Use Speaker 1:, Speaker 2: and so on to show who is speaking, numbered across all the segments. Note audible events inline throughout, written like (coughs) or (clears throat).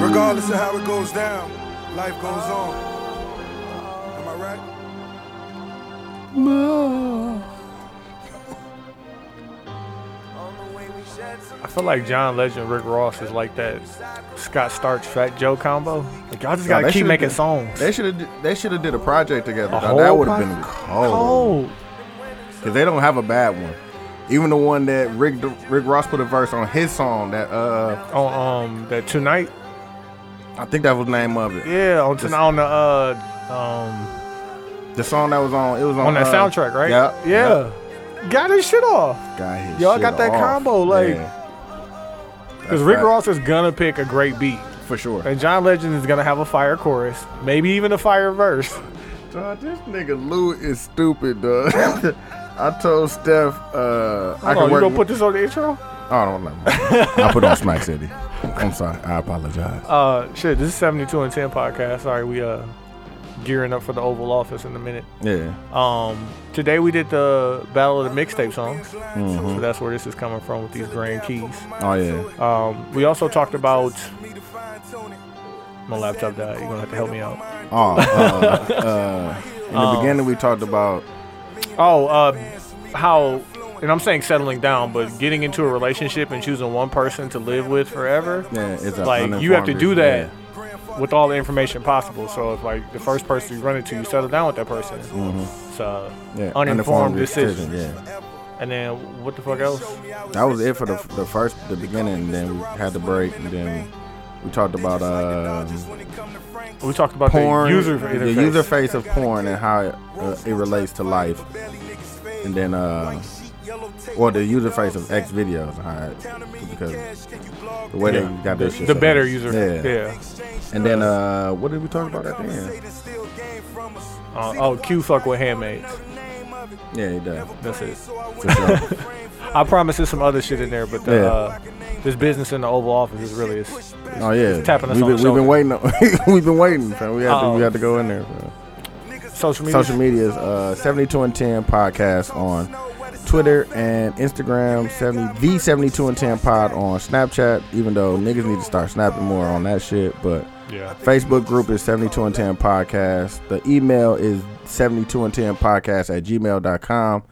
Speaker 1: Regardless of how it goes down, life goes on. Am I right?
Speaker 2: I feel like John Legend, Rick Ross is like that Scott Starks, Fat Joe combo. Like y'all just gotta
Speaker 3: they
Speaker 2: keep
Speaker 3: should've
Speaker 2: making
Speaker 3: did-
Speaker 2: songs.
Speaker 3: They should have. They should have did a project together.
Speaker 2: A
Speaker 3: Now,
Speaker 2: whole
Speaker 3: that would have
Speaker 2: project?
Speaker 3: been cold. Cause they don't have a bad one. Even the one that Rick Rick Ross put a verse on his song that uh
Speaker 2: on um that tonight.
Speaker 3: I think that was the name of it.
Speaker 2: Yeah, on tonight on the uh
Speaker 3: The song that was on it was
Speaker 2: um
Speaker 3: on
Speaker 2: on that
Speaker 3: uh,
Speaker 2: soundtrack, right?
Speaker 3: Yep.
Speaker 2: Yeah. Got his shit off.
Speaker 3: yep, Got his
Speaker 2: Y'all
Speaker 3: shit
Speaker 2: got that
Speaker 3: off.
Speaker 2: combo, like-
Speaker 3: Yeah,
Speaker 2: Because Rick
Speaker 3: right.
Speaker 2: Ross is gonna pick a great beat.
Speaker 3: for sure.
Speaker 2: And John Legend is gonna have a fire chorus, maybe even a fire verse.
Speaker 3: Dog, this nigga Lou is stupid, dog. (laughs) I told Steph uh,
Speaker 2: Hold
Speaker 3: I
Speaker 2: on, you
Speaker 3: can work. Oh,
Speaker 2: gonna put this on the intro?
Speaker 3: I don't know. I put on Smack City. I'm sorry. I apologize.
Speaker 2: (laughs) Uh, shit, this is 72 and 10 podcast. Sorry, we uh gearing up for the Oval Office in a minute.
Speaker 3: Yeah.
Speaker 2: Um, today we did the Battle of the Mixtape songs,
Speaker 3: Mm-hmm.
Speaker 2: so that's where this is coming from with these grand keys.
Speaker 3: Oh yeah.
Speaker 2: Um, we also talked about my laptop died. You're gonna have to help me out.
Speaker 3: Oh. Uh,
Speaker 2: (laughs)
Speaker 3: uh, in the beginning, we talked about
Speaker 2: Oh, uh, how? And I'm saying settling down, but getting into a relationship and choosing one person to live with forever.
Speaker 3: yeah, it's a
Speaker 2: like you have to
Speaker 3: uninformed
Speaker 2: do that
Speaker 3: decision.
Speaker 2: with all the information possible. So if like the first person you run into, you settle down with that person. It's a
Speaker 3: Mm-hmm. Yeah,
Speaker 2: uninformed decision.
Speaker 3: Yeah.
Speaker 2: And then what the fuck else?
Speaker 3: That was it for the, the first the beginning. Then we had the break, and then we talked about um,
Speaker 2: We talked about
Speaker 3: porn,
Speaker 2: the user
Speaker 3: the
Speaker 2: interface.
Speaker 3: user face of porn, and how it, uh, it relates to life. And then, uh, well, the user face of X videos, and how it, because the way
Speaker 2: Yeah.
Speaker 3: they got
Speaker 2: the,
Speaker 3: this shit
Speaker 2: the
Speaker 3: set
Speaker 2: better
Speaker 3: up.
Speaker 2: user.
Speaker 3: Yeah.
Speaker 2: Yeah.
Speaker 3: And then, uh, what did we talk about at the end?
Speaker 2: Uh, oh, Q fuck with handmaids.
Speaker 3: Yeah, it does.
Speaker 2: That's it.
Speaker 3: For sure.
Speaker 2: (laughs) I promise there's some other shit in there, but the,
Speaker 3: Yeah.
Speaker 2: uh, this business in the Oval Office is really is.
Speaker 3: Oh yeah,
Speaker 2: tapping us
Speaker 3: we've
Speaker 2: on
Speaker 3: been,
Speaker 2: the
Speaker 3: we've been
Speaker 2: shoulder.
Speaker 3: waiting. On, (laughs) we've been waiting. Fam. We had to,
Speaker 2: Uh-oh.
Speaker 3: we had to go in there. Fam.
Speaker 2: Social media.
Speaker 3: Social media is uh, seventy two and ten podcast on Twitter and Instagram. Seventy the seventy two and ten pod on Snapchat. Even though niggas need to start snapping more on that shit, but
Speaker 2: Yeah.
Speaker 3: Facebook group is seventy two and ten podcast. The email is seventy two and ten podcast at gmail.com.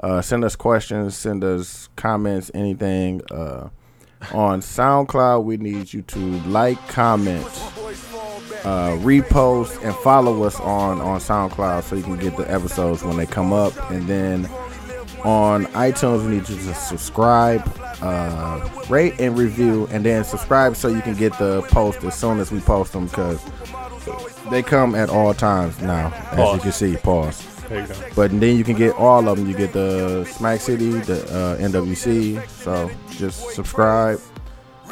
Speaker 3: Uh, send us questions, send us comments, anything. Uh, on SoundCloud, we need you to like, comment, uh, repost, and follow us on on SoundCloud so you can get the episodes when they come up. And then on iTunes, we need you to subscribe, uh, rate, and review, and then subscribe so you can get the post as soon as we post them because they come at all times now, as you
Speaker 2: Pause.
Speaker 3: can see. Pause.
Speaker 2: There you go.
Speaker 3: But then you can get all of them. You get the Smack City, the uh, NWC. So just subscribe,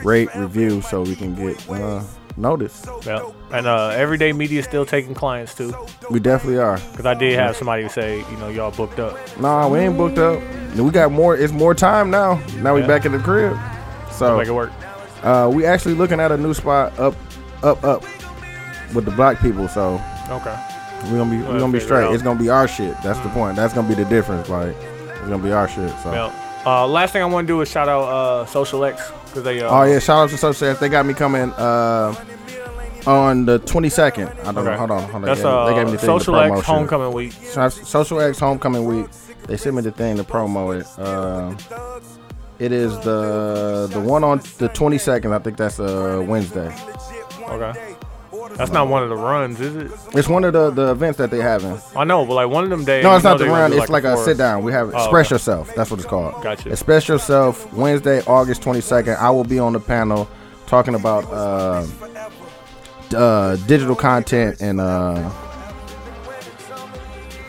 Speaker 3: rate, review, so we can get uh, noticed.
Speaker 2: Yeah. And uh, everyday media is still taking clients too,
Speaker 3: We definitely are.
Speaker 2: because I did have somebody say, you know, y'all booked up.
Speaker 3: Nah, we ain't booked up. We got more. It's more time now. Now we
Speaker 2: Yeah.
Speaker 3: back in the crib.
Speaker 2: Make it
Speaker 3: So
Speaker 2: work.
Speaker 3: uh, we actually looking at a new spot up, up, up with the black people. So
Speaker 2: Okay.
Speaker 3: we gonna be we gonna
Speaker 2: figure
Speaker 3: be
Speaker 2: it
Speaker 3: straight.
Speaker 2: out. Mm.
Speaker 3: It's gonna be our shit. That's the point. That's gonna be the difference. Like it's gonna be our shit. So.
Speaker 2: Yeah. Uh, last thing I want to do is shout out uh, Social X because they. Uh,
Speaker 3: Oh yeah, shout out to Social Chef. They got me coming uh, on the 22nd. I don't know.
Speaker 2: Okay.
Speaker 3: Hold on, hold on.
Speaker 2: That's
Speaker 3: They gave me-
Speaker 2: uh,
Speaker 3: they gave me the thing to
Speaker 2: Social X
Speaker 3: promote shit.
Speaker 2: Homecoming Week.
Speaker 3: So- Social X Homecoming Week. They sent me the thing to promo it. Um, it is the the one on the 22nd. I think that's uh, Wednesday.
Speaker 2: Okay. That's not one of the runs, is it?
Speaker 3: It's one of the, the events that they having.
Speaker 2: I know, but like one of them days.
Speaker 3: No, it's
Speaker 2: you know
Speaker 3: not the
Speaker 2: they gonna
Speaker 3: round.
Speaker 2: do,
Speaker 3: It's like a
Speaker 2: four-
Speaker 3: sit down. We have
Speaker 2: Oh,
Speaker 3: express
Speaker 2: okay.
Speaker 3: yourself. That's what it's called.
Speaker 2: Gotcha.
Speaker 3: Express yourself. Wednesday, August twenty second. I will be on the panel talking about uh, d- uh, digital content and uh,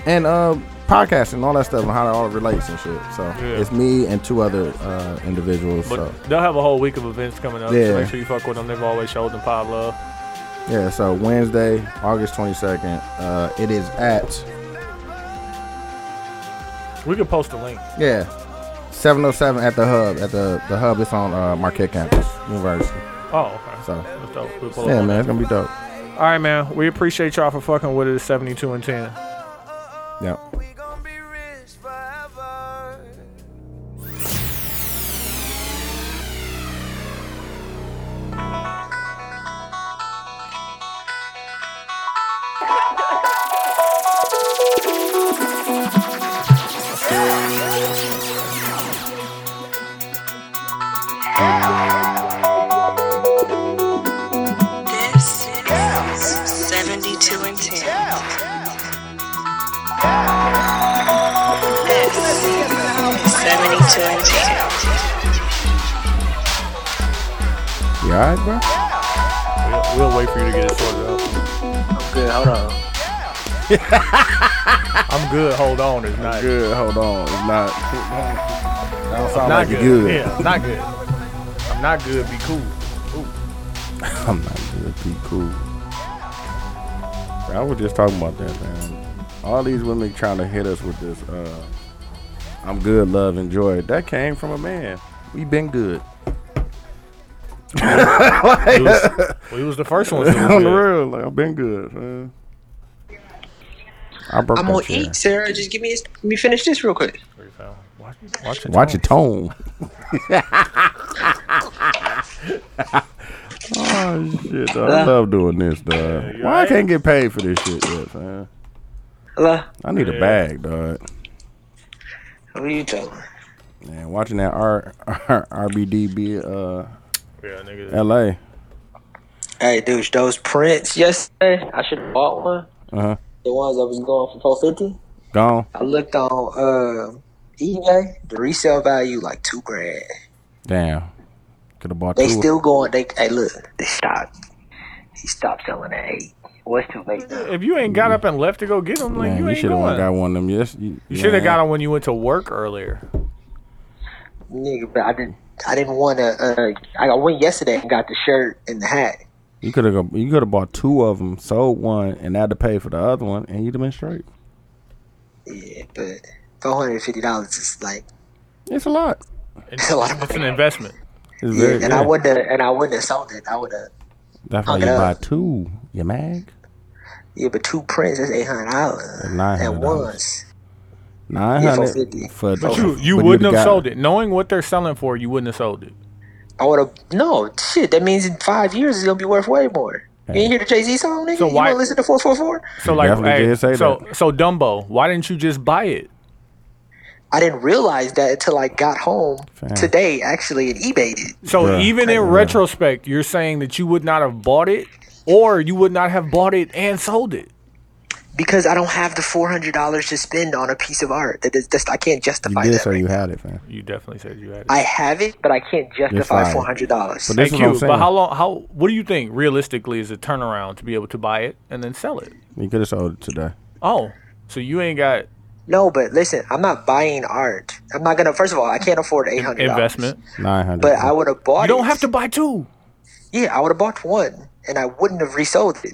Speaker 3: and uh, podcasting and all that stuff and how it all relates and shit. So it's me and two other uh, individuals.
Speaker 2: But
Speaker 3: so
Speaker 2: they'll have a whole week of events coming up.
Speaker 3: Yeah.
Speaker 2: So make sure you fuck with them. They've always showed them pop love.
Speaker 3: yeah. So Wednesday, August twenty second. Uh, it is at.
Speaker 2: We could post a link.
Speaker 3: Yeah. 707 at the hub. At the the hub, it's on uh, Marquette campus, University.
Speaker 2: Oh, okay.
Speaker 3: So
Speaker 2: That's dope. We'll pull up
Speaker 3: yeah,
Speaker 2: on
Speaker 3: man, it's gonna be dope.
Speaker 2: that. All right, man. We appreciate y'all for fucking with it. It's 72 and 10.
Speaker 3: Yep.
Speaker 4: We gon' be rich forever.
Speaker 5: family too.
Speaker 3: You alright, bro?
Speaker 2: We'll, we'll wait for you to get it sorted out.
Speaker 6: Good, hold on.
Speaker 2: (laughs) I'm good. Hold on. It's not good.
Speaker 3: Good. Hold on. It's not. (laughs) That don't
Speaker 2: Not
Speaker 3: sound like
Speaker 2: good.
Speaker 3: you're good.
Speaker 2: Yeah, not good. I'm not good. Be cool.
Speaker 3: I'm not good. Be cool. I was just talking about that, man. All these women trying to hit us with this. Uh, I'm good. Love and joy. That came from a man. We been good.
Speaker 2: We
Speaker 3: (laughs)
Speaker 2: was, we was the first ones. to do
Speaker 3: On the
Speaker 2: it.
Speaker 3: real, like I've been good, man. I broke
Speaker 6: I'm
Speaker 3: that
Speaker 6: gonna
Speaker 3: chair.
Speaker 6: eat, Sarah. Just give me let me finish this real quick.
Speaker 2: Watch, watch it.
Speaker 3: Watch your tone.
Speaker 6: (laughs)
Speaker 3: (laughs) oh shit! Dog. I love doing this, dog.
Speaker 2: you
Speaker 3: Why I
Speaker 2: right?
Speaker 3: can't get paid for this shit yet, man?
Speaker 6: Hello.
Speaker 3: I need a
Speaker 2: Yeah.
Speaker 3: bag, dog.
Speaker 6: Who you talking?
Speaker 3: Man, watching that R, R RBD be uh
Speaker 2: Yeah, nigga.
Speaker 3: LA.
Speaker 6: Hey, douche. Those prints yesterday. I should have bought one.
Speaker 3: Uh huh.
Speaker 6: The ones that was going for 450.
Speaker 3: Gone.
Speaker 6: I looked on uh, eBay. The resale value like two grand.
Speaker 3: Damn. Could have bought
Speaker 6: They
Speaker 3: two.
Speaker 6: still going. They hey look. They stopped. He stopped selling at eight. What's too late now?
Speaker 2: If you ain't got up and left to go get them, like
Speaker 3: Man,
Speaker 2: you
Speaker 3: you
Speaker 2: ain't
Speaker 3: should have
Speaker 2: going.
Speaker 3: got one of them. Yes, you,
Speaker 2: you should have got them when you went to work earlier.
Speaker 6: Nigga, but I didn't. I didn't want to. Uh, I went yesterday and got the shirt and the hat.
Speaker 3: You could have. You could have bought two of them, sold one, and had to pay for the other one, and you'd have been straight.
Speaker 6: Yeah, but four hundred and fifty dollars is like (laughs)
Speaker 3: It's a lot.
Speaker 6: it's a lot of
Speaker 2: It's
Speaker 6: money.
Speaker 2: an investment.
Speaker 3: It's
Speaker 6: Yeah,
Speaker 3: very.
Speaker 6: and I wouldn't have, and I wouldn't have sold it. I would have.
Speaker 3: That's why
Speaker 6: Fuck
Speaker 3: you
Speaker 6: it up.
Speaker 3: buy two. You mag?
Speaker 6: Yeah, but two prints is eight hundred dollars.
Speaker 3: $900.
Speaker 6: At once.
Speaker 3: Nine
Speaker 6: $450.
Speaker 3: hundred for.
Speaker 2: But you, you wouldn't have sold it. Knowing what they're selling for, you wouldn't have sold it.
Speaker 6: I would have. No shit. That means in five years it's gonna be worth way more. You ain't hear the Jay Z song, nigga?
Speaker 2: So
Speaker 6: you
Speaker 2: why-
Speaker 6: want to listen to four four four?
Speaker 2: So like,
Speaker 3: definitely
Speaker 2: hey,
Speaker 3: did say
Speaker 2: so so Dumbo, why didn't you just buy it?
Speaker 6: I didn't realize that until I got home
Speaker 3: Fam.
Speaker 6: today, actually, and eBayed it.
Speaker 2: So
Speaker 3: Bruh.
Speaker 2: even in retrospect, you're saying that you would not have bought it, or you would not have bought it and sold it.
Speaker 6: Because I don't have the four hundred dollars to spend on a piece of art. That is just I can't
Speaker 3: You
Speaker 6: justify
Speaker 3: did
Speaker 6: that.
Speaker 3: say you had it, man.
Speaker 2: You definitely said you had it.
Speaker 6: I have it, but I can't justify
Speaker 3: fired.
Speaker 6: four hundred dollars.
Speaker 3: But
Speaker 2: Thank
Speaker 3: That's what I'm
Speaker 2: you. But
Speaker 3: saying.
Speaker 2: how long? How? What do you think realistically is a turnaround to be able to buy it and then sell it?
Speaker 3: You could have sold it today.
Speaker 2: Oh, so you ain't got
Speaker 6: No, but listen, I'm not buying art. I'm not gonna. First of all, I can't afford eight hundred
Speaker 2: investment.
Speaker 3: Nine hundred.
Speaker 6: But I would have bought.
Speaker 2: You don't
Speaker 6: it.
Speaker 2: have to buy two.
Speaker 6: Yeah, I would have bought one, and I wouldn't have resold it.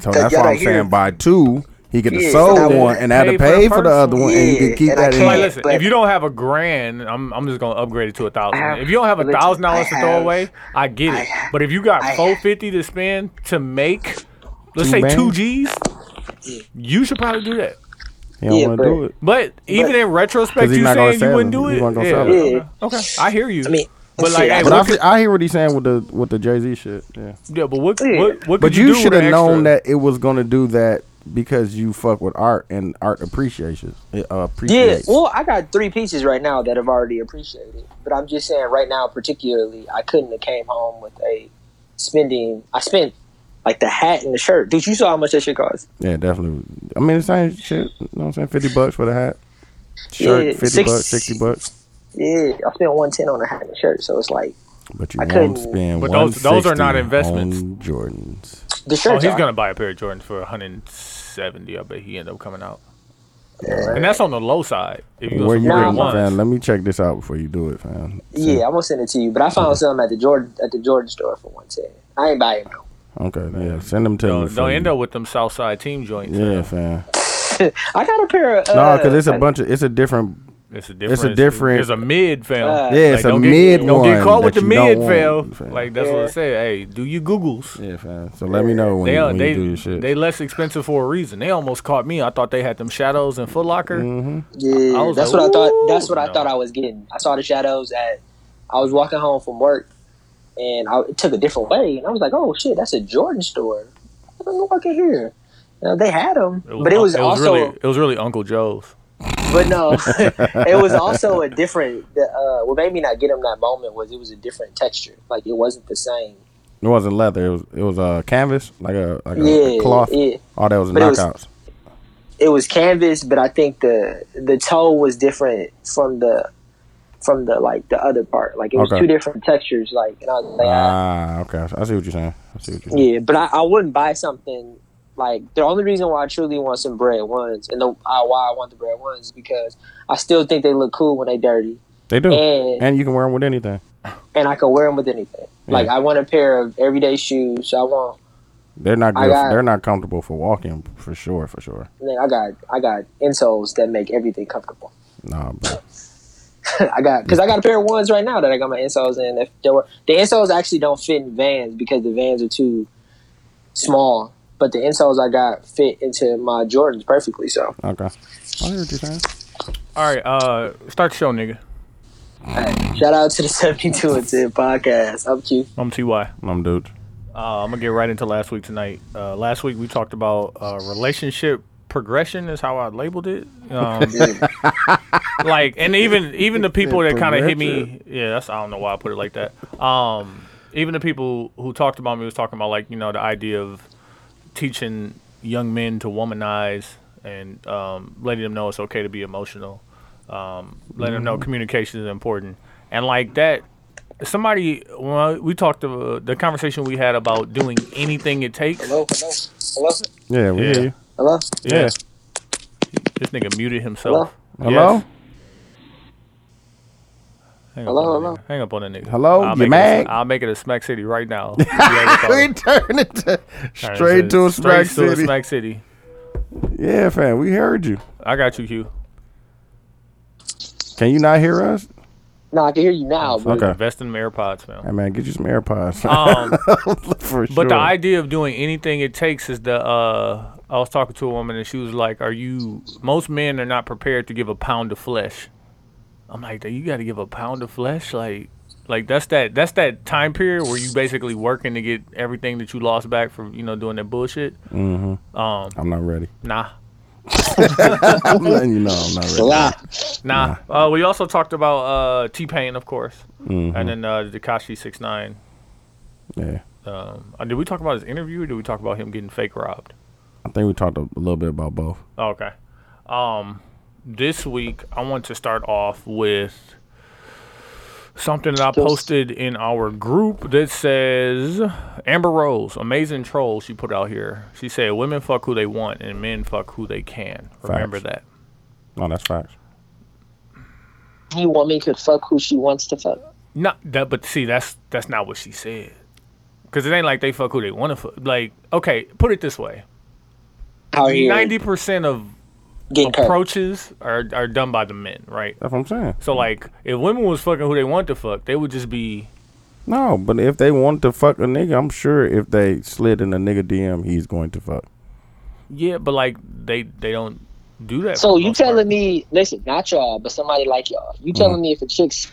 Speaker 3: So
Speaker 6: that
Speaker 3: that's
Speaker 6: y'all
Speaker 3: why I'm
Speaker 6: don't hear.
Speaker 3: saying buy two. He could have
Speaker 6: Yeah,
Speaker 3: sold
Speaker 6: so that
Speaker 3: one
Speaker 6: would-
Speaker 3: and had
Speaker 2: Pay
Speaker 3: to
Speaker 2: for
Speaker 3: pay
Speaker 2: the
Speaker 3: for the
Speaker 2: first
Speaker 3: other one, and you
Speaker 6: Yeah,
Speaker 3: could keep
Speaker 6: and I
Speaker 3: that in.
Speaker 6: can't-
Speaker 2: Like,
Speaker 6: Yeah,
Speaker 2: listen,
Speaker 6: but-
Speaker 2: if you don't have a grand, I'm, I'm just gonna upgrade it to a thousand.
Speaker 6: have-
Speaker 2: if you don't have a
Speaker 6: listen,
Speaker 2: thousand dollars
Speaker 6: I
Speaker 2: to throw
Speaker 6: have-
Speaker 2: away, I get it.
Speaker 6: have-
Speaker 2: but if you got
Speaker 6: I have-
Speaker 2: four fifty to spend to make, let's say
Speaker 3: Two
Speaker 2: two
Speaker 3: bands?
Speaker 2: G's, you should probably do that.
Speaker 3: He don't
Speaker 6: Yeah,
Speaker 3: want to
Speaker 6: but-
Speaker 3: do it.
Speaker 2: But even in retrospect,
Speaker 3: 'Cause he's
Speaker 2: you
Speaker 3: not gonna
Speaker 2: saying you
Speaker 3: sell
Speaker 2: wouldn't
Speaker 3: them.
Speaker 2: do it.
Speaker 3: He's not gonna
Speaker 2: yeah.
Speaker 3: sell them.
Speaker 6: Yeah.
Speaker 2: Okay, I hear you.
Speaker 6: I mean,
Speaker 2: but like,
Speaker 6: shit,
Speaker 2: hey,
Speaker 6: I-
Speaker 3: But I,
Speaker 2: what
Speaker 3: feel, I hear what he's saying with the with the Jay Z shit. Yeah.
Speaker 2: could- yeah, but what,
Speaker 6: Yeah.
Speaker 2: what, what
Speaker 3: But
Speaker 2: could you,
Speaker 3: you
Speaker 2: do
Speaker 3: should
Speaker 2: with
Speaker 3: have
Speaker 2: an
Speaker 3: known
Speaker 2: extra?
Speaker 3: that it was gonna do that because you fuck with art and art appreciation. It, uh,
Speaker 6: Yeah,
Speaker 3: appreciates.
Speaker 6: well, I got three pieces right now that have already appreciated, but I'm just saying right now, particularly, I couldn't have came home with a spending. I spent like the hat and the shirt. Dude, you saw how much that shit cost?
Speaker 3: Yeah, definitely. I mean, the same shit. You know what I'm saying? 50 bucks for the hat. Shirt,
Speaker 6: Yeah,
Speaker 3: 50
Speaker 6: six-
Speaker 3: bucks, 60 bucks.
Speaker 6: Yeah, I spent one ten on a hat and a shirt, so it's like
Speaker 3: But you
Speaker 6: I
Speaker 3: won't
Speaker 6: couldn't-
Speaker 3: spend
Speaker 2: But those- those are not
Speaker 3: 160
Speaker 2: investments.
Speaker 3: on Jordans.
Speaker 6: the
Speaker 2: Oh,
Speaker 6: shirt.
Speaker 2: he's gonna buy a pair of Jordans for 170. I bet he end up coming out, and that's on the low side. If you
Speaker 3: Where you
Speaker 6: Nah,
Speaker 3: getting,
Speaker 2: going
Speaker 6: my
Speaker 3: fam?
Speaker 2: one,
Speaker 3: Let me check this out before you do it, fam.
Speaker 6: Yeah, I'm gonna send it to you. But I found some at the Jordan at the Jordan store for one ten. I ain't buying no.
Speaker 3: Okay, yeah. Send them to me.
Speaker 2: don't,
Speaker 3: fam.
Speaker 2: don't end up with them Southside team joints.
Speaker 3: Yeah, fam.
Speaker 6: I got a pair of. Uh,
Speaker 3: No, because it's a bunch of, it's a different.
Speaker 2: It's a different.
Speaker 3: different-
Speaker 2: It's a mid fail.
Speaker 6: Uh,
Speaker 3: Yeah, it's a
Speaker 2: don't
Speaker 3: mid
Speaker 2: Get, don't
Speaker 3: one.
Speaker 2: get caught with the
Speaker 3: that you don't
Speaker 2: mid
Speaker 3: want,
Speaker 2: fail.
Speaker 3: fam.
Speaker 2: Like that's what I say. Hey, do your Googles.
Speaker 3: yeah, fam. So let me know when,
Speaker 2: They
Speaker 3: you,
Speaker 2: are-
Speaker 3: when
Speaker 2: they
Speaker 3: you do your shit.
Speaker 2: they less expensive for a reason. They almost caught me. I thought they had them shadows in Foot Locker.
Speaker 3: Mm. Mm-hmm.
Speaker 6: Yeah,
Speaker 2: I was
Speaker 6: that's
Speaker 2: like,
Speaker 6: what I thought. That's what
Speaker 2: "Ooh."
Speaker 6: I thought I was getting. I saw the shadows at. I was walking home from work, and I it took a different way, and I was like, "Oh shit, that's a Jordan store. I don't know what I here." Now, they had them, but it was also,
Speaker 2: really, it was really Uncle Joe's.
Speaker 6: (laughs) but no, it was also a different. The, uh, what made me not get them that moment was it was a different texture. Like it wasn't the same.
Speaker 3: It wasn't leather. It was it was uh, canvas, like a like a
Speaker 6: Yeah,
Speaker 3: cloth.
Speaker 6: yeah.
Speaker 3: All that was
Speaker 6: But it was-
Speaker 3: knockouts.
Speaker 6: it was canvas, but I think the the toe was different from the from the like the other part. Like it was
Speaker 3: Okay.
Speaker 6: two different textures. Like and I was like, ah.
Speaker 3: Ah, okay. I see what you're saying. I see what you're saying.
Speaker 6: Yeah, but I, I wouldn't buy something like the only reason why I truly want some bread ones and the uh, why I want the bread ones is because I still think they look cool when they dirty
Speaker 3: They do,
Speaker 6: And-
Speaker 3: and you can wear them with anything.
Speaker 6: and I can wear them with anything. Like I want a pair of everyday shoes. I want
Speaker 3: They're not
Speaker 6: I
Speaker 3: good.
Speaker 6: got-
Speaker 3: they're not comfortable for walking for sure. For sure.
Speaker 6: man, I got I got insoles that make everything comfortable.
Speaker 3: Nah, bro.
Speaker 6: (laughs) I got because I got a pair of ones right now that I got my insoles in. If they were, the insoles actually don't fit in Vans because the Vans are too small. But the insoles I got fit into my Jordans perfectly. So
Speaker 3: Okay. I hear what you're saying.
Speaker 2: All right, uh, start the show, nigga.
Speaker 6: shout out to the (laughs) seventy two and ten podcast. I'm (laughs) Q.
Speaker 2: I'm TY.
Speaker 3: I'm dude.
Speaker 2: Uh, I'm gonna get right into last week tonight. Uh, last week we talked about uh, relationship progression is how I labeled it. Um, like, and even even the people that kind of hit me, yeah, that's I don't know why I put it like that. Um, even the people who talked about me was talking about like you know the idea of teaching young men to womanize and um, letting them know it's okay to be emotional, um, letting them know communication is important, and like that somebody well, we talked uh, the conversation we had about doing anything it takes.
Speaker 6: Hello, hello, hello,
Speaker 3: Yeah, we
Speaker 2: Yeah.
Speaker 3: hear you.
Speaker 6: hello.
Speaker 3: Yeah.
Speaker 2: This nigga muted himself.
Speaker 3: Hello?
Speaker 2: Yes. Hang up
Speaker 6: Hello,
Speaker 2: on that
Speaker 6: hello?
Speaker 2: nigga. Hang up on that nigga.
Speaker 3: Hello?
Speaker 2: I'll
Speaker 3: You
Speaker 2: make it-
Speaker 3: mad?
Speaker 2: I'll make it a Smack City right
Speaker 3: (laughs)
Speaker 2: now. straight
Speaker 3: We turn it to, straight to a Smack
Speaker 2: to a
Speaker 3: City.
Speaker 2: Smack City.
Speaker 3: Yeah, fam. We heard you.
Speaker 2: I got you, Q.
Speaker 3: Can you not hear us?
Speaker 6: No, I can hear you now. But
Speaker 3: Okay.
Speaker 2: Invest in them AirPods, man.
Speaker 3: Hey, man, get you some AirPods.
Speaker 2: Um,
Speaker 3: (laughs) for sure.
Speaker 2: But the idea of doing anything it takes is the. Uh, I was talking to a woman and she was like, "Are you? Most men are not prepared to give a pound of flesh." I'm like, "You got to give a pound of flesh, like, like that's that that's that time period where you basically working to get everything that you lost back from you know doing that bullshit."
Speaker 3: I'm not ready. (laughs)
Speaker 2: Nah,
Speaker 3: I'm letting you know I'm not ready.
Speaker 6: Nah.
Speaker 2: nah. Uh, we also talked about uh, T Pain, of course, and then uh, Takashi Six Nine.
Speaker 3: Yeah.
Speaker 2: Um, uh, did we talk about his interview? or Did we talk about him getting fake robbed? Oh,
Speaker 3: I think we talked a little bit about both.
Speaker 2: Okay. Um, this week I want to start off with something that I posted in our group that says Amber Rose, amazing troll she put out here. She said women fuck who they want and men fuck who they can. Remember that.
Speaker 3: No, Oh, that's facts.
Speaker 6: You want me to fuck who she wants to fuck?
Speaker 2: Not that, but see, that's that's not what she said. Cause it ain't like they fuck who they want to fuck. Like, okay, put it this way:
Speaker 6: Out here
Speaker 2: ninety percent of
Speaker 6: getting cut.
Speaker 2: approaches are are done by the men, right?
Speaker 3: That's what I'm saying.
Speaker 2: So like, if women was fucking who they want to fuck, they would just be
Speaker 3: No, but if they want (laughs) to fuck a nigga, I'm sure if they slid in a nigga DM, he's going to fuck.
Speaker 2: yeah, but like they they don't do that.
Speaker 6: So
Speaker 2: for the
Speaker 6: you
Speaker 2: most part.
Speaker 6: telling me? Listen, not y'all, but somebody like y'all. You
Speaker 3: Mm-hmm.
Speaker 6: telling me if a chick's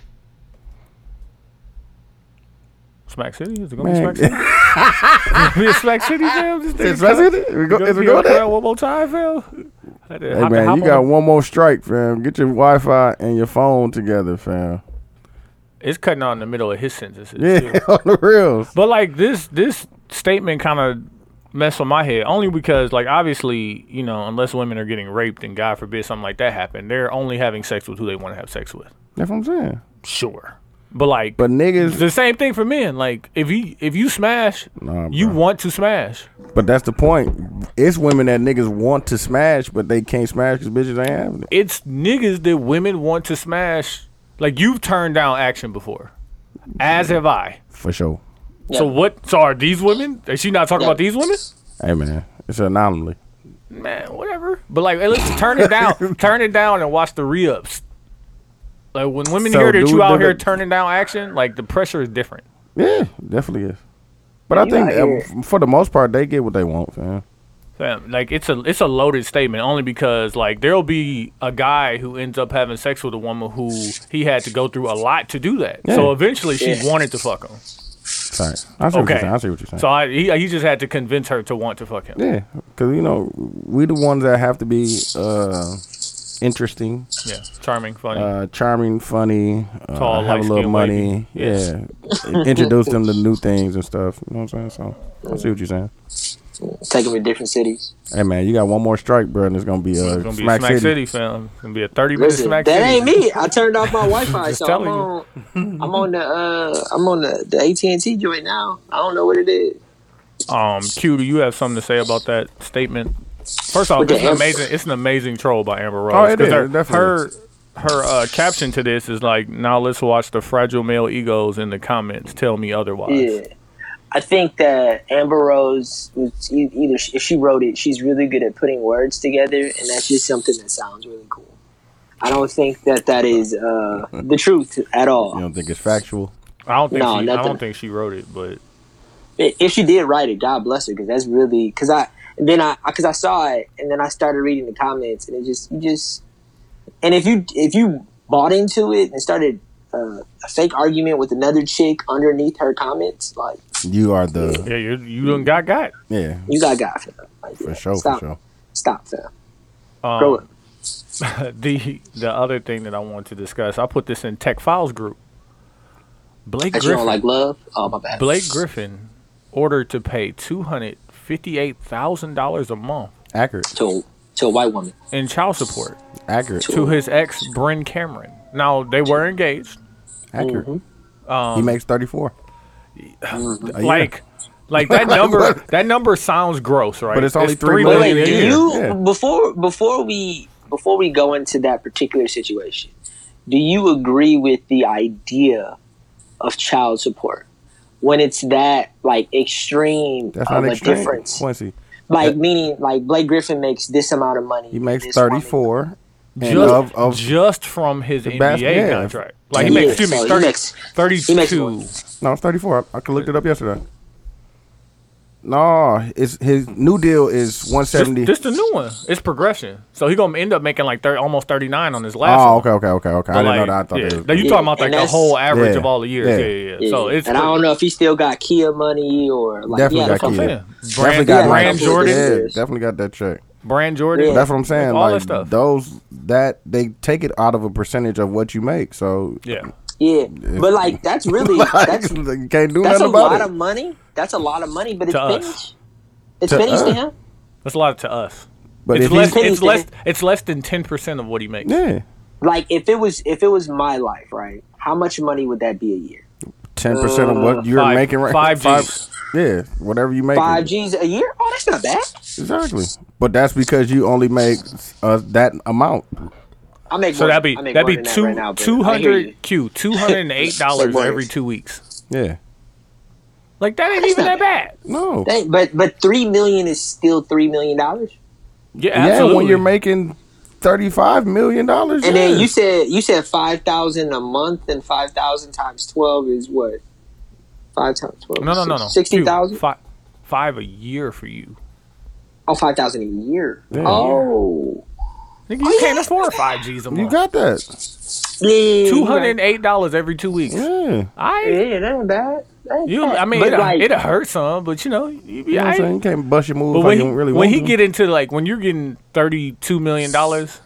Speaker 2: Smack City is it gonna be
Speaker 3: Man.
Speaker 2: Smack City? Be a Smack City, fam. This thing
Speaker 3: Is that
Speaker 2: kinda-
Speaker 3: it? We go,
Speaker 2: gonna
Speaker 3: is we
Speaker 2: be on
Speaker 3: going
Speaker 2: the
Speaker 3: there?
Speaker 2: ground one more time, fam. Had to
Speaker 3: Hey
Speaker 2: hop and
Speaker 3: man, you
Speaker 2: hop
Speaker 3: got
Speaker 2: on.
Speaker 3: one more strike, fam. Get your Wi-Fi and your phone together, fam.
Speaker 2: It's cutting out in the middle of his sentences. too.
Speaker 3: Yeah, (laughs) on the real.
Speaker 2: But like this this statement kind of messed with my head only because like obviously you know unless women are getting raped and God forbid something like that happen, they're only having sex with who they want to have sex with.
Speaker 3: That's what I'm saying.
Speaker 2: Sure, but like
Speaker 3: But
Speaker 2: It's
Speaker 3: niggas,
Speaker 2: the same thing for men. Like if you if you smash,
Speaker 3: Nah,
Speaker 2: you
Speaker 3: bro.
Speaker 2: want to smash.
Speaker 3: but that's the point. It's women that niggas want to smash, but they can't smash because bitches ain't having it.
Speaker 2: It's niggas that women want to smash. Like you've turned down action before, as have I.
Speaker 3: For sure.
Speaker 2: So
Speaker 6: Yeah.
Speaker 2: what? So are these women? Is she not talking
Speaker 6: Yeah.
Speaker 2: about these women?
Speaker 3: Hey man, it's an anomaly.
Speaker 2: Man, whatever. But like, hey, let's turn it
Speaker 3: (laughs)
Speaker 2: down, turn it down, and watch the re-ups. Like when women
Speaker 3: So
Speaker 2: hear that
Speaker 3: do-
Speaker 2: you out
Speaker 3: do
Speaker 2: here
Speaker 3: the-
Speaker 2: turning down action, like the pressure is different.
Speaker 3: Yeah, definitely is. But I
Speaker 6: you
Speaker 3: think
Speaker 6: out here-
Speaker 3: uh, f- for the most part, they get what they want, fam.
Speaker 2: Fam, like it's a it's a loaded statement only because like there'll be a guy who ends up having sex with a woman who he had to go through a lot to do that. So
Speaker 3: Yeah.
Speaker 2: eventually she
Speaker 6: Yeah.
Speaker 2: wanted to fuck him.
Speaker 3: Sorry. I see what you're
Speaker 2: Okay,
Speaker 3: saying. I see what you're saying.
Speaker 2: So I, he he just had to convince her to want to fuck him.
Speaker 3: Yeah, because you know we the ones that have to be uh, interesting,
Speaker 2: Yeah, charming, funny.
Speaker 3: uh, charming, funny, uh,
Speaker 2: Tall,
Speaker 3: have a
Speaker 2: light-skinned
Speaker 3: little money. Yeah, introduce them to new things and stuff. You know what I'm saying? So I see what you're saying.
Speaker 6: Take them to different cities.
Speaker 3: Hey man, you got one more strike, bro, and it's gonna be uh,
Speaker 2: It's gonna be
Speaker 3: Smack, City.
Speaker 2: fam. It's gonna be a thirty minute
Speaker 6: Listen,
Speaker 2: Smack
Speaker 6: that
Speaker 2: City.
Speaker 6: ain't me. I turned off my Wi-Fi,
Speaker 2: Just
Speaker 6: so (laughs) I'm
Speaker 2: telling
Speaker 6: on. (laughs) I'm on the. Uh, I'm on the, the AT and T joint now. I don't know what it is.
Speaker 2: Um, Q, do you have something to say about that statement? First off,
Speaker 6: With the
Speaker 2: it's an
Speaker 6: Amber-
Speaker 2: amazing. It's an amazing troll by Amber Rose.
Speaker 3: Oh, it
Speaker 2: 'cause
Speaker 3: is.
Speaker 2: Her
Speaker 3: It definitely
Speaker 2: her, her uh, caption to this is like, "Now let's watch the fragile male egos in the comments tell me otherwise."
Speaker 6: Yeah, I think that Amber Rose was e- either if she wrote it, she's really good at putting words together, and that's just something that sounds really cool. I don't think that that is uh, the truth at
Speaker 3: You
Speaker 6: all.
Speaker 3: don't think it's factual?
Speaker 2: I don't think
Speaker 6: No,
Speaker 2: she, I
Speaker 6: nothing.
Speaker 2: don't think she wrote it, but
Speaker 6: I- If she did write it, God bless her, because that's really because I and then I because I saw it and then I started reading the comments and it just you just and if you if you bought into it and started uh, a fake argument with another chick underneath her comments, like
Speaker 3: You are the
Speaker 2: yeah, you you done got got.
Speaker 3: yeah
Speaker 6: you got God for like,
Speaker 3: for sure,
Speaker 6: Stop,
Speaker 3: for sure.
Speaker 6: stop, fam.
Speaker 2: Um,
Speaker 6: Grow up.
Speaker 2: (laughs) the the other thing that I want to discuss, I put this in Tech Files group. Blake
Speaker 6: That you
Speaker 2: Griffin,
Speaker 6: don't like love? Oh my bad.
Speaker 2: Blake Griffin, ordered to pay two hundred fifty eight thousand dollars a month
Speaker 3: Accurate,
Speaker 6: to to a white woman.
Speaker 2: in child support
Speaker 3: accurate,
Speaker 2: to his ex Bryn Cameron. Now they were engaged.
Speaker 3: accurate.
Speaker 6: Mm-hmm.
Speaker 2: Um,
Speaker 3: he makes thirty four. Oh,
Speaker 2: Like, like
Speaker 3: (laughs)
Speaker 2: that number. that number sounds gross, right?
Speaker 3: But it's only three
Speaker 6: Wait,
Speaker 3: Well,
Speaker 6: wait,
Speaker 3: yeah,
Speaker 6: do
Speaker 3: yeah,
Speaker 6: you
Speaker 3: yeah.
Speaker 6: before before we before we go into that particular situation, do you agree with the idea of child support when it's that like extreme
Speaker 3: That's
Speaker 6: of
Speaker 3: not
Speaker 6: a
Speaker 3: extreme.
Speaker 6: difference?
Speaker 3: Quincy,
Speaker 6: like
Speaker 3: that-
Speaker 6: meaning like Blake Griffin makes this amount of money.
Speaker 3: he makes
Speaker 6: this
Speaker 3: thirty
Speaker 6: woman-
Speaker 3: four.
Speaker 2: Just,
Speaker 3: Of, of
Speaker 2: just from his NBA
Speaker 3: bas- yeah.
Speaker 2: contract. Like he
Speaker 6: Yeah,
Speaker 2: makes, excuse me,
Speaker 6: so he
Speaker 2: 30,
Speaker 6: makes- he makes
Speaker 2: 32.
Speaker 6: more.
Speaker 3: no, it's thirty four. I, I looked it up yesterday. No, it's his new deal is one
Speaker 2: Just,
Speaker 3: seventy.
Speaker 2: just the new one. It's progression. So he gonna end up making like 30, almost thirty nine on his last.
Speaker 3: Oh,
Speaker 2: one.
Speaker 3: okay, okay, okay, okay. I
Speaker 2: But,
Speaker 3: didn't know
Speaker 2: like,
Speaker 3: that. I thought
Speaker 2: yeah.
Speaker 3: that was
Speaker 2: Now, you
Speaker 6: Yeah,
Speaker 2: talking about like
Speaker 6: and
Speaker 2: the
Speaker 6: that's-
Speaker 2: whole average
Speaker 3: Yeah,
Speaker 2: of all the years?
Speaker 3: yeah.
Speaker 2: Yeah, yeah. yeah. So it's
Speaker 6: and I don't know if he still got Kia money or like
Speaker 3: Definitely
Speaker 6: yeah,
Speaker 3: got
Speaker 6: that's what I'm
Speaker 3: Kia.
Speaker 6: saying.
Speaker 2: Brand,
Speaker 3: definitely
Speaker 2: Brand,
Speaker 3: got
Speaker 6: Yeah,
Speaker 3: Brand
Speaker 6: Brand
Speaker 3: Jordan.
Speaker 2: Jordan,
Speaker 3: Yeah,
Speaker 6: Jordan.
Speaker 3: definitely got that check.
Speaker 2: Brand Jordan.
Speaker 6: Yeah.
Speaker 3: That's what I'm saying.
Speaker 2: All that
Speaker 3: like
Speaker 2: stuff.
Speaker 3: those that they take it out of a percentage of what you make. So (laughs)
Speaker 2: Yeah.
Speaker 6: Yeah, but like that's really
Speaker 3: like,
Speaker 6: that's
Speaker 3: you can't do
Speaker 6: that's a
Speaker 3: nothing
Speaker 6: lot
Speaker 3: about
Speaker 6: of
Speaker 3: it.
Speaker 6: money. That's a lot of money, but it's
Speaker 2: To us.
Speaker 6: finished. It's
Speaker 3: To
Speaker 6: finished to
Speaker 3: us.
Speaker 6: him.
Speaker 2: That's a lot to us.
Speaker 3: But
Speaker 2: it's
Speaker 3: if he-
Speaker 2: less.
Speaker 6: Penny
Speaker 2: It's less.
Speaker 6: thing.
Speaker 2: It's less than ten percent of what he makes.
Speaker 3: yeah,
Speaker 6: Like if it was if it was my life, right? How much money would that be a year?
Speaker 3: ten percent of what you're
Speaker 2: Five-
Speaker 3: making right
Speaker 2: five Gs.
Speaker 3: Five,
Speaker 6: uh,
Speaker 3: yeah, whatever you make.
Speaker 6: Five G's a year? Oh, that's not bad.
Speaker 3: Exactly. But that's because you only make uh, that amount.
Speaker 6: I make
Speaker 2: So
Speaker 6: more,
Speaker 2: that'd be
Speaker 6: I make
Speaker 2: that'd
Speaker 6: more
Speaker 2: be
Speaker 6: than that
Speaker 2: two
Speaker 6: right now, but
Speaker 2: two
Speaker 6: I hear you.
Speaker 2: hundred q two hundred and eight dollars
Speaker 6: Like,
Speaker 2: every
Speaker 6: what?
Speaker 2: two weeks.
Speaker 3: Yeah.
Speaker 2: Like that ain't
Speaker 6: That's
Speaker 2: even that
Speaker 6: not
Speaker 2: bad.
Speaker 3: No.
Speaker 6: Dang, but but three million is still three million dollars.
Speaker 2: Yeah,
Speaker 3: yeah.
Speaker 2: absolutely.
Speaker 3: When you're making thirty-five million dollars,
Speaker 6: And then you said you said five thousand a month, and five thousand times twelve is what? Five times twelve.
Speaker 2: no, no, no, no.
Speaker 6: Sixty thousand.
Speaker 2: Five, five a year for you.
Speaker 6: Oh, five thousand a year.
Speaker 3: Yeah.
Speaker 6: Oh,
Speaker 2: Nigga, you can't afford five G's a
Speaker 3: you
Speaker 2: month.
Speaker 3: got that.
Speaker 6: yeah, you're
Speaker 2: two
Speaker 6: right.
Speaker 2: hundred and eight dollars every two weeks.
Speaker 3: Yeah.
Speaker 2: I
Speaker 6: Yeah, that ain't bad. That ain't
Speaker 2: you.
Speaker 6: bad.
Speaker 2: I mean,
Speaker 6: But,
Speaker 2: it,
Speaker 6: like,
Speaker 2: it hurt some, but you know, you be
Speaker 3: You know what I'm
Speaker 2: aight.
Speaker 3: saying? You can't bust your move
Speaker 2: But
Speaker 3: if
Speaker 2: when
Speaker 3: you
Speaker 2: he,
Speaker 3: don't really
Speaker 2: when
Speaker 3: want
Speaker 2: he
Speaker 3: to.
Speaker 2: get into like when you're getting thirty two million dollars,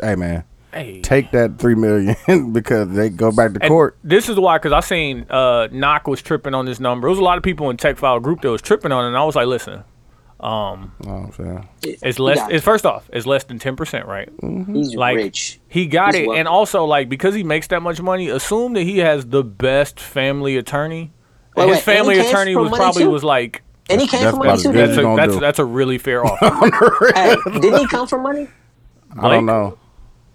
Speaker 3: hey man,
Speaker 2: hey,
Speaker 3: take that three million (laughs) because they go back to
Speaker 2: And
Speaker 3: court.
Speaker 2: This is why, because I seen uh, Knock was tripping on this number. There was a lot of people in Tech File group that was tripping on it, and I was like, listen,
Speaker 3: You know what I'm saying?
Speaker 2: it's less.
Speaker 6: Yeah.
Speaker 2: It's first off, it's less than ten percent, right?
Speaker 6: he's
Speaker 2: Like
Speaker 6: rich.
Speaker 2: he got
Speaker 6: He's
Speaker 2: it,
Speaker 6: wealthy.
Speaker 2: and also like because he makes that much money, assume that he has the best family attorney.
Speaker 6: Wait,
Speaker 2: and
Speaker 6: wait,
Speaker 2: his
Speaker 6: and
Speaker 2: family
Speaker 6: he came
Speaker 2: attorney
Speaker 6: from
Speaker 2: was
Speaker 6: money,
Speaker 2: probably
Speaker 6: too?
Speaker 2: was like,
Speaker 6: And he came
Speaker 3: That's
Speaker 6: from
Speaker 3: about
Speaker 6: money
Speaker 3: as
Speaker 6: too.
Speaker 3: good as
Speaker 2: that's
Speaker 6: Didn't
Speaker 2: a,
Speaker 3: you gonna
Speaker 2: that's
Speaker 3: do.
Speaker 2: that's a really fair
Speaker 3: (laughs)
Speaker 2: offer.
Speaker 6: he? Hey, didn't he come
Speaker 2: (laughs)
Speaker 6: from money?
Speaker 3: I don't
Speaker 2: Blake?
Speaker 3: know.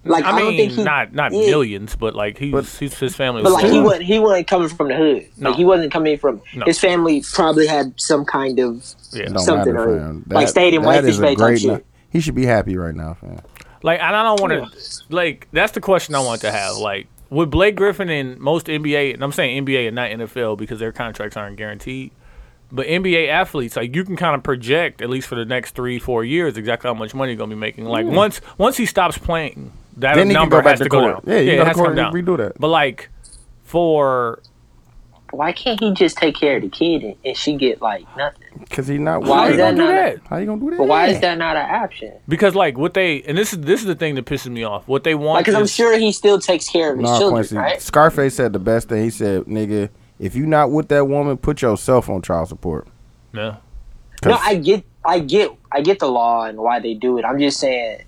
Speaker 6: Like
Speaker 2: I
Speaker 6: I, don't
Speaker 2: mean,
Speaker 6: think he
Speaker 2: not not
Speaker 6: yeah,
Speaker 2: millions, but like he's, he's his family.
Speaker 6: But
Speaker 2: Was
Speaker 6: like he
Speaker 2: spoiled.
Speaker 6: wasn't he wasn't coming from the hood.
Speaker 2: No.
Speaker 6: Like he wasn't coming from
Speaker 2: No.
Speaker 6: his family probably had some kind of
Speaker 2: Yeah.
Speaker 3: It don't
Speaker 6: Something
Speaker 3: matter,
Speaker 6: or-
Speaker 3: fam.
Speaker 6: like stadium
Speaker 3: that
Speaker 6: Whitefish
Speaker 3: is a
Speaker 6: Bay type
Speaker 3: great
Speaker 6: shit.
Speaker 3: night. He should be happy right now, fam.
Speaker 2: Like, and I don't want to. Like, that's the question I want to have. Like, with Blake Griffin and most NBA, and I'm saying NBA and not NFL because their contracts aren't guaranteed. But NBA athletes, like you can kind of project at least for the next three, four years, exactly how much money you're gonna be making. Like once once he stops playing, that
Speaker 3: Then he can
Speaker 2: number
Speaker 3: go back
Speaker 2: has
Speaker 3: to
Speaker 2: to go down.
Speaker 3: court. Yeah, you can go
Speaker 2: it
Speaker 3: to
Speaker 2: has to
Speaker 3: court
Speaker 2: come down.
Speaker 3: and redo that.
Speaker 2: But like for
Speaker 6: why can't he just take care of the kid and, and she get like nothing?
Speaker 3: Because he's not.
Speaker 6: Why
Speaker 3: Why
Speaker 6: is
Speaker 3: you
Speaker 6: that
Speaker 3: gonna do
Speaker 6: not a-
Speaker 3: that? How you gonna do that?
Speaker 6: But why is that not an option?
Speaker 2: because like what they and this is this is the thing that pisses me off. What they want
Speaker 6: Like, because I'm
Speaker 2: is-
Speaker 6: sure he still takes care of his
Speaker 3: Nah,
Speaker 6: children,
Speaker 3: Quincy.
Speaker 6: right?
Speaker 3: Scarface said the best thing. He said, "Nigga, if you not with that woman, put yourself on child support."
Speaker 2: Yeah.
Speaker 6: No,
Speaker 3: 'Cause-
Speaker 6: I get, I get, I get the law and why they do it. I'm just saying,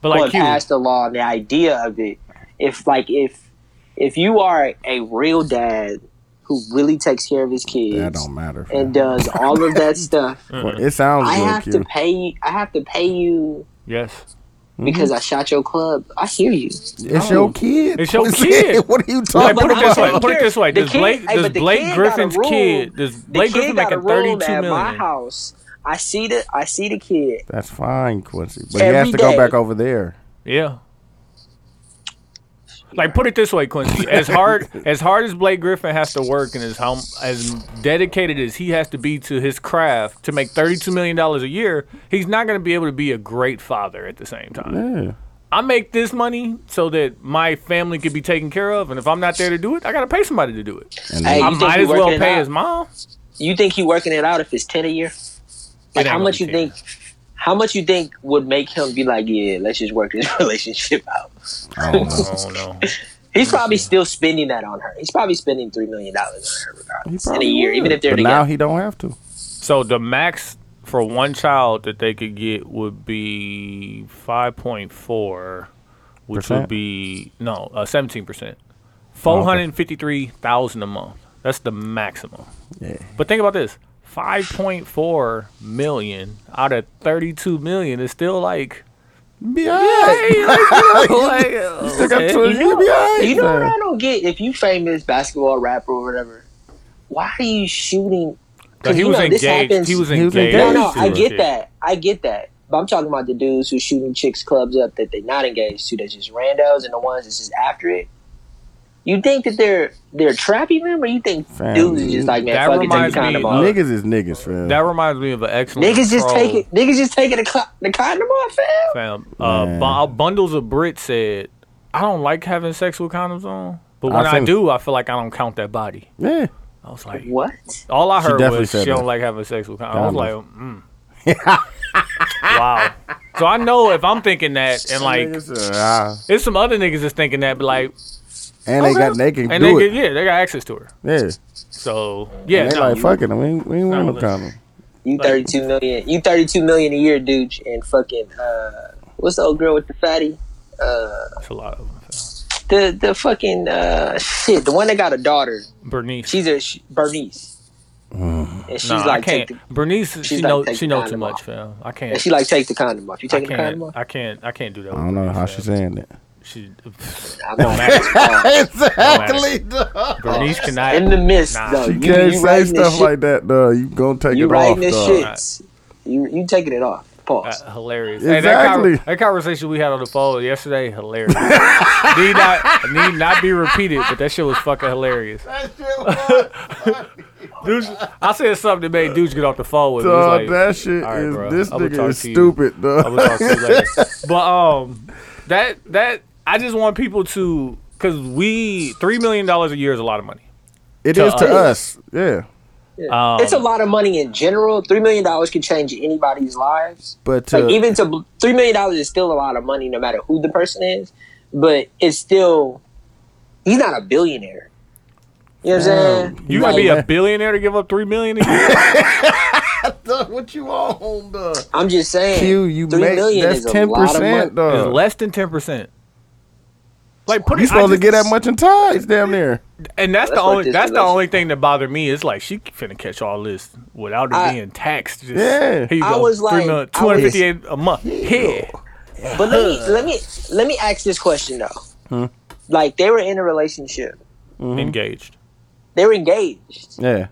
Speaker 2: But
Speaker 6: like
Speaker 2: like you,
Speaker 6: past the law and the idea of it. If like if if you are a real dad who really takes care of his kids
Speaker 3: that don't matter. fam.
Speaker 6: and does all of that stuff,
Speaker 3: (laughs) Well, it sounds
Speaker 6: I
Speaker 3: real
Speaker 6: have
Speaker 3: cute.
Speaker 6: to pay. I have to pay you
Speaker 2: yes,
Speaker 3: Mm-hmm.
Speaker 6: because I shot your club. I hear you.
Speaker 3: It's your kid.
Speaker 2: It's your
Speaker 3: (laughs) What is
Speaker 2: kid.
Speaker 3: it? What are you
Speaker 2: Like,
Speaker 3: talking
Speaker 2: put it
Speaker 3: about?
Speaker 2: this way. Put it this way.
Speaker 6: The
Speaker 2: Does
Speaker 6: kid-
Speaker 2: Blake,
Speaker 6: hey,
Speaker 2: does
Speaker 6: but the
Speaker 2: Blake
Speaker 6: kid got a
Speaker 2: Griffin's
Speaker 6: room.
Speaker 2: kid? Does
Speaker 6: The
Speaker 2: Blake
Speaker 6: kid
Speaker 2: Griffin
Speaker 6: got a
Speaker 2: making
Speaker 6: room
Speaker 2: thirty-two
Speaker 6: at my
Speaker 2: million?
Speaker 6: house. I see the I see the kid.
Speaker 3: That's fine, Quincy. But he
Speaker 6: Every
Speaker 3: has to go
Speaker 6: day.
Speaker 3: back over there.
Speaker 2: Yeah. Like put it this way, Quincy. As hard
Speaker 6: (laughs)
Speaker 2: as hard as Blake Griffin has to work, and as how as dedicated as he has to be to his craft to make thirty two million dollars a year, he's not going to be able to be a great father at the same time.
Speaker 3: Yeah.
Speaker 2: I make this money so that my family could be taken care of, and if I'm not there to do it, I got to pay somebody to do it.
Speaker 3: And
Speaker 6: Hey,
Speaker 2: I
Speaker 6: you think
Speaker 2: might
Speaker 6: he
Speaker 2: as well
Speaker 6: working it
Speaker 2: pay
Speaker 6: out?
Speaker 2: his mom.
Speaker 6: You think he working it out if it's ten a year? Like
Speaker 2: ain't
Speaker 6: how much you
Speaker 2: really
Speaker 6: think? How much you think would make him be like, yeah, let's just work this (laughs) relationship out?
Speaker 3: I
Speaker 2: (laughs)
Speaker 3: don't know.
Speaker 2: Oh no.
Speaker 6: He's probably still spending that on her. He's probably spending three million dollars on her regardless in a
Speaker 3: probably
Speaker 6: year,
Speaker 3: would.
Speaker 6: even if they're
Speaker 3: but
Speaker 6: together.
Speaker 3: now he don't have to.
Speaker 2: So the max for one child that they could get would be five point four, which
Speaker 3: Percent?
Speaker 2: would be no uh, seventeen percent, four hundred fifty three thousand a month. That's the maximum.
Speaker 3: Yeah.
Speaker 2: But think about this: five point four million out of thirty two million is still like.
Speaker 3: Be alright.
Speaker 2: Hey, like, you
Speaker 3: (laughs)
Speaker 2: know, like,
Speaker 3: Still got
Speaker 2: okay.
Speaker 3: two- you be alright,
Speaker 6: You know what
Speaker 3: fam.
Speaker 6: I don't get? If you famous basketball rapper or whatever, why are you shooting?
Speaker 2: But
Speaker 6: 'cause
Speaker 2: he
Speaker 6: you
Speaker 2: was
Speaker 6: know, this
Speaker 2: engaged.
Speaker 6: happens-
Speaker 2: He was
Speaker 3: He was
Speaker 2: engaged.
Speaker 6: No,
Speaker 3: engaged
Speaker 6: no,
Speaker 3: to
Speaker 6: I
Speaker 3: it.
Speaker 6: get that. I get that. But I'm talking about the dudes who shooting chicks clubs up that they're not engaged to. That's just randos and the ones that's just after it. You think that they're they're trapping them, or you think
Speaker 3: Fam,
Speaker 6: dudes is just like man,
Speaker 2: that
Speaker 6: fuck it, take the
Speaker 2: reminds me
Speaker 6: condom
Speaker 2: of-
Speaker 6: off.
Speaker 3: Niggas is niggas, fam.
Speaker 2: That reminds me of an excellent
Speaker 6: Niggas just
Speaker 2: troll.
Speaker 6: taking niggas just taking the, cl- the condom off, fam.
Speaker 2: fam. Uh,
Speaker 3: Man.
Speaker 2: Bu- Bundles of Brit said, "I don't like having sex with condoms on, but when
Speaker 3: I've
Speaker 2: I,
Speaker 3: seen-
Speaker 2: do, I feel like I don't count that body."
Speaker 3: yeah.
Speaker 2: I was like,
Speaker 6: What?
Speaker 2: "All I
Speaker 3: She
Speaker 2: heard
Speaker 3: definitely
Speaker 2: was she
Speaker 3: said that.
Speaker 2: don't like having sex with condoms." I was
Speaker 3: Condoms.
Speaker 2: like, mm.
Speaker 3: (laughs)
Speaker 2: "Wow." So I know if I'm thinking that, and like,
Speaker 3: Niggas is, ah.
Speaker 2: there's some other niggas that's thinking that, but like,
Speaker 3: and they got they can
Speaker 2: Oh, and
Speaker 3: do
Speaker 2: they
Speaker 3: it.
Speaker 2: get, yeah, they got access to her.
Speaker 3: yeah.
Speaker 2: So yeah,
Speaker 3: And they
Speaker 2: no,
Speaker 3: like
Speaker 2: you-
Speaker 3: fuck it. I mean, we ain't want no
Speaker 2: Nah,
Speaker 3: condom.
Speaker 6: You thirty two million. You thirty two million a year, dude, and fucking uh, what's the old girl with the fatty? Uh,
Speaker 2: that's a lot of them.
Speaker 6: the the fucking uh, shit. The one that got a daughter.
Speaker 2: Bernice.
Speaker 6: She's a she, Bernice,
Speaker 3: Mm.
Speaker 6: and she's
Speaker 2: Nah,
Speaker 6: like,
Speaker 2: I can't.
Speaker 6: take the,
Speaker 2: Bernice, she
Speaker 6: she's like,
Speaker 2: know
Speaker 6: take
Speaker 2: she
Speaker 6: the
Speaker 2: know too
Speaker 6: condom
Speaker 2: much,
Speaker 6: off.
Speaker 2: fam. I can't.
Speaker 6: and she like, take the condom off. You
Speaker 2: I
Speaker 6: taking the
Speaker 2: can't.
Speaker 6: condom off?
Speaker 2: I can't. I can't do that.
Speaker 3: I don't know how she's saying that. (laughs)
Speaker 2: She,
Speaker 6: I'm not
Speaker 2: (laughs)
Speaker 6: asking.
Speaker 3: Exactly. (laughs)
Speaker 2: Bernice cannot.
Speaker 6: in the midst,
Speaker 2: Nah.
Speaker 6: though.
Speaker 3: She
Speaker 6: You,
Speaker 3: can't
Speaker 6: you
Speaker 3: say
Speaker 6: writing
Speaker 3: stuff
Speaker 6: this shit,
Speaker 3: like that, though. You gonna take
Speaker 6: You
Speaker 3: it off,
Speaker 6: writing this
Speaker 3: dawg.
Speaker 6: shit. You you taking it off? Pause.
Speaker 2: Uh, hilarious. Hey, that con-
Speaker 3: Exactly.
Speaker 2: that, conversation we had on the phone yesterday,
Speaker 3: (laughs)
Speaker 2: hilarious. need not need not be repeated, but that shit was fucking hilarious. (laughs) Deuce, I said something that made Deuce get off the phone with me. It was
Speaker 3: Dawg,
Speaker 2: like,
Speaker 3: that shit
Speaker 2: "All right,
Speaker 3: is
Speaker 2: bro,
Speaker 3: this
Speaker 2: I will talk
Speaker 3: nigga is
Speaker 2: to you.
Speaker 3: stupid,
Speaker 2: I
Speaker 3: though.
Speaker 2: will talk to you
Speaker 3: (laughs)
Speaker 2: later. But um, that that I just want people to because we three million dollars a year is a lot of money.
Speaker 3: It
Speaker 2: to
Speaker 3: is to
Speaker 6: us.
Speaker 3: us. Yeah.
Speaker 2: Um,
Speaker 6: it's a lot of money in general. Three million dollars can change anybody's lives.
Speaker 3: But
Speaker 6: Like
Speaker 3: uh,
Speaker 6: even to three million dollars is still a lot of money, no matter who the person is. But it's still he's not a billionaire. You know what I'm saying?
Speaker 2: You
Speaker 6: like,
Speaker 2: gotta be a billionaire to give up three million a year.
Speaker 3: what you on, dog?
Speaker 6: I'm just saying.
Speaker 3: Q, you
Speaker 6: three
Speaker 3: make
Speaker 6: million
Speaker 3: that's
Speaker 6: is a
Speaker 3: ten
Speaker 6: lot of money.
Speaker 3: percent,
Speaker 2: It's
Speaker 3: dog.
Speaker 2: less than ten percent. Like put
Speaker 3: You
Speaker 2: it, I
Speaker 3: supposed to
Speaker 2: just-
Speaker 3: get that much in ties down there.
Speaker 2: And that's,
Speaker 6: That's
Speaker 2: the
Speaker 6: like
Speaker 2: only
Speaker 6: this
Speaker 2: that's the
Speaker 6: election.
Speaker 2: only thing that bothered me. It's like she finna catch all this without it
Speaker 6: I-
Speaker 2: being taxed. Just,
Speaker 3: Yeah.
Speaker 2: here you
Speaker 6: I
Speaker 2: go.
Speaker 6: was like-
Speaker 2: two hundred fifty eight a month. Yeah,
Speaker 6: But let me let me let me ask this question though. Like they were in a relationship.
Speaker 3: Mm-hmm.
Speaker 2: engaged.
Speaker 6: They were engaged.
Speaker 3: Yeah.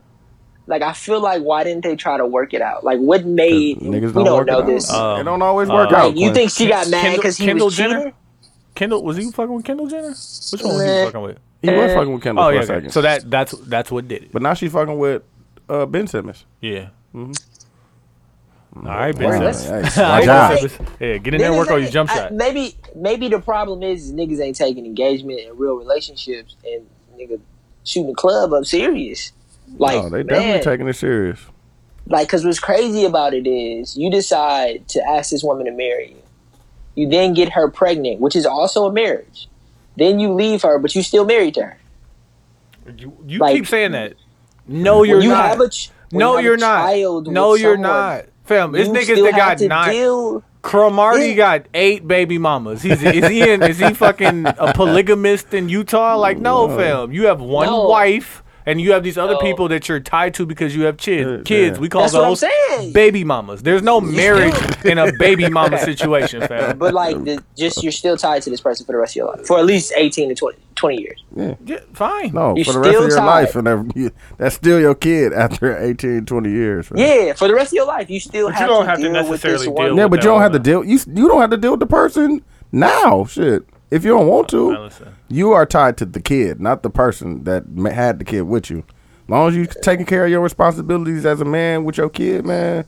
Speaker 6: Like I feel like why didn't they try to work it out? Like what made we
Speaker 3: Niggas
Speaker 6: don't,
Speaker 3: don't, work
Speaker 6: know
Speaker 3: it
Speaker 6: this.
Speaker 3: out.
Speaker 2: Um,
Speaker 3: it don't always work
Speaker 2: uh,
Speaker 3: out.
Speaker 6: like, you
Speaker 3: Quinn.
Speaker 6: think she got mad
Speaker 2: Kendall-
Speaker 6: because he
Speaker 2: Kendall
Speaker 6: was cheating?
Speaker 2: Jenner? Kendall was he fucking with Kendall Jenner? Which one was he
Speaker 6: Nah.
Speaker 2: fucking with?
Speaker 3: he was fucking with Kendall
Speaker 2: Oh
Speaker 3: for
Speaker 2: yeah.
Speaker 3: a
Speaker 2: okay.
Speaker 3: second?
Speaker 2: So that that's that's what did it.
Speaker 3: but now she's fucking with uh, Ben Simmons.
Speaker 2: Yeah.
Speaker 3: Mm-hmm.
Speaker 2: All right,
Speaker 3: Wow.
Speaker 2: bitch.
Speaker 3: Hey,
Speaker 2: All
Speaker 3: watch
Speaker 2: right,
Speaker 3: out.
Speaker 2: bitch. Yeah, get in there and work on your jump
Speaker 6: I-
Speaker 2: shot.
Speaker 6: maybe maybe the problem is, is niggas ain't taking engagement in real relationships and nigga shooting the club up serious. Like
Speaker 3: No, they
Speaker 6: man,
Speaker 3: definitely taking it serious.
Speaker 6: like because what's crazy about it is you decide to ask this woman to marry you. You then get her pregnant, which is also a marriage. Then you leave her, but you still married to her.
Speaker 2: You, you
Speaker 6: Like-
Speaker 2: keep saying that. No, you're
Speaker 6: when you
Speaker 2: not.
Speaker 6: have a ch- When
Speaker 2: no,
Speaker 6: have
Speaker 2: you're
Speaker 6: a
Speaker 2: not.
Speaker 6: child with
Speaker 2: No, you're
Speaker 6: someone,
Speaker 2: not. Fam, it's
Speaker 6: you
Speaker 2: niggas
Speaker 6: still
Speaker 2: that
Speaker 6: have
Speaker 2: got
Speaker 6: to
Speaker 2: nine.
Speaker 6: Deal.
Speaker 2: Cromartie
Speaker 6: Yeah.
Speaker 2: got eight baby mamas. He's, is he in, is he fucking a polygamist in Utah? Like no, fam. You have one
Speaker 6: No.
Speaker 2: wife, and you have these other
Speaker 6: No.
Speaker 2: people that you're tied to because you have
Speaker 3: Yeah,
Speaker 2: kids. Kids,
Speaker 3: yeah.
Speaker 2: we call
Speaker 6: That's what I'm
Speaker 2: those
Speaker 6: saying.
Speaker 2: baby mamas. There's no marriage in a
Speaker 6: (laughs)
Speaker 2: baby mama situation, fam.
Speaker 6: But like, the, just you're still tied to this person for the rest of your life, for at least 18 to 20, 20 years.
Speaker 2: Yeah, fine.
Speaker 3: No,
Speaker 6: You
Speaker 3: Oh, for the rest of
Speaker 6: still
Speaker 3: your
Speaker 6: tied.
Speaker 3: life, and every- that's still your kid after (laughs) 18, 20 years. right?
Speaker 6: Yeah, for the rest of your life, you still
Speaker 2: But you
Speaker 6: have
Speaker 2: don't
Speaker 6: to
Speaker 2: have to
Speaker 6: deal with
Speaker 2: necessarily
Speaker 6: this one.
Speaker 2: deal
Speaker 3: yeah,
Speaker 2: with
Speaker 3: but
Speaker 2: that
Speaker 3: you don't
Speaker 2: all
Speaker 3: have to
Speaker 2: that.
Speaker 3: deal. You s- you don't have to deal with the person now. Shit, if you don't want
Speaker 2: Now
Speaker 3: to,
Speaker 2: listen.
Speaker 3: you are tied to the kid, not the person that ma- had the kid with you. As long as you taking care of your responsibilities as a man with your kid, man,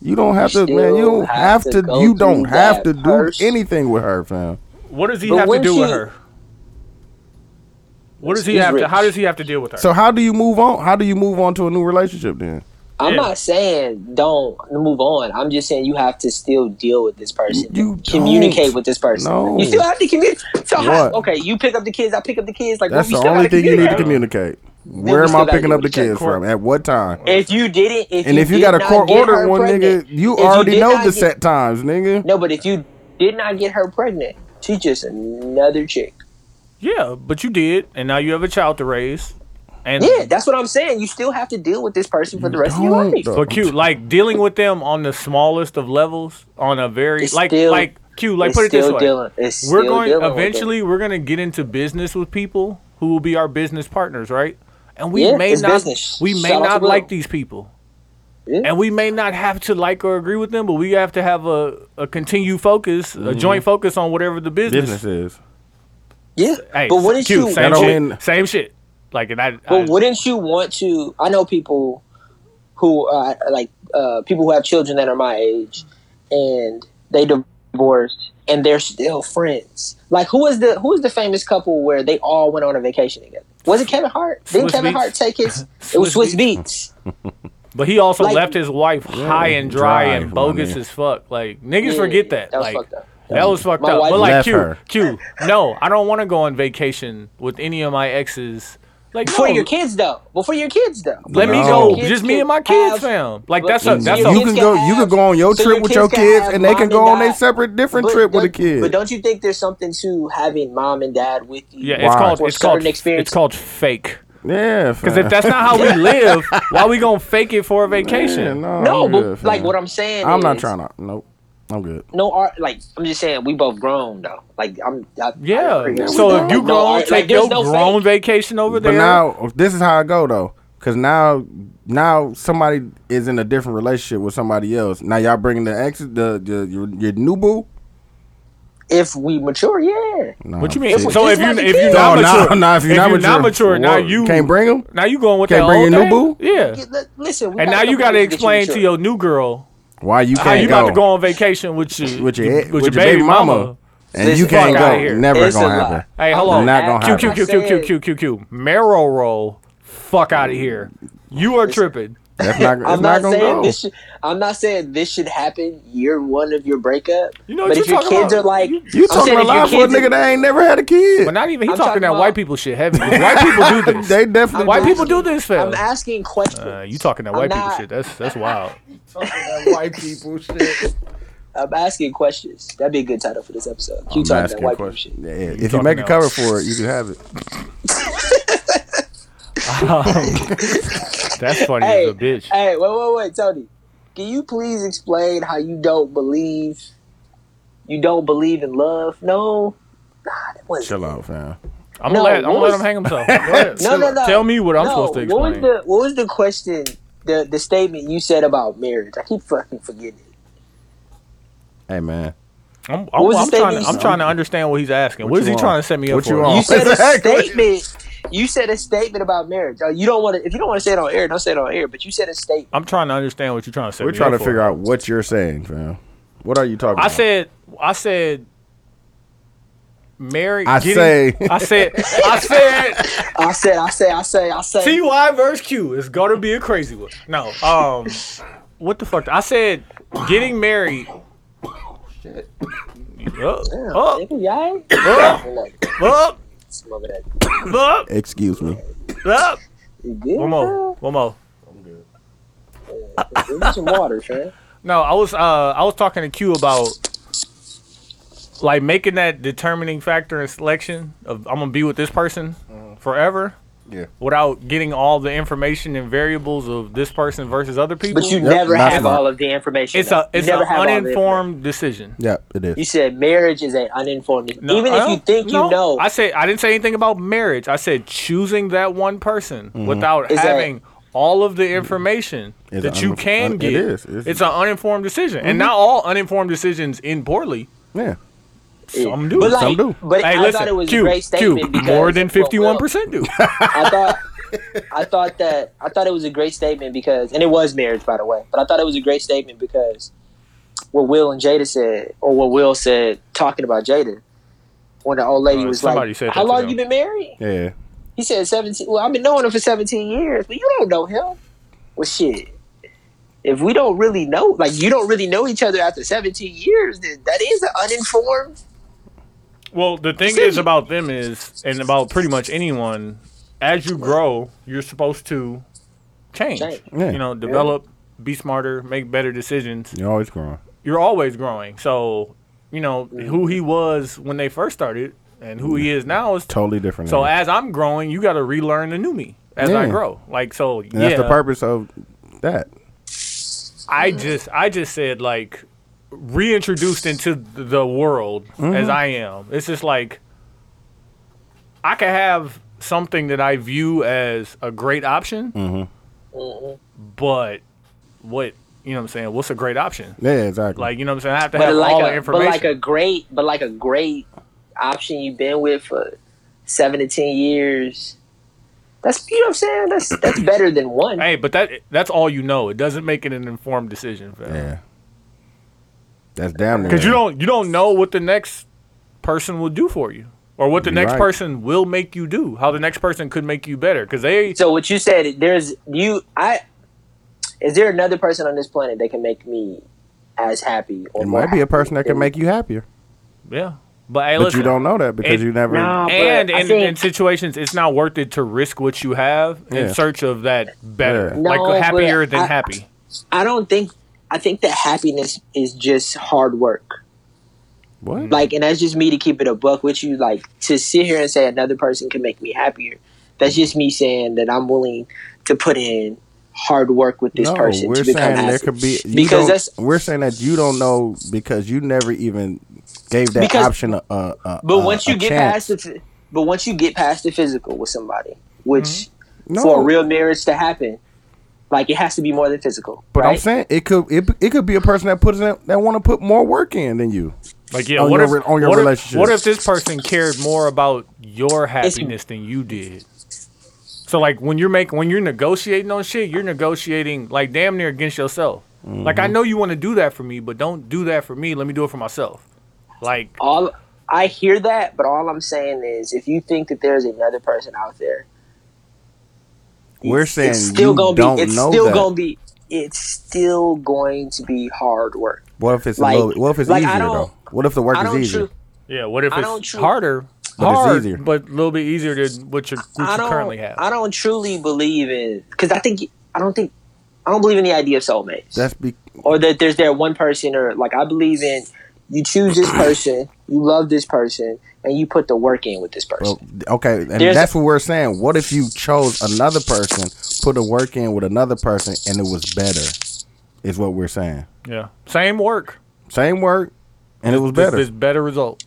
Speaker 3: you don't have
Speaker 6: You
Speaker 3: to. Man, you
Speaker 6: still
Speaker 3: don't have
Speaker 6: have
Speaker 3: to.
Speaker 6: to go
Speaker 3: you don't
Speaker 6: through
Speaker 3: have
Speaker 6: that
Speaker 3: to do
Speaker 6: person.
Speaker 3: anything with her, fam.
Speaker 2: What does he
Speaker 6: But
Speaker 2: have to
Speaker 6: when
Speaker 2: do with
Speaker 6: she-
Speaker 2: her? What does he
Speaker 6: He's
Speaker 2: have to?
Speaker 6: rich.
Speaker 2: How does he have to deal with her?
Speaker 3: So how do you move on? How do you move on to a new relationship then?
Speaker 6: I'm
Speaker 2: Yeah.
Speaker 6: not saying don't move on. I'm just saying you have to still deal with this person.
Speaker 3: You
Speaker 6: communicate
Speaker 3: don't.
Speaker 6: with this person.
Speaker 3: No.
Speaker 6: You still have to communicate. So how,
Speaker 3: What?
Speaker 6: okay, you pick up the kids. I pick up the kids. Like
Speaker 3: That's
Speaker 6: we
Speaker 3: the
Speaker 6: still
Speaker 3: only
Speaker 6: gotta
Speaker 3: thing you need to communicate.
Speaker 6: communicate.
Speaker 3: Where am
Speaker 6: still
Speaker 3: I
Speaker 6: gotta
Speaker 3: picking up the
Speaker 6: communicate.
Speaker 3: kids from? At what time?
Speaker 6: If you didn't, if
Speaker 3: And
Speaker 6: you
Speaker 3: if you
Speaker 6: did
Speaker 3: got a
Speaker 6: not
Speaker 3: court
Speaker 6: get
Speaker 3: order
Speaker 6: her
Speaker 3: one,
Speaker 6: pregnant,
Speaker 3: nigga, you
Speaker 6: if you
Speaker 3: already
Speaker 6: did
Speaker 3: know
Speaker 6: not
Speaker 3: the
Speaker 6: get-
Speaker 3: set times, nigga.
Speaker 6: No, but if you did not get her pregnant, she's just another chick.
Speaker 2: yeah, but you did, and now you have a child to raise. And
Speaker 6: Yeah, that's what I'm saying. You still have to deal with this person for the rest of your
Speaker 3: don't,
Speaker 6: life.
Speaker 3: though.
Speaker 2: But Q, like dealing with them on the smallest of levels, on a very
Speaker 6: It's
Speaker 2: like
Speaker 6: still-
Speaker 2: like Q, like
Speaker 6: It's
Speaker 2: put it this
Speaker 6: still
Speaker 2: way,
Speaker 6: dealing- it's
Speaker 2: we're
Speaker 6: still
Speaker 2: going
Speaker 6: dealing with it.
Speaker 2: eventually we're gonna get into business with people who will be our business partners, right? And we
Speaker 6: Yeah,
Speaker 2: may
Speaker 6: it's
Speaker 2: not
Speaker 6: business.
Speaker 2: we may
Speaker 6: Shout out to
Speaker 2: not
Speaker 6: Will.
Speaker 2: like these people,
Speaker 6: Yeah.
Speaker 2: and we may not have to like or agree with them, but we have to have a a continued focus, a joint focus on whatever the business.
Speaker 3: Business is.
Speaker 6: Yeah,
Speaker 2: Hey,
Speaker 6: but wouldn't
Speaker 2: Q,
Speaker 6: you?
Speaker 2: same
Speaker 3: That'll
Speaker 2: shit,
Speaker 3: win.
Speaker 2: same shit. Like and I, I-
Speaker 6: But wouldn't you want to? I know people who uh, like uh, people who have children that are my age, and they divorced, and they're still friends. Like who is the who is the famous couple where they all went on a vacation together? Was it Kevin Hart? Didn't
Speaker 2: Swiss
Speaker 6: Kevin
Speaker 2: Beats.
Speaker 6: Hart take
Speaker 2: (laughs)
Speaker 6: his? it was
Speaker 2: Swiss
Speaker 6: Swiss Beats.
Speaker 2: but he also
Speaker 6: like-
Speaker 2: left his wife high and dry,
Speaker 3: dry,
Speaker 2: and
Speaker 3: my
Speaker 2: bogus
Speaker 3: nigga.
Speaker 2: as fuck. Like niggas
Speaker 6: Yeah,
Speaker 2: forget that.
Speaker 6: that was
Speaker 2: like
Speaker 6: fucked up.
Speaker 2: That was fucked
Speaker 6: My
Speaker 2: up.
Speaker 6: wife
Speaker 2: But like
Speaker 3: Left
Speaker 2: Q,
Speaker 3: her.
Speaker 2: Q, no, I don't want to go on vacation with any of my exes. Like
Speaker 6: Before
Speaker 2: no,
Speaker 6: your kids though. Before your kids though.
Speaker 2: let me
Speaker 3: No.
Speaker 2: go.
Speaker 6: Kids
Speaker 2: Just me
Speaker 6: can
Speaker 2: and my kids,
Speaker 6: have-
Speaker 2: fam. Like
Speaker 6: but
Speaker 2: that's a
Speaker 6: you-
Speaker 2: that's
Speaker 6: your
Speaker 2: a
Speaker 3: you
Speaker 6: kids
Speaker 3: can go.
Speaker 6: can
Speaker 3: you
Speaker 6: have-
Speaker 3: can go on your
Speaker 6: so
Speaker 3: trip
Speaker 6: your
Speaker 3: with
Speaker 6: kids
Speaker 3: your
Speaker 6: can
Speaker 3: kids,
Speaker 6: have
Speaker 3: and they
Speaker 6: mom
Speaker 3: can
Speaker 6: and
Speaker 3: go on
Speaker 6: dad.
Speaker 3: their separate different
Speaker 6: But
Speaker 3: trip with a
Speaker 6: don't- But
Speaker 3: kid.
Speaker 6: don't you think there's something to having mom and dad with you?
Speaker 2: yeah. It's
Speaker 3: Why?
Speaker 2: called
Speaker 6: for
Speaker 2: it's called
Speaker 6: certain experiences?
Speaker 2: it's called
Speaker 3: (laughs)
Speaker 2: fake.
Speaker 3: Yeah,
Speaker 2: Because if that's not how we live, why we gonna fake it for a vacation?
Speaker 6: No, but like what I'm saying.
Speaker 3: I'm not
Speaker 6: is,
Speaker 3: trying to. Nope, I'm good.
Speaker 6: No art. Like I'm just saying, we both grown though. Like I'm. I, I agree
Speaker 2: Yeah.
Speaker 6: with
Speaker 2: So
Speaker 6: you.
Speaker 2: if you
Speaker 6: No
Speaker 2: grown,
Speaker 6: art-
Speaker 2: take
Speaker 6: there's
Speaker 2: your
Speaker 6: no
Speaker 2: grown
Speaker 6: fake.
Speaker 2: vacation over
Speaker 3: But
Speaker 2: there.
Speaker 3: now this is how I go though, because now now somebody is in a different relationship with somebody else. Now y'all bringing the ex, the, the your, your new boo.
Speaker 6: If we mature, yeah.
Speaker 3: Nah,
Speaker 2: what you mean?
Speaker 6: It's-
Speaker 2: So
Speaker 6: it's
Speaker 2: if you
Speaker 6: like a
Speaker 2: if you
Speaker 6: kid.
Speaker 2: not
Speaker 3: No, no,
Speaker 2: mature,
Speaker 3: no, if you're not mature,
Speaker 2: now
Speaker 3: whoa,
Speaker 2: you
Speaker 3: can't bring 'em?
Speaker 2: Now you going with
Speaker 3: Can't
Speaker 2: that
Speaker 3: bring
Speaker 2: old
Speaker 3: your new
Speaker 2: thing?
Speaker 3: boo?
Speaker 2: Yeah.
Speaker 6: Get- li- Listen. We
Speaker 2: And now
Speaker 6: gotta
Speaker 2: you
Speaker 6: come
Speaker 2: got to
Speaker 6: together get
Speaker 2: explain to
Speaker 6: mature.
Speaker 2: your new girl
Speaker 3: Why you can't
Speaker 2: how you
Speaker 3: go?
Speaker 2: about to go on vacation with your
Speaker 3: With your-
Speaker 2: with,
Speaker 3: with
Speaker 2: your
Speaker 3: your
Speaker 2: baby,
Speaker 3: baby
Speaker 2: mama.
Speaker 3: mama. and
Speaker 6: Listen,
Speaker 3: you can't
Speaker 2: fuck outta
Speaker 3: go.
Speaker 2: here.
Speaker 3: Never
Speaker 6: It's a
Speaker 3: gonna
Speaker 6: lie.
Speaker 3: happen.
Speaker 2: Hey, hold
Speaker 6: I'm
Speaker 2: on.
Speaker 3: Not gonna
Speaker 2: Q Q Q
Speaker 3: happen.
Speaker 2: Q Q Q Q Q. Marrow roll. Fuck out
Speaker 6: Mm.
Speaker 2: of here. You are tripping.
Speaker 3: That's not. It's
Speaker 6: I'm
Speaker 3: not,
Speaker 6: not,
Speaker 3: gonna
Speaker 6: saying
Speaker 3: go.
Speaker 6: this. Should, I'm not saying this should happen year one of your breakup.
Speaker 2: You know what
Speaker 6: but
Speaker 2: you
Speaker 6: if your
Speaker 2: talking
Speaker 6: kids
Speaker 2: about.
Speaker 6: are like,
Speaker 3: you
Speaker 6: I'm
Speaker 3: talking
Speaker 6: saying
Speaker 3: a
Speaker 6: if your
Speaker 3: lot for a
Speaker 6: kids are-
Speaker 3: nigga that ain't never had a kid?
Speaker 2: But not even he
Speaker 6: I'm
Speaker 2: talking
Speaker 6: talking
Speaker 2: that
Speaker 6: about-
Speaker 2: white people shit heavy. White
Speaker 6: (laughs)
Speaker 2: people do this.
Speaker 3: they definitely.
Speaker 2: White
Speaker 3: do.
Speaker 2: people do this, fam.
Speaker 6: I'm asking questions.
Speaker 2: Uh, you talking that
Speaker 6: I'm
Speaker 2: white people
Speaker 6: not-
Speaker 2: shit? That's that's wild.
Speaker 3: white people shit.
Speaker 6: I'm asking questions. That'd be a good title for this episode. You
Speaker 3: I'm
Speaker 6: talking that
Speaker 3: asking
Speaker 6: white
Speaker 3: a
Speaker 6: people shit.
Speaker 3: question. Yeah, yeah. If you
Speaker 2: talking
Speaker 3: make a
Speaker 2: out.
Speaker 3: cover for it, you can have it.
Speaker 2: That's funny
Speaker 6: (laughs) Hey,
Speaker 2: as a bitch.
Speaker 6: Hey, wait, wait, wait, Tony. Can you please explain how you don't believe you don't believe in love? No. Nah, that wasn't.
Speaker 3: Chill out, fam.
Speaker 2: I'm gonna
Speaker 6: no,
Speaker 2: let I'm gonna
Speaker 6: what
Speaker 2: let him hang
Speaker 6: (laughs)
Speaker 2: himself. Go ahead.
Speaker 6: No, no, no.
Speaker 2: Tell me what I'm
Speaker 6: no,
Speaker 2: supposed to
Speaker 6: What
Speaker 2: explain.
Speaker 6: was the what was the question the the statement you said about marriage? I keep fucking forgetting it.
Speaker 3: Hey, man.
Speaker 2: I'm,
Speaker 6: What was
Speaker 2: I'm,
Speaker 6: the
Speaker 2: I'm trying.
Speaker 6: statement
Speaker 2: To, I'm
Speaker 6: you-
Speaker 2: trying to understand what he's asking. what
Speaker 3: you
Speaker 2: is he
Speaker 3: want?
Speaker 2: trying to set me up
Speaker 3: What
Speaker 2: for?
Speaker 3: you want?
Speaker 6: You
Speaker 2: (laughs)
Speaker 6: said
Speaker 3: Exactly.
Speaker 6: a statement. You said a statement about marriage. Oh, you don't want to if you don't want to say it on air, don't say it on air, but you said a statement.
Speaker 2: I'm trying to understand what you're trying to set.
Speaker 3: We're
Speaker 2: me
Speaker 3: trying
Speaker 2: up
Speaker 3: to
Speaker 2: for.
Speaker 3: figure out what you're saying, fam. What are you talking
Speaker 2: I
Speaker 3: about?
Speaker 2: said. I said. Mary.
Speaker 3: I say-
Speaker 2: I said. I said.
Speaker 6: I said, I say, I say, I say.
Speaker 2: Ty versus Q is gonna be a crazy one. No. Um. What the fuck? I said getting married. Up, up,
Speaker 6: Nigga, y'all.
Speaker 2: up,
Speaker 6: Smoke it up.
Speaker 2: up,
Speaker 3: Excuse me.
Speaker 2: up.
Speaker 6: You good,
Speaker 2: One more.
Speaker 6: bro?
Speaker 2: One more.
Speaker 6: Give me some water, man.
Speaker 2: No, I was uh I was talking to Q about like making that determining factor in selection of I'm gonna be with this person forever
Speaker 3: Yeah.
Speaker 2: without getting all the information and variables of this person versus other people.
Speaker 6: But you
Speaker 3: Yep,
Speaker 6: never
Speaker 3: not
Speaker 6: have
Speaker 3: smart.
Speaker 6: all of the information.
Speaker 2: it's a
Speaker 6: though. You
Speaker 2: it's an
Speaker 6: never have all the information.
Speaker 2: uninformed decision.
Speaker 3: Yep, it is.
Speaker 6: You said marriage is an uninformed.
Speaker 2: No,
Speaker 6: Even
Speaker 2: I
Speaker 6: if you
Speaker 2: don't-
Speaker 6: think
Speaker 2: no,
Speaker 6: you know,
Speaker 2: I said I didn't say anything about marriage. I said choosing that one person without
Speaker 6: Is that-
Speaker 2: having all of the information
Speaker 3: Mm-hmm. It's
Speaker 2: that
Speaker 3: an
Speaker 2: you
Speaker 3: uninf-
Speaker 2: can
Speaker 3: un- it
Speaker 2: get.
Speaker 3: is. It's- Mm-hmm.
Speaker 2: It's, an uninformed decision, and not all uninformed decisions end poorly.
Speaker 3: Yeah.
Speaker 2: Some do.
Speaker 6: But like,
Speaker 3: some do.
Speaker 6: But
Speaker 2: hey,
Speaker 6: I
Speaker 2: listen,
Speaker 6: thought it was
Speaker 2: Q,
Speaker 6: a great statement
Speaker 2: Q,
Speaker 6: because
Speaker 2: more than
Speaker 6: well, well,
Speaker 2: fifty-one percent do.
Speaker 6: I thought I thought that I thought it was a great statement because and it was marriage by the way, but I thought it was a great statement because what Will and Jada said or what Will said talking about Jada when the old lady
Speaker 2: Uh,
Speaker 6: was
Speaker 2: somebody
Speaker 6: like,
Speaker 2: said that
Speaker 6: "How
Speaker 2: to
Speaker 6: long
Speaker 2: them.
Speaker 6: you been married?"
Speaker 3: Yeah.
Speaker 6: He said seventeen. Well, I've been knowing him for seventeen years, but you don't know him. Well, shit. If we don't really know, like you don't really know each other after seventeen years, then that is an uninformed.
Speaker 2: Well, the thing is about them is, and about pretty much anyone, as you grow, you're supposed to change.
Speaker 6: Change.
Speaker 3: Yeah.
Speaker 2: You know, develop, be smarter, make better decisions.
Speaker 3: You're always growing.
Speaker 2: You're always growing. So, you know, who he was when they first started and who he is now is
Speaker 3: Totally different.
Speaker 2: So
Speaker 3: than-
Speaker 2: as I'm growing, you got to relearn the new me as I
Speaker 3: Yeah.
Speaker 2: grow. Like so,
Speaker 3: and
Speaker 2: yeah.
Speaker 3: that's the purpose of that.
Speaker 2: I
Speaker 3: Mm.
Speaker 2: just I just said like reintroduced into th- the world
Speaker 3: Mm-hmm.
Speaker 2: as I am. It's just like I could have something that I view as a great option,
Speaker 3: Mm.
Speaker 2: but what you know what I'm saying? What's a great option?
Speaker 3: Yeah, exactly.
Speaker 2: Like you know what I'm saying? I have to
Speaker 6: but
Speaker 2: have all
Speaker 6: like
Speaker 2: the
Speaker 6: a, but
Speaker 2: information.
Speaker 6: like a great but like a great option you've been with for seven to ten years. That's you know what I'm saying. That's
Speaker 2: (clears throat)
Speaker 6: that's better than one.
Speaker 2: hey, but that that's all you know. It doesn't make it an informed decision, fam.
Speaker 3: yeah. That's damn near.
Speaker 2: Because you don't you don't know what the next person will do for you, or what the
Speaker 3: You're
Speaker 2: next
Speaker 3: right.
Speaker 2: person will make you do. How the next person could make you better. Because they
Speaker 6: So what you said, there's you. I is there another person on this planet that can make me as happy? Or
Speaker 3: It
Speaker 6: more
Speaker 3: might be a
Speaker 6: happy
Speaker 3: person that can
Speaker 6: than-
Speaker 3: make you happier,
Speaker 2: yeah. But hey,
Speaker 3: but
Speaker 2: listen,
Speaker 3: you don't know that because
Speaker 2: It-
Speaker 3: you never.
Speaker 6: Nah, but
Speaker 2: And
Speaker 6: I
Speaker 2: in,
Speaker 6: think-
Speaker 2: in situations, it's not worth it to risk what you have
Speaker 3: Yeah.
Speaker 2: in search of that better,
Speaker 3: Yeah.
Speaker 2: like
Speaker 6: No, but
Speaker 2: happier than
Speaker 6: I-
Speaker 2: happy.
Speaker 6: I don't think. I think that happiness is just hard work.
Speaker 3: What?
Speaker 6: like and that's just me to keep it a buck with you like to sit here and say another person can make me happier that's just me saying that i'm willing to put in hard work with this
Speaker 3: no,
Speaker 6: person
Speaker 3: we're
Speaker 6: to become
Speaker 3: saying
Speaker 6: happy
Speaker 3: there could be you
Speaker 6: because
Speaker 3: don't-
Speaker 6: that's
Speaker 3: we're saying that you don't know because you never even gave that
Speaker 6: Because-
Speaker 3: option. A, a, a,
Speaker 6: but
Speaker 3: a-
Speaker 6: once you
Speaker 3: uh, a
Speaker 6: get
Speaker 3: chance.
Speaker 6: past the phy- but once you get past the physical with somebody which
Speaker 3: Mm-hmm. no,
Speaker 6: for a real marriage to happen like it has to be more than physical
Speaker 3: but I'm
Speaker 6: right?
Speaker 3: saying it could it, it could be a person that puts in, that want to put more work in than you.
Speaker 2: Like yeah,
Speaker 3: On
Speaker 2: what
Speaker 3: your
Speaker 2: if
Speaker 3: re- on your
Speaker 2: what if-
Speaker 3: relationship.
Speaker 2: what if this person cared more about your happiness than you did? So like when you're making when you're negotiating on shit, you're negotiating like damn near against yourself. Like
Speaker 3: Mm-hmm.
Speaker 2: I know you want to do that for me, but don't do that for me. Let me do it for myself. Like
Speaker 6: all I hear that, but all I'm saying is if you think that there's another person out there,
Speaker 3: We're
Speaker 6: it's-
Speaker 3: saying
Speaker 6: it's still
Speaker 3: you
Speaker 6: gonna
Speaker 3: don't
Speaker 6: be it's
Speaker 3: know
Speaker 6: still
Speaker 3: that.
Speaker 6: gonna be it's still going to be hard work.
Speaker 3: What if it's
Speaker 6: Like-
Speaker 3: a little, what if it's
Speaker 6: like, I
Speaker 3: easier
Speaker 6: don't-
Speaker 3: though? What if the work (laughs)
Speaker 6: I
Speaker 3: is
Speaker 6: don't
Speaker 3: easier?
Speaker 6: true
Speaker 2: yeah, what if
Speaker 6: I don't
Speaker 2: it's
Speaker 6: tru-
Speaker 2: harder,
Speaker 3: But it's
Speaker 2: hard,
Speaker 3: easier.
Speaker 2: but a little bit easier than what you what
Speaker 6: I
Speaker 2: you
Speaker 6: don't
Speaker 2: currently have.
Speaker 6: I don't truly believe in because I think I don't think I don't believe in the idea of soulmates.
Speaker 3: That's be
Speaker 6: or that there's that one person or like I believe in you choose this person, you love this person, and you put the work in with this person.
Speaker 3: well, okay, and
Speaker 6: There's-
Speaker 3: that's what we're saying. What if you chose another person, put a work in with another person, and it was better? Is what we're saying.
Speaker 2: yeah, same work,
Speaker 3: Same work, and it was
Speaker 2: better.
Speaker 3: better.
Speaker 2: This, better result.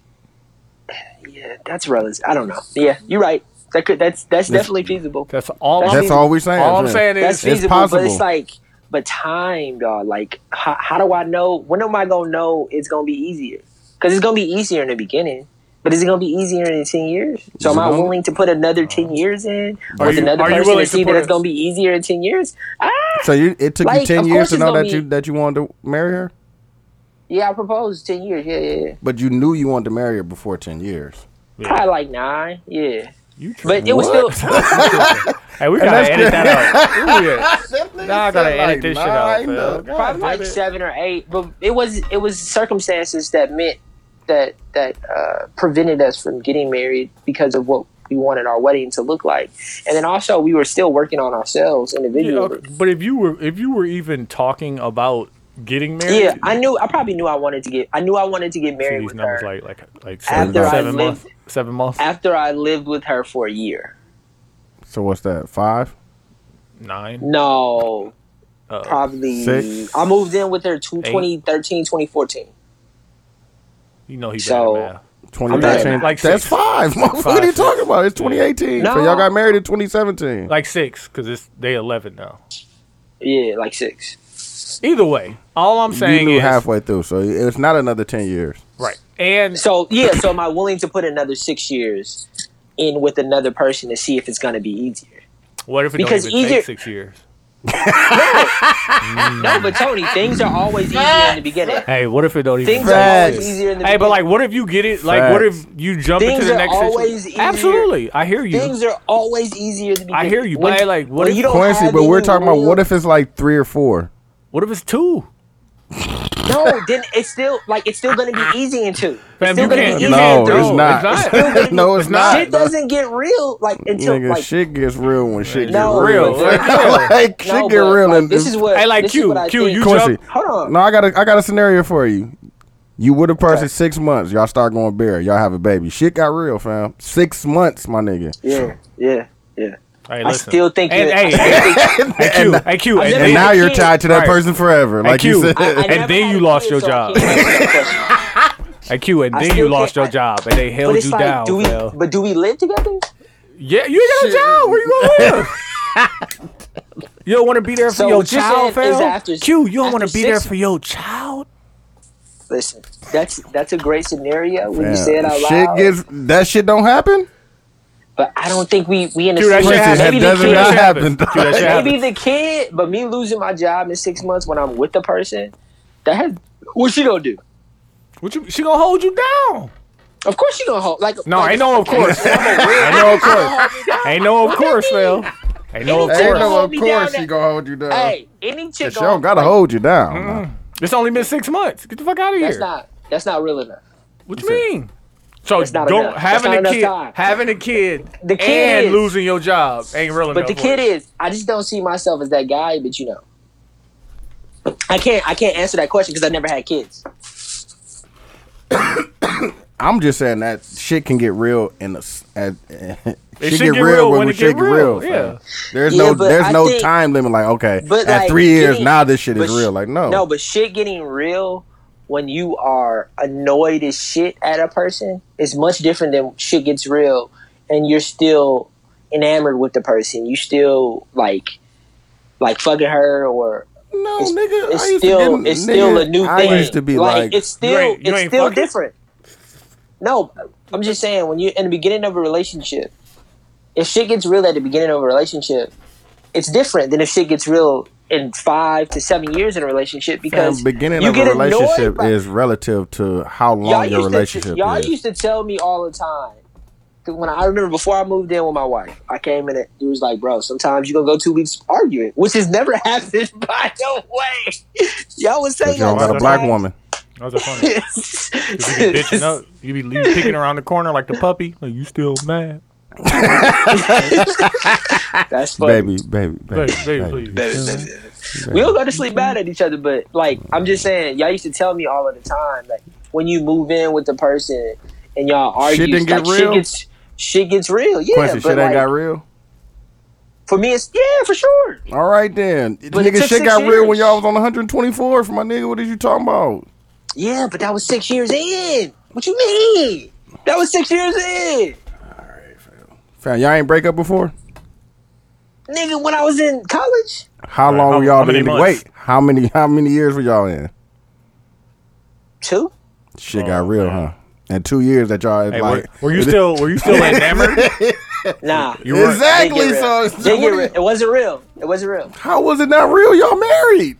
Speaker 6: yeah, that's relative. I don't know. Yeah, you're right. That could that's that's definitely feasible.
Speaker 2: That's all.
Speaker 6: That's
Speaker 2: I'm,
Speaker 3: that's all we're saying.
Speaker 2: all I'm
Speaker 3: yeah.
Speaker 2: saying
Speaker 6: That's
Speaker 2: is
Speaker 3: it's
Speaker 6: feasible, but
Speaker 3: possible.
Speaker 6: it's like, but time, dog. Like, how, how do I know? When am I gonna know it's gonna be easier? Because it's gonna be easier in the beginning, but is it gonna be easier in ten years? So am I
Speaker 3: gonna-
Speaker 6: willing to put another ten years in
Speaker 3: Are
Speaker 6: with
Speaker 3: you-
Speaker 6: another
Speaker 2: Oh. are you
Speaker 6: person
Speaker 2: willing
Speaker 6: to
Speaker 2: to
Speaker 6: see
Speaker 2: put
Speaker 6: that it's
Speaker 2: a-
Speaker 6: gonna be easier in ten years? Ah,
Speaker 3: So you, it took you
Speaker 6: Like,
Speaker 3: ten
Speaker 6: of
Speaker 3: years
Speaker 6: course
Speaker 3: to
Speaker 6: it's
Speaker 3: know
Speaker 6: gonna
Speaker 3: that
Speaker 6: be-
Speaker 3: you that you wanted to marry her,
Speaker 6: yeah, I proposed ten years. Yeah, yeah, yeah.
Speaker 3: but you knew you wanted to marry her before ten years.
Speaker 6: Probably like nine. Yeah,
Speaker 2: You
Speaker 6: but it was
Speaker 3: What?
Speaker 6: still.
Speaker 2: Hey, we gotta edit that out. Ooh,
Speaker 6: (laughs)
Speaker 2: yeah. Now I gotta edit this shit out.
Speaker 3: nine, uh,
Speaker 2: fam. God
Speaker 6: probably
Speaker 2: damn
Speaker 6: like
Speaker 2: it.
Speaker 6: seven or eight, but it was it was circumstances that meant that that uh, prevented us from getting married because of what we wanted our wedding to look like. And then also we were still working on ourselves
Speaker 2: Yeah,
Speaker 6: individually.
Speaker 2: okay, but if you were if you were even talking about getting married,
Speaker 6: Yeah, I knew. I probably knew I wanted to get. I knew I wanted to get married
Speaker 2: these
Speaker 6: with
Speaker 2: numbers
Speaker 6: her
Speaker 2: like like like seven,
Speaker 6: After I
Speaker 2: seven
Speaker 6: lived-
Speaker 2: months, seven months,
Speaker 6: after I lived with her for a year.
Speaker 3: So what's that? Five?
Speaker 2: nine.
Speaker 6: No,
Speaker 2: Uh,
Speaker 6: probably.
Speaker 3: Six.
Speaker 6: I moved in with her two-
Speaker 2: Eight.
Speaker 6: 2013, 2014.
Speaker 2: you know he
Speaker 6: So-
Speaker 2: bad at
Speaker 3: Twenty
Speaker 2: I'm
Speaker 3: thirteen.
Speaker 2: at, like,
Speaker 3: That's
Speaker 2: six.
Speaker 3: five. (laughs) What are you
Speaker 2: Five.
Speaker 3: talking about? It's twenty eighteen. So
Speaker 6: No.
Speaker 3: y'all got married in twenty seventeen.
Speaker 2: math. like six because it's day eleven now.
Speaker 6: Yeah, like six.
Speaker 2: Either way, all I'm
Speaker 3: You
Speaker 2: saying
Speaker 3: knew
Speaker 2: is
Speaker 3: halfway through, so it's not another ten years.
Speaker 2: right. And
Speaker 6: So yeah, so am I willing to put another six years in with another person to see if it's gonna be easier?
Speaker 2: what if it
Speaker 6: Because
Speaker 2: don't even
Speaker 6: either-
Speaker 2: take six years?
Speaker 6: No, but Tony, things are always easier in the beginning.
Speaker 2: Hey, what if it don't even?
Speaker 6: Things are
Speaker 3: Facts.
Speaker 6: always easier in the
Speaker 2: Hey,
Speaker 6: beginning.
Speaker 2: but like, what if you get it? Like, what if you jump
Speaker 6: Things
Speaker 2: into the
Speaker 6: are
Speaker 2: next?
Speaker 6: always
Speaker 2: situation?
Speaker 6: easier.
Speaker 2: Absolutely, I hear you.
Speaker 6: things are always easier in the beginning.
Speaker 2: I hear you, but like, what
Speaker 6: when
Speaker 2: if-
Speaker 6: you don't
Speaker 3: Quincy,
Speaker 6: have
Speaker 3: but we're
Speaker 6: any
Speaker 3: talking about
Speaker 6: real-
Speaker 3: what if it's like three or four?
Speaker 2: what if it's two?
Speaker 6: No, then it's still like it's still gonna be easy in two. It's
Speaker 2: Fam,
Speaker 6: still
Speaker 2: you
Speaker 6: gonna be
Speaker 2: can't-
Speaker 6: easy
Speaker 2: you
Speaker 3: No,
Speaker 6: in
Speaker 2: can't
Speaker 6: two.
Speaker 2: do
Speaker 3: it's
Speaker 2: It's not. (laughs)
Speaker 3: not. no, it's not.
Speaker 6: Shit doesn't get real like until
Speaker 3: Nigga,
Speaker 6: like
Speaker 3: shit gets real when shit
Speaker 6: No,
Speaker 3: gets real.
Speaker 2: Real.
Speaker 3: (laughs) like shit
Speaker 6: no,
Speaker 3: get
Speaker 6: but,
Speaker 3: real.
Speaker 6: like,
Speaker 3: and
Speaker 6: this is what
Speaker 2: Hey, like,
Speaker 6: this is
Speaker 2: Q,
Speaker 6: what I
Speaker 2: Q,
Speaker 6: think.
Speaker 2: you
Speaker 3: Quincy.
Speaker 2: jump-
Speaker 6: Hold on.
Speaker 3: No, I got a I got a scenario for you. You with a person six months, y'all start going bare, y'all have a baby. Shit got real, fam. Six months, my nigga.
Speaker 6: Yeah, yeah, yeah.
Speaker 2: Hey,
Speaker 6: I
Speaker 2: listen.
Speaker 6: still think
Speaker 2: And,
Speaker 6: that- I
Speaker 2: hey,
Speaker 6: still
Speaker 2: hey,
Speaker 6: think-
Speaker 2: hey, Q, hey, Q,
Speaker 6: I've
Speaker 2: and
Speaker 6: never
Speaker 3: And
Speaker 2: then-
Speaker 3: now you're tied to that
Speaker 2: Right.
Speaker 3: person forever, like you
Speaker 2: you.
Speaker 3: said.
Speaker 6: I- I never
Speaker 2: then
Speaker 6: had
Speaker 2: you
Speaker 6: a
Speaker 2: lost
Speaker 6: kid,
Speaker 2: your
Speaker 6: so I
Speaker 2: job.
Speaker 6: can't answer that question.
Speaker 2: Hey, Q, and
Speaker 6: I
Speaker 2: then
Speaker 6: still
Speaker 2: you lost your
Speaker 6: can't-
Speaker 2: job, and they
Speaker 6: But
Speaker 2: held
Speaker 6: it's
Speaker 2: you
Speaker 6: like,
Speaker 2: down.
Speaker 6: do we?
Speaker 2: Phil.
Speaker 6: But do we live together?
Speaker 2: yeah, you ain't got a job. Where you going to live? You don't want to be there for
Speaker 6: So
Speaker 2: your
Speaker 6: what you
Speaker 2: child,
Speaker 6: saying is
Speaker 2: Phil.
Speaker 6: after-
Speaker 2: Q, you don't want to
Speaker 6: after
Speaker 2: be there
Speaker 6: six-
Speaker 2: for your child.
Speaker 6: Listen, that's that's a great scenario when
Speaker 3: Fam,
Speaker 6: you say it out
Speaker 3: shit
Speaker 6: loud.
Speaker 3: gets that shit don't happen.
Speaker 6: but I don't think we we in the
Speaker 2: Q, that
Speaker 6: same.
Speaker 2: shit
Speaker 3: Quincy, that
Speaker 2: happens.
Speaker 6: maybe the
Speaker 3: does
Speaker 6: kid,
Speaker 3: not
Speaker 2: That shit
Speaker 3: happen.
Speaker 2: happens. Q, that shit happens.
Speaker 6: maybe the kid, but me losing my job in six months when I'm with the person, that has what she gonna do?
Speaker 2: What you, she gonna hold you down?
Speaker 6: Of course she gonna hold like
Speaker 2: No,
Speaker 6: like,
Speaker 2: ain't no, of course.
Speaker 6: I'm a real-
Speaker 2: Ain't no, of course. Ain't no, of course, Phil. Ain't no, of
Speaker 6: Ain't
Speaker 2: course.
Speaker 6: no- hold me down that-
Speaker 3: gonna hold you down.
Speaker 6: Hey, any chick
Speaker 3: she don't
Speaker 6: gonna-
Speaker 3: gotta hold you down. nah.
Speaker 2: It's only been six months. Get the fuck out of
Speaker 6: That's
Speaker 2: here.
Speaker 6: not that's not real enough.
Speaker 2: What you mean? So
Speaker 6: not
Speaker 2: don't
Speaker 6: enough. That's
Speaker 2: having
Speaker 6: not
Speaker 2: a
Speaker 6: enough
Speaker 2: kid,
Speaker 6: time.
Speaker 2: having a kid,
Speaker 6: The kid
Speaker 2: and
Speaker 6: is-
Speaker 2: losing your job ain't real
Speaker 6: But
Speaker 2: enough.
Speaker 6: the kid is, I just don't see myself as that guy. But you know, I can't I can't answer that question because I never had kids.
Speaker 3: I'm just saying that shit can get real in the s- at, (laughs) it
Speaker 2: should get real when it get real, yeah.
Speaker 3: there's
Speaker 6: Yeah,
Speaker 3: no
Speaker 6: but
Speaker 3: there's
Speaker 6: I
Speaker 3: no
Speaker 6: think-
Speaker 3: time limit. Like okay,
Speaker 6: But
Speaker 3: at
Speaker 6: like,
Speaker 3: three years
Speaker 6: getting-
Speaker 3: now this shit
Speaker 6: but
Speaker 3: is
Speaker 6: sh-
Speaker 3: real. Like no,
Speaker 6: No, but shit getting real when you are annoyed as shit at a person is much different than shit gets real and you're still enamored with the person. You still like like fucking her or
Speaker 3: no,
Speaker 6: it's-
Speaker 3: nigga,
Speaker 6: it's
Speaker 3: I used to
Speaker 6: still
Speaker 3: get-
Speaker 6: it's
Speaker 3: nigga,
Speaker 6: still a new
Speaker 3: I
Speaker 6: thing.
Speaker 3: used to be like,
Speaker 6: it's still
Speaker 2: You ain't- you
Speaker 6: it's
Speaker 2: ain't
Speaker 6: still
Speaker 2: fucking?
Speaker 6: different. No, I'm just saying when you in the beginning of a relationship, if shit gets real at the beginning of a relationship, it's different than if shit gets real in five to seven years in a relationship
Speaker 3: fam,
Speaker 6: because
Speaker 3: beginning
Speaker 6: you
Speaker 3: of a
Speaker 6: get annoyed
Speaker 3: relationship
Speaker 6: by-
Speaker 3: is relative to how
Speaker 6: y'all
Speaker 3: long
Speaker 6: used
Speaker 3: your
Speaker 6: to-
Speaker 3: relationship
Speaker 6: y'all
Speaker 3: is.
Speaker 6: used to tell me all the time. 'Cause When I, I remember before I moved in with my wife, I came in and it was like, "Bro, sometimes you gonna go two weeks arguing, which has never (laughs) happened by no way." Y'all was
Speaker 3: But
Speaker 6: saying
Speaker 3: you don't
Speaker 6: that
Speaker 3: got a black
Speaker 6: (laughs) sometimes.
Speaker 3: woman.
Speaker 2: That's funny. You be
Speaker 6: (laughs)
Speaker 2: bitching up. You be, you be picking around the corner like the puppy. Like you still mad?
Speaker 6: That's funny.
Speaker 3: Baby, baby, baby,
Speaker 2: Baby, baby,
Speaker 3: baby.
Speaker 2: please.
Speaker 6: We don't go to sleep bad at each other, but like I'm just saying, y'all used to tell me all of the time, like when you move in with the person and y'all argue,
Speaker 3: Shit didn't get
Speaker 6: like,
Speaker 3: real?
Speaker 6: Shit gets, shit gets real, yeah.
Speaker 3: Quincy,
Speaker 6: but
Speaker 3: shit
Speaker 6: like,
Speaker 3: ain't got real.
Speaker 6: for me, it's yeah, for sure.
Speaker 3: All right then,
Speaker 6: But it
Speaker 3: nigga,
Speaker 6: took
Speaker 3: shit
Speaker 6: six
Speaker 3: got real when
Speaker 6: years.
Speaker 3: y'all was on 124th. My nigga, what is you talking about?
Speaker 6: Yeah, but that was six years in. What you mean? That was six years in,
Speaker 3: Fam, y'all ain't break up before.
Speaker 6: nigga. When I was in college,
Speaker 3: How
Speaker 2: Right,
Speaker 3: long
Speaker 2: how-
Speaker 3: were y'all
Speaker 2: how many
Speaker 3: in?
Speaker 2: months?
Speaker 3: Wait, how many how many years were y'all in?
Speaker 6: two.
Speaker 3: Shit
Speaker 2: Oh,
Speaker 3: got real, huh? And two years that y'all
Speaker 2: Hey, were,
Speaker 3: like
Speaker 2: were you still were (laughs) you still enamored?
Speaker 6: Nah,
Speaker 2: You were
Speaker 3: exactly.
Speaker 6: Didn't get
Speaker 3: So
Speaker 6: real.
Speaker 3: it's-
Speaker 6: Didn't get
Speaker 3: what do
Speaker 6: real.
Speaker 3: you-
Speaker 6: it wasn't real. It wasn't real.
Speaker 3: how was it not real? Y'all married.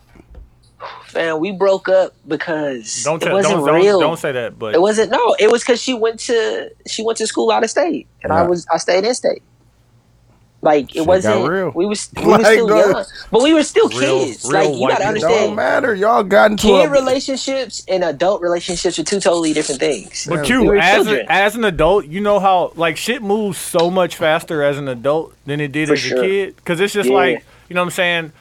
Speaker 6: Man, we broke up because
Speaker 2: Don't
Speaker 6: it
Speaker 2: tell,
Speaker 6: wasn't
Speaker 2: don't, don't,
Speaker 6: real.
Speaker 2: don't say that. But
Speaker 6: It wasn't no. It was because she went to she went to school out of state, and I
Speaker 3: Yeah.
Speaker 6: was I stayed in state. Like it
Speaker 3: Shit got
Speaker 6: wasn't.
Speaker 3: real.
Speaker 6: We was we
Speaker 3: Like,
Speaker 6: were still
Speaker 3: bro.
Speaker 6: young, but we were still
Speaker 2: Real-
Speaker 6: kids.
Speaker 2: real
Speaker 6: like you
Speaker 2: white
Speaker 6: gotta
Speaker 2: people.
Speaker 3: Don't
Speaker 6: understand,
Speaker 3: matter. Y'all got into
Speaker 6: kid
Speaker 3: a
Speaker 6: relationships and adult relationships are two totally different things.
Speaker 2: But
Speaker 6: We
Speaker 2: Q,
Speaker 6: were
Speaker 2: as
Speaker 6: children.
Speaker 2: a, as an adult, you know how like shit moves so much faster as an adult than it did
Speaker 6: For
Speaker 2: as
Speaker 6: sure.
Speaker 2: a kid. Because it's just
Speaker 6: Yeah.
Speaker 2: like you know what I'm saying.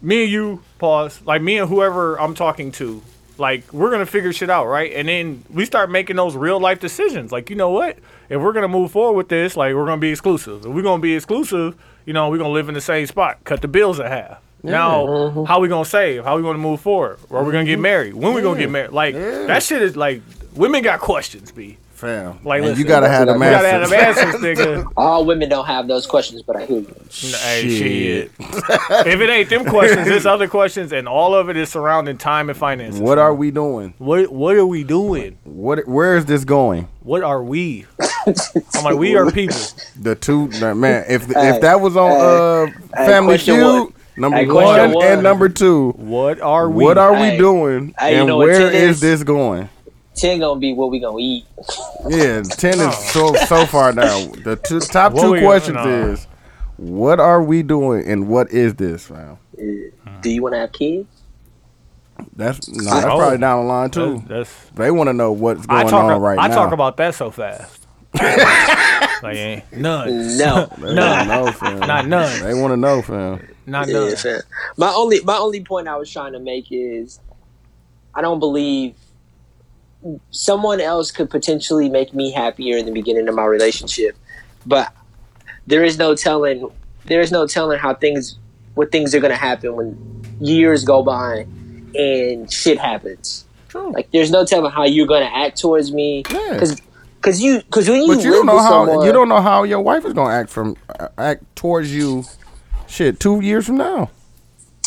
Speaker 2: Me and you, pause. Like me and whoever I'm talking to, like we're gonna figure shit out, right? And then we start making those real life decisions. Like you know what? If we're gonna move forward with this, like we're gonna be exclusive. If we're gonna be exclusive, you know we're gonna live in the same spot. Cut the bills in half. Now, how we gonna save? How we gonna move forward? Are we gonna get married? When we gonna get married? Like
Speaker 3: Yeah.
Speaker 2: that shit is like women got questions, b.
Speaker 3: fam.
Speaker 2: Like,
Speaker 3: and you
Speaker 2: listen,
Speaker 3: gotta have
Speaker 6: we
Speaker 3: the
Speaker 2: We gotta have
Speaker 3: masters.
Speaker 2: them answers, nigga.
Speaker 6: All women don't have those questions, but I hear you.
Speaker 2: Hey, shit. (laughs) if it ain't them questions, it's other questions, and all of it is surrounding time and finances.
Speaker 3: What are we doing?
Speaker 2: What What are we doing?
Speaker 3: What? Where is this going?
Speaker 2: What are we? I'm like, we are people.
Speaker 3: The two nah, man. If
Speaker 6: Hey,
Speaker 3: if that was on uh,
Speaker 6: hey,
Speaker 3: Family
Speaker 6: question
Speaker 3: Feud,
Speaker 6: one.
Speaker 3: number
Speaker 6: Hey, question
Speaker 3: one,
Speaker 6: one.
Speaker 3: and number two,
Speaker 2: What are we?
Speaker 3: what are we
Speaker 6: Hey,
Speaker 3: doing?
Speaker 6: hey, you
Speaker 3: and
Speaker 6: know what
Speaker 3: where
Speaker 6: ten
Speaker 3: is
Speaker 6: is?
Speaker 3: this going?
Speaker 6: Ten gonna be what we gonna eat.
Speaker 3: Yeah, ten is so so far down. The two, top
Speaker 2: Oh. What
Speaker 3: two
Speaker 2: we-
Speaker 3: questions
Speaker 2: nah.
Speaker 3: is, what are we doing, and what is this, fam?
Speaker 6: Do you want to have kids?
Speaker 3: That's no, that's
Speaker 2: Oh.
Speaker 3: probably down the line too.
Speaker 2: That's, that's-
Speaker 3: They want to know what's
Speaker 2: I
Speaker 3: going
Speaker 2: talk.
Speaker 3: on right
Speaker 2: I
Speaker 3: now.
Speaker 2: talk about that so (laughs) fast. like, ain't none.
Speaker 6: No.
Speaker 3: They wanna know, fam.
Speaker 2: Not none.
Speaker 3: They want to know, fam.
Speaker 2: Not
Speaker 6: Yeah,
Speaker 2: none.
Speaker 6: fair. My only my only point I was trying to make is I don't believe someone else could potentially make me happier in the beginning of my relationship, but there is no telling there is no telling how things what things are going to happen when years go by and shit happens.
Speaker 3: True.
Speaker 6: Like there's no telling how you're going to act towards me
Speaker 3: Yeah.
Speaker 6: cuz cuz you cuz when you
Speaker 3: But you don't
Speaker 6: live
Speaker 3: know
Speaker 6: with
Speaker 3: how
Speaker 6: someone,
Speaker 3: you don't know how your wife is gonna act from uh, act towards you. Shit, two years from now.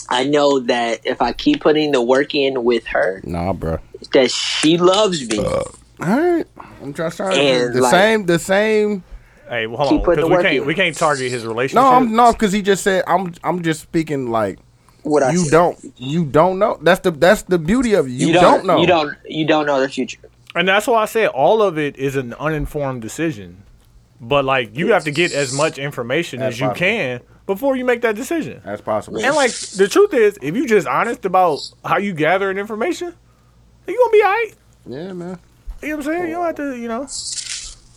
Speaker 6: I know that if I keep putting the work in with her
Speaker 3: Nah, bro.
Speaker 6: that she loves me.
Speaker 3: Uh, All right, I'm just trying.
Speaker 6: And,
Speaker 3: the
Speaker 6: like-
Speaker 3: same, the same.
Speaker 2: Hey, well, hold
Speaker 6: Keep
Speaker 2: on,
Speaker 6: putting
Speaker 2: because
Speaker 6: the
Speaker 2: we
Speaker 6: work
Speaker 2: can't
Speaker 6: in.
Speaker 2: we can't target his relationship.
Speaker 3: No, I'm no, because he just said I'm. I'm just speaking like
Speaker 6: what I
Speaker 3: you
Speaker 6: said.
Speaker 3: don't. You don't know. That's the that's the beauty of it. You, don't, know.
Speaker 6: You don't. You don't know the future.
Speaker 2: And that's why I say all of it is an uninformed decision. But like you have to get as much information
Speaker 3: As
Speaker 2: as you
Speaker 3: possible.
Speaker 2: can before you make that decision.
Speaker 3: That's possible.
Speaker 2: And like the truth is, if you just honest about how you gathering information, you gonna be alright.
Speaker 3: yeah, man.
Speaker 2: You know what I'm saying? You don't have to, you know,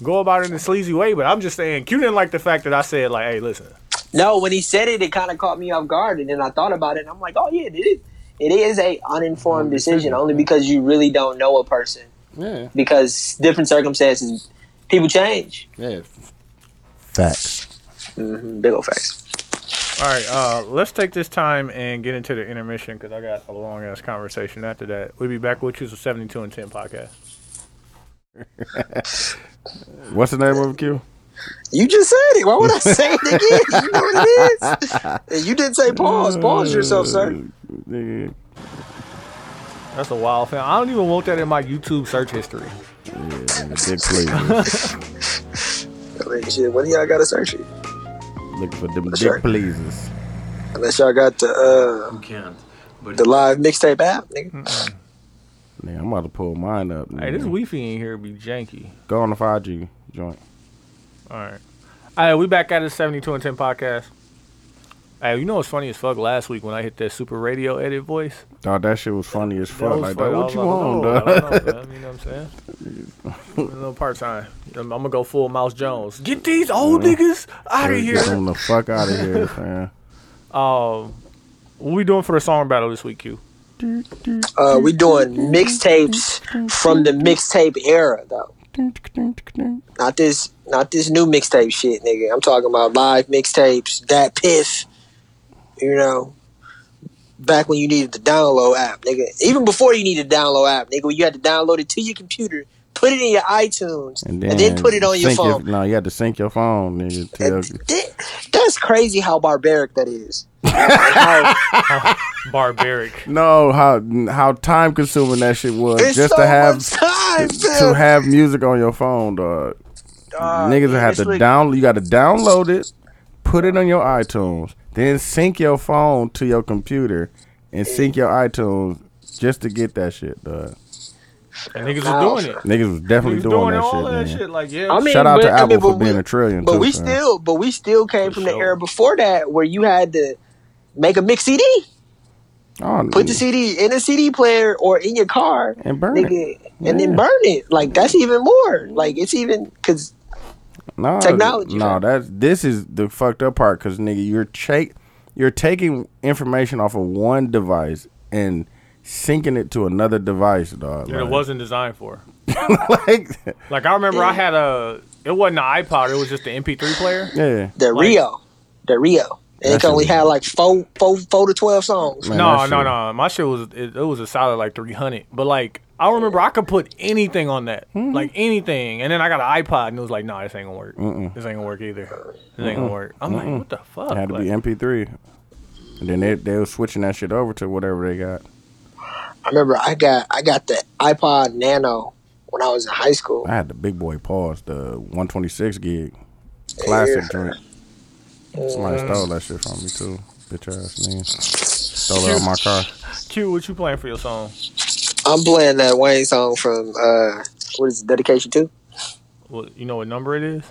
Speaker 2: go about it in a sleazy way. But I'm just saying, Q didn't like the fact that I said like, hey, listen,
Speaker 6: No, when he said it, it kind of caught me off guard, and then I thought about it. and I'm like, oh yeah, it is. It is a uninformed decision only because you really don't know a person
Speaker 3: Yeah,
Speaker 6: because different circumstances, people change.
Speaker 3: yeah. Facts.
Speaker 6: hmm Big old facts.
Speaker 2: all right, uh, let's take this time and get into the intermission because I got a long ass conversation after that. We'll be back with you with 72 and 10 podcast.
Speaker 3: What's the name of it, Q?
Speaker 6: You just said it. Why would I say it again? you know what
Speaker 3: (laughs)
Speaker 6: it is. And you didn't say pause. Pause yourself, sir.
Speaker 3: Nigga,
Speaker 2: That's a wild film. I don't even want that in my YouTube search history.
Speaker 3: Dick, please.
Speaker 6: I mean,
Speaker 3: Mm.
Speaker 6: shit. When y'all got to search it?
Speaker 3: Looking for them
Speaker 6: Sure.
Speaker 3: dick pleases.
Speaker 6: Unless y'all got the uh,
Speaker 5: can't. But
Speaker 6: the live mixtape app, nigga.
Speaker 3: Man, I'm about to pull mine up.
Speaker 2: Hey,
Speaker 3: nigga.
Speaker 2: this Wi-Fi in here be janky.
Speaker 3: Go on the 5G joint.
Speaker 2: All right. All right, we back at the 72 and 10 podcast. Hey, you know what's funny as fuck last week when I hit that super radio edit voice?
Speaker 3: Dog, that shit was funny as
Speaker 2: was
Speaker 3: fuck. like,
Speaker 2: funny.
Speaker 3: dog,
Speaker 2: I
Speaker 3: what
Speaker 2: was
Speaker 3: you
Speaker 2: like,
Speaker 3: want,
Speaker 2: no,
Speaker 3: dog?
Speaker 2: I don't know, man. You know what I'm
Speaker 3: (laughs)
Speaker 2: saying? no part time. I'm, going to go full Mouse Jones. Get these old niggas out of
Speaker 3: Get
Speaker 2: here.
Speaker 3: them the fuck out
Speaker 2: (laughs)
Speaker 3: of here, man.
Speaker 2: Um, what we doing for the song battle this week, Q?
Speaker 6: Uh, we doing mixtapes from the mixtape era though. Not this, not this new mixtape shit, nigga. I'm talking about live mixtapes, that piff. You know, back when you needed the download app, nigga. Even before you needed the download app, nigga, when you had to download it to your computer, put it in your iTunes, and then, put it on your
Speaker 3: sync
Speaker 6: phone.
Speaker 3: no, you had to sync your phone, nigga. to your-
Speaker 6: Th- That's crazy how barbaric that is. How-
Speaker 3: (laughs)
Speaker 2: Barbaric.
Speaker 3: no, how how time consuming that shit was
Speaker 6: it's
Speaker 3: just
Speaker 6: so
Speaker 3: to have
Speaker 6: much time,
Speaker 3: to
Speaker 6: fam.
Speaker 3: have music on your phone, dog.
Speaker 2: Uh,
Speaker 6: Dog,
Speaker 3: Niggas had
Speaker 6: it's
Speaker 3: to
Speaker 6: like-
Speaker 3: download. You got to download it, put it on your iTunes, then sync your phone to your computer, and sync your iTunes just to get that shit, dog.
Speaker 2: And niggas
Speaker 6: Wow.
Speaker 2: was doing it.
Speaker 3: Niggas was definitely
Speaker 2: Niggas
Speaker 3: doing,
Speaker 2: doing,
Speaker 3: that
Speaker 2: all
Speaker 3: shit.
Speaker 2: that
Speaker 3: man.
Speaker 2: shit. Like yeah,
Speaker 6: I mean,
Speaker 3: Shout out
Speaker 6: but-
Speaker 3: to
Speaker 6: I mean,
Speaker 3: Apple
Speaker 6: but
Speaker 3: for being
Speaker 6: we-
Speaker 3: a trillion.
Speaker 6: But
Speaker 3: too,
Speaker 6: we
Speaker 3: son.
Speaker 6: still, but we still came
Speaker 2: For
Speaker 6: from the
Speaker 2: sure.
Speaker 6: era before that where you had to make a mix CD,
Speaker 3: Oh,
Speaker 6: put the CD in a CD player or in your car,
Speaker 3: and burn it.
Speaker 6: nigga, and
Speaker 3: Yeah.
Speaker 6: then burn it. Like that's even more. Like it's even because
Speaker 3: No,
Speaker 6: Technology,
Speaker 3: No,
Speaker 6: son.
Speaker 3: that's this is the fucked up part because nigga, you're cha- you're taking information off of one device and syncing it to another device, dog.
Speaker 2: that it wasn't designed for.
Speaker 3: like, (laughs)
Speaker 2: Like I remember, I had a. It wasn't an iPod. It was just an MP3 player.
Speaker 3: yeah.
Speaker 6: the
Speaker 2: Like-
Speaker 6: Rio, the Rio, and
Speaker 3: That's
Speaker 6: it only
Speaker 3: a-
Speaker 6: had like four, four, four to twelve songs.
Speaker 3: Man,
Speaker 2: no,
Speaker 3: that
Speaker 2: no,
Speaker 3: shit-
Speaker 2: no. My shit was it, it was a solid like three hundred. But like I remember, I could put anything on that,
Speaker 3: Mm-hmm.
Speaker 2: like anything. And then I got an iPod, and it was like, nah, this ain't gonna work. This ain't gonna work either. This ain't gonna work. I'm like, what the fuck?
Speaker 3: It had to
Speaker 2: Like,
Speaker 3: be MP3. And then they they were switching that shit over to whatever they got.
Speaker 6: I remember I got I got the iPod Nano when I was in high school.
Speaker 3: I had the big boy pause, the 126 uh, gig classic
Speaker 6: Yeah.
Speaker 3: joint. Somebody stole that shit from me too. Bitch ass nigga. Stole it out my car.
Speaker 2: Q, what you playing for your song?
Speaker 6: I'm playing that Wayne song from uh, what is it, Dedication Two?
Speaker 2: What, you know what number it is?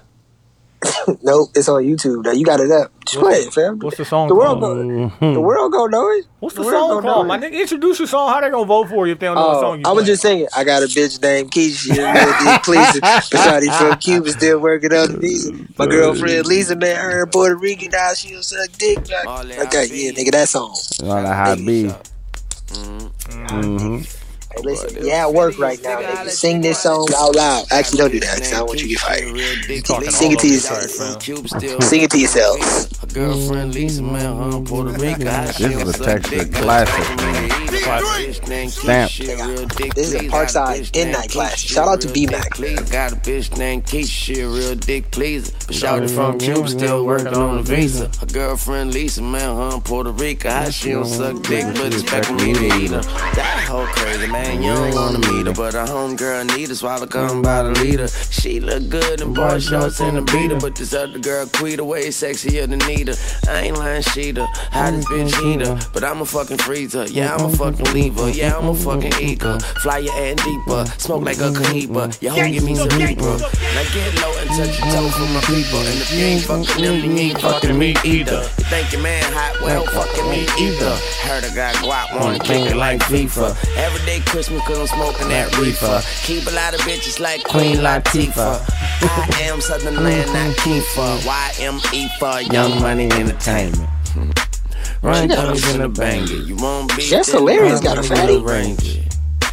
Speaker 6: (laughs) nope, it's on YouTube. Though you got it up. Just play it, fam.
Speaker 2: What's the song
Speaker 6: The world
Speaker 2: called?
Speaker 6: go,
Speaker 3: Mm-hmm.
Speaker 6: the world go know it.
Speaker 2: What's the
Speaker 6: Where it
Speaker 2: song
Speaker 6: gonna
Speaker 2: called?
Speaker 6: do
Speaker 2: My
Speaker 6: it?
Speaker 2: nigga, introduce your song. How they gonna vote for you if they don't know what
Speaker 6: Oh,
Speaker 2: song
Speaker 6: I
Speaker 2: you
Speaker 6: was
Speaker 2: playing?
Speaker 6: just singing. I got a bitch named Keisha. She a real (laughs) deep pleaser. Besides, he from Cuba, still working on the visa. My girlfriend Lisa, man, her in Puerto Rican, now she'll suck dick.
Speaker 4: All
Speaker 6: Like,
Speaker 4: that
Speaker 6: okay,
Speaker 4: I
Speaker 6: yeah,
Speaker 4: be.
Speaker 6: nigga, that song.
Speaker 3: All that high B. Mm-hmm.
Speaker 6: Hey, listen, yeah, I work right now, nigga. Sing this song out loud. Actually, don't do that, 'cause I don't want you to get fired.
Speaker 4: fired.
Speaker 6: Sing it to yourself. Sing it to yourself.
Speaker 4: Girlfriend Lisa, man, huh? Puerto Rico.
Speaker 3: This is a
Speaker 6: uh,
Speaker 3: Texas classic, Stamp.
Speaker 6: This is a Parkside Midnight Classic. Shout out to B-Mac.
Speaker 4: Got a bitch named Keisha, she a real dick pleaser. But shout it from Cuba, still working on a visa. Her girlfriend Lisa, man, huh? Puerto Rico. How she don't suck dick, but expecting me to eat her. That whole crazy, man. You don't wanna meet her. But her homegirl need her, swallow come by the leader. She look good in boy shorts and a beater. But this other girl, Quita, way sexier than Nita. I ain't lying, she the hottest bitch either. But I'm a fucking freezer. Yeah, I'm a fucking lever. Yeah, I'm a fucking eager. Fly your ass deeper. Smoke like a cohiba. Your home give me some reaper. Now get low and touch your toe for my people. And if you ain't fucking them, you ain't fucking me either. You think your man hot? Well, fucking me either. Heard I got guap, wanna kick it like FIFA. Every day Christmas, cause I'm smoking that reefer. Keep a lot of bitches like Queen Latifah. I am Southern Land, not Keefa. YME for E Young Money Entertainment. Run
Speaker 6: got
Speaker 4: dummies in the banger. You won't be
Speaker 6: That's hilarious, got a fatty.
Speaker 4: Ranger.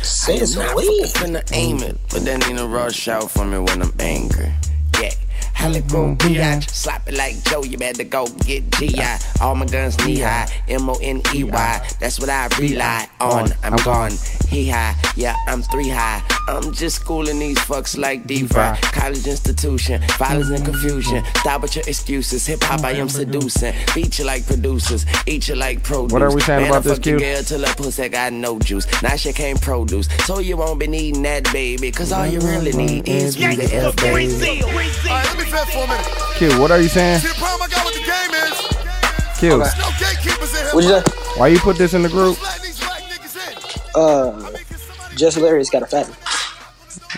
Speaker 6: Sing it
Speaker 4: Not
Speaker 6: weed.
Speaker 4: finna aim it, but that ain't a rush out from me when I'm angry. Yeah. Holly boom, biatch, slap it like Joe, you better go get G.I. All my guns knee high, M-O-N-E-Y, E that's what I rely on. I'm gone, he high, yeah, I'm three high. I'm just schooling these fucks like D-Fry. College institution, violence and confusion. Stop with your excuses, hip-hop I am seducing. Beat you like producers, eat you like produce.
Speaker 3: What are we saying
Speaker 4: Man,
Speaker 3: about
Speaker 4: I
Speaker 3: this,
Speaker 4: fuck your
Speaker 3: Q?
Speaker 4: girl till her pussy got no juice. Now she can't produce. So you won't be needing that, baby. Cause all you really need is me to F, baby.
Speaker 5: Alright, let me fast for a minute.
Speaker 3: Kill, what are you saying?
Speaker 5: See, the problem I got with the game is,
Speaker 3: Kill,
Speaker 5: there's no gatekeepers in here.
Speaker 6: What'd you say?
Speaker 3: why you put this in the group?
Speaker 5: Letting these whack niggas in.
Speaker 6: Uh,
Speaker 5: I mean, can somebody-
Speaker 6: Just Hilarious got a fatty.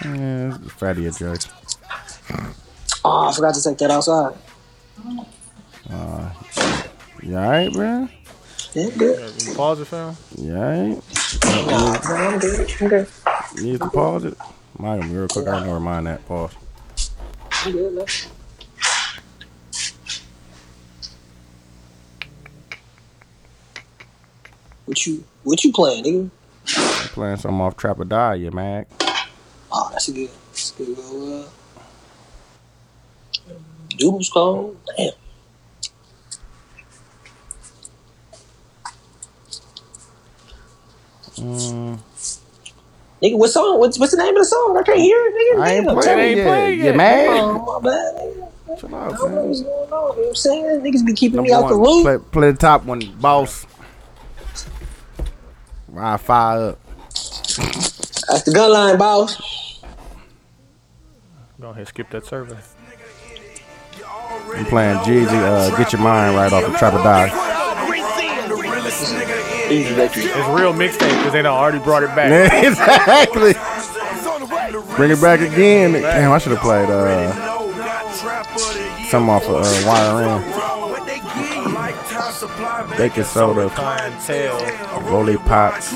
Speaker 3: Yeah, it's fatty a jerk.
Speaker 6: Oh, I forgot to take that outside.
Speaker 3: You alright, bro?
Speaker 6: Yeah, good.
Speaker 2: pause the film.
Speaker 3: You alright?
Speaker 6: I'm good. I'm good.
Speaker 3: You need to pause it? Mind him real quick. I don't mind that. Pause.
Speaker 6: I'm good, man. What you what you playing, nigga?
Speaker 3: I'm playing some off Trap or Die, you mag.
Speaker 6: Oh, that's a good that's a good little uh Doodles call. Damn.
Speaker 3: Mm.
Speaker 6: Nigga, what song? What's, what's the name of the song? I can't hear it, nigga.
Speaker 3: I ain't
Speaker 6: Damn,
Speaker 3: playing
Speaker 6: tell me.
Speaker 3: it
Speaker 2: ain't
Speaker 3: yet.
Speaker 2: playing
Speaker 3: You
Speaker 2: yet.
Speaker 3: mag?
Speaker 6: Oh, my bad, nigga.
Speaker 3: Chill
Speaker 6: I
Speaker 3: out,
Speaker 6: don't know
Speaker 3: man.
Speaker 6: what's going on. You know what I'm saying? Niggas be keeping me
Speaker 3: Number
Speaker 6: out the
Speaker 3: one,
Speaker 6: loop.
Speaker 3: play, play the top one, boss. Ride fire up.
Speaker 6: That's the gun
Speaker 3: (laughs)
Speaker 6: line, boss.
Speaker 2: Go ahead, skip that survey.
Speaker 3: I'm playing Jeezy, uh, Get Your Mind right off of Trap or (laughs) Die.
Speaker 6: Easy victory.
Speaker 2: It's real mixtape because they done already brought it back.
Speaker 3: exactly. Bring it back again. Damn, I should have played uh, some off of uh, Wire In. Baking soda, Rolly Pops,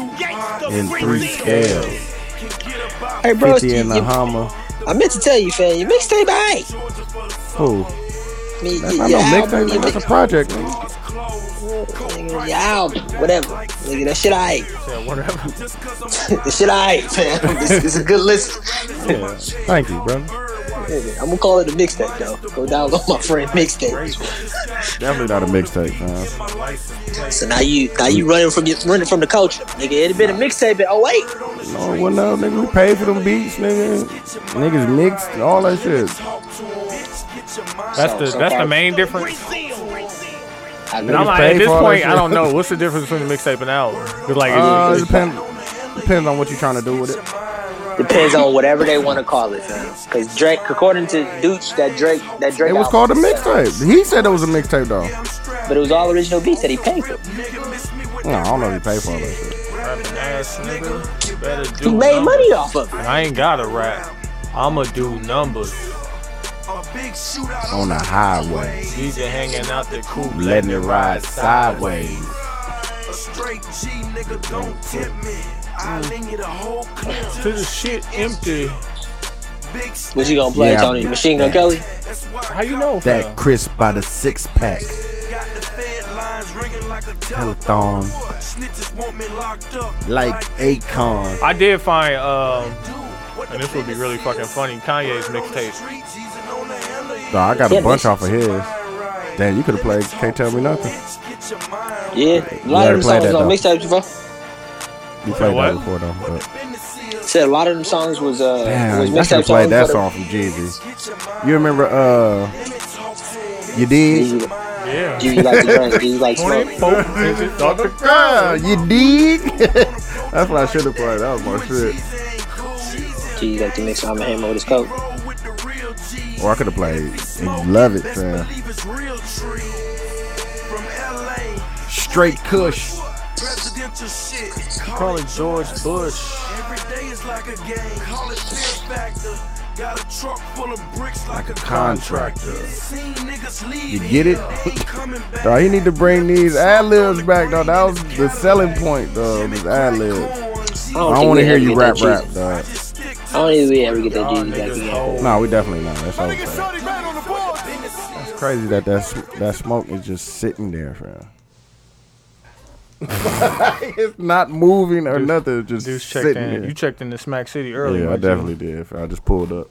Speaker 3: in three scales.
Speaker 6: Hey, bro,
Speaker 3: 50
Speaker 6: you,
Speaker 3: in the
Speaker 6: you-
Speaker 3: Hummer.
Speaker 6: I meant to tell you, fam. Your mixtape, I ain't.
Speaker 3: Who?
Speaker 6: I mean,
Speaker 3: I
Speaker 6: your,
Speaker 3: know
Speaker 6: your
Speaker 3: mixtape.
Speaker 6: album,
Speaker 3: man,
Speaker 6: your,
Speaker 3: That's a
Speaker 6: mix,
Speaker 3: project. man.
Speaker 6: nigga, your album, whatever. Nigga, that shit, I ain't. the shit, I ain't, fam. It's, it's a good listen.
Speaker 3: Yeah. Thank you, brother.
Speaker 6: Nigga, I'm gonna call it a mixtape, though. Go download my friend mixtape.
Speaker 3: Definitely not a mixtape, man.
Speaker 6: So now you, now you running from your, running from the culture, nigga. It'd been a mixtape oh, in 08.
Speaker 3: No, Oh, well, no, nigga, we paid for them beats, nigga. Niggas mixed and all that shit.
Speaker 2: That's the
Speaker 6: So
Speaker 2: that's the
Speaker 6: far-
Speaker 2: main difference.
Speaker 6: I
Speaker 2: And I'm
Speaker 3: Niggas
Speaker 2: like,
Speaker 3: paid
Speaker 2: at this
Speaker 3: for all that
Speaker 2: point, I
Speaker 3: shit.
Speaker 2: don't
Speaker 3: (laughs)
Speaker 2: know what's the difference between the mixtape and album. 'Cause, like,
Speaker 3: Uh, it
Speaker 2: it's-
Speaker 3: depends. Depends on what you're trying to do with it.
Speaker 6: Depends on whatever they want to call it, fam. Because Drake, according to Dooch, that Drake, that Drake.
Speaker 3: It was
Speaker 6: album,
Speaker 3: called a mixtape. He said it was a mixtape, though.
Speaker 6: But it was all original beats that he paid for.
Speaker 3: No, I don't know if he paid for all that shit.
Speaker 2: Rapping ass nigga, you better do
Speaker 6: He made
Speaker 2: numbers.
Speaker 6: money off of it.
Speaker 2: I ain't got to rap. I'ma do numbers.
Speaker 3: On the highway,
Speaker 2: DJ hanging out the coupe,
Speaker 3: letting it ride sideways.
Speaker 2: To the shit empty.
Speaker 6: What you gonna play,
Speaker 3: Yeah.
Speaker 6: Tony? Machine Gun Kelly?
Speaker 2: How you know?
Speaker 3: That
Speaker 2: fam?
Speaker 3: crisp by the six pack. Telethon. Like Akon.
Speaker 2: I did find, um, and this would be really fucking funny. Kanye's mixtape.
Speaker 3: So I got
Speaker 6: Yeah,
Speaker 3: a bunch
Speaker 6: this-
Speaker 3: off of his. Damn, you could have played Can't Tell Me Nothing.
Speaker 6: Yeah. A lot of them
Speaker 3: already played
Speaker 6: songs
Speaker 3: that,
Speaker 6: on
Speaker 3: though.
Speaker 6: mixtapes, bro.
Speaker 3: You played
Speaker 2: what?
Speaker 3: that before though. But.
Speaker 6: Said a lot of them songs was uh was
Speaker 3: Damn, I should
Speaker 6: mixtape
Speaker 3: have played
Speaker 6: songs.
Speaker 3: that
Speaker 6: but-
Speaker 3: song from Jeezy. You remember uh You did?
Speaker 6: Do
Speaker 2: Yeah.
Speaker 6: you
Speaker 3: (laughs)
Speaker 6: like to drink? Do you like smoke?
Speaker 3: Ah, you did? (laughs) That's what I should have played. That was my shit.
Speaker 6: Do you like to mix? I'm a hammer with his coke.
Speaker 3: Or I could have played and you love it, fam. Straight Kush.
Speaker 2: Calling George Bush.
Speaker 3: Contractor. You get it? (laughs) Dawg, he need to bring these ad libs back, though. That was the selling point, though. These ad libs. I don't
Speaker 6: think
Speaker 3: want to
Speaker 6: we
Speaker 3: hear
Speaker 6: ever
Speaker 3: you
Speaker 6: get
Speaker 3: rap,
Speaker 6: that
Speaker 3: rap,
Speaker 6: Jeezy.
Speaker 3: dog.
Speaker 6: I
Speaker 3: Oh,
Speaker 6: don't think we ever get that Jeezy back again.
Speaker 3: No, we definitely not. That's all I'm
Speaker 5: Nigga,
Speaker 3: saying.
Speaker 5: Shorty ran on the board.
Speaker 3: It's crazy that that, sm- that smoke is just sitting there, fam. (laughs) it's not moving or nothing. It's just
Speaker 2: Dude's checked
Speaker 3: sitting
Speaker 2: in.
Speaker 3: there.
Speaker 2: You checked in the Smack City
Speaker 3: yeah,
Speaker 2: earlier.
Speaker 3: I definitely did. fam. I just pulled up.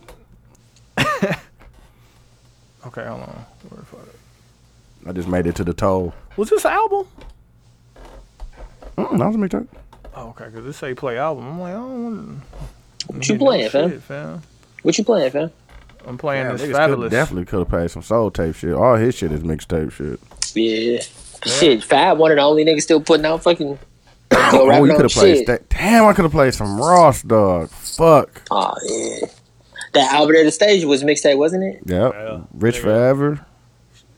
Speaker 2: Okay, hold on. Where the fuck-
Speaker 3: I just made it to the toll.
Speaker 2: Was this an album?
Speaker 3: Mm, that was a mixtape.
Speaker 2: Oh, okay, because this say play album. I'm like, I don't want
Speaker 6: What you playing, fam?
Speaker 2: fam?
Speaker 6: What you playing, fam?
Speaker 2: I'm playing
Speaker 3: Yeah,
Speaker 2: this
Speaker 3: niggas could-
Speaker 2: fabulous.
Speaker 3: definitely could have played some soul tape shit. All his shit is mixtape shit.
Speaker 6: Yeah. Shit, Fab, one of the only niggas still putting out fucking. Go
Speaker 3: (coughs) Oh,
Speaker 6: rapping
Speaker 3: you
Speaker 6: on
Speaker 3: could have played.
Speaker 6: shit.
Speaker 3: Sta- Damn, I could have played some Ross, dog. Fuck.
Speaker 6: Oh yeah. That Albert at the stage was mixtape, wasn't it?
Speaker 3: Yep.
Speaker 2: Yeah.
Speaker 3: Rich
Speaker 2: Nigga.
Speaker 3: Forever.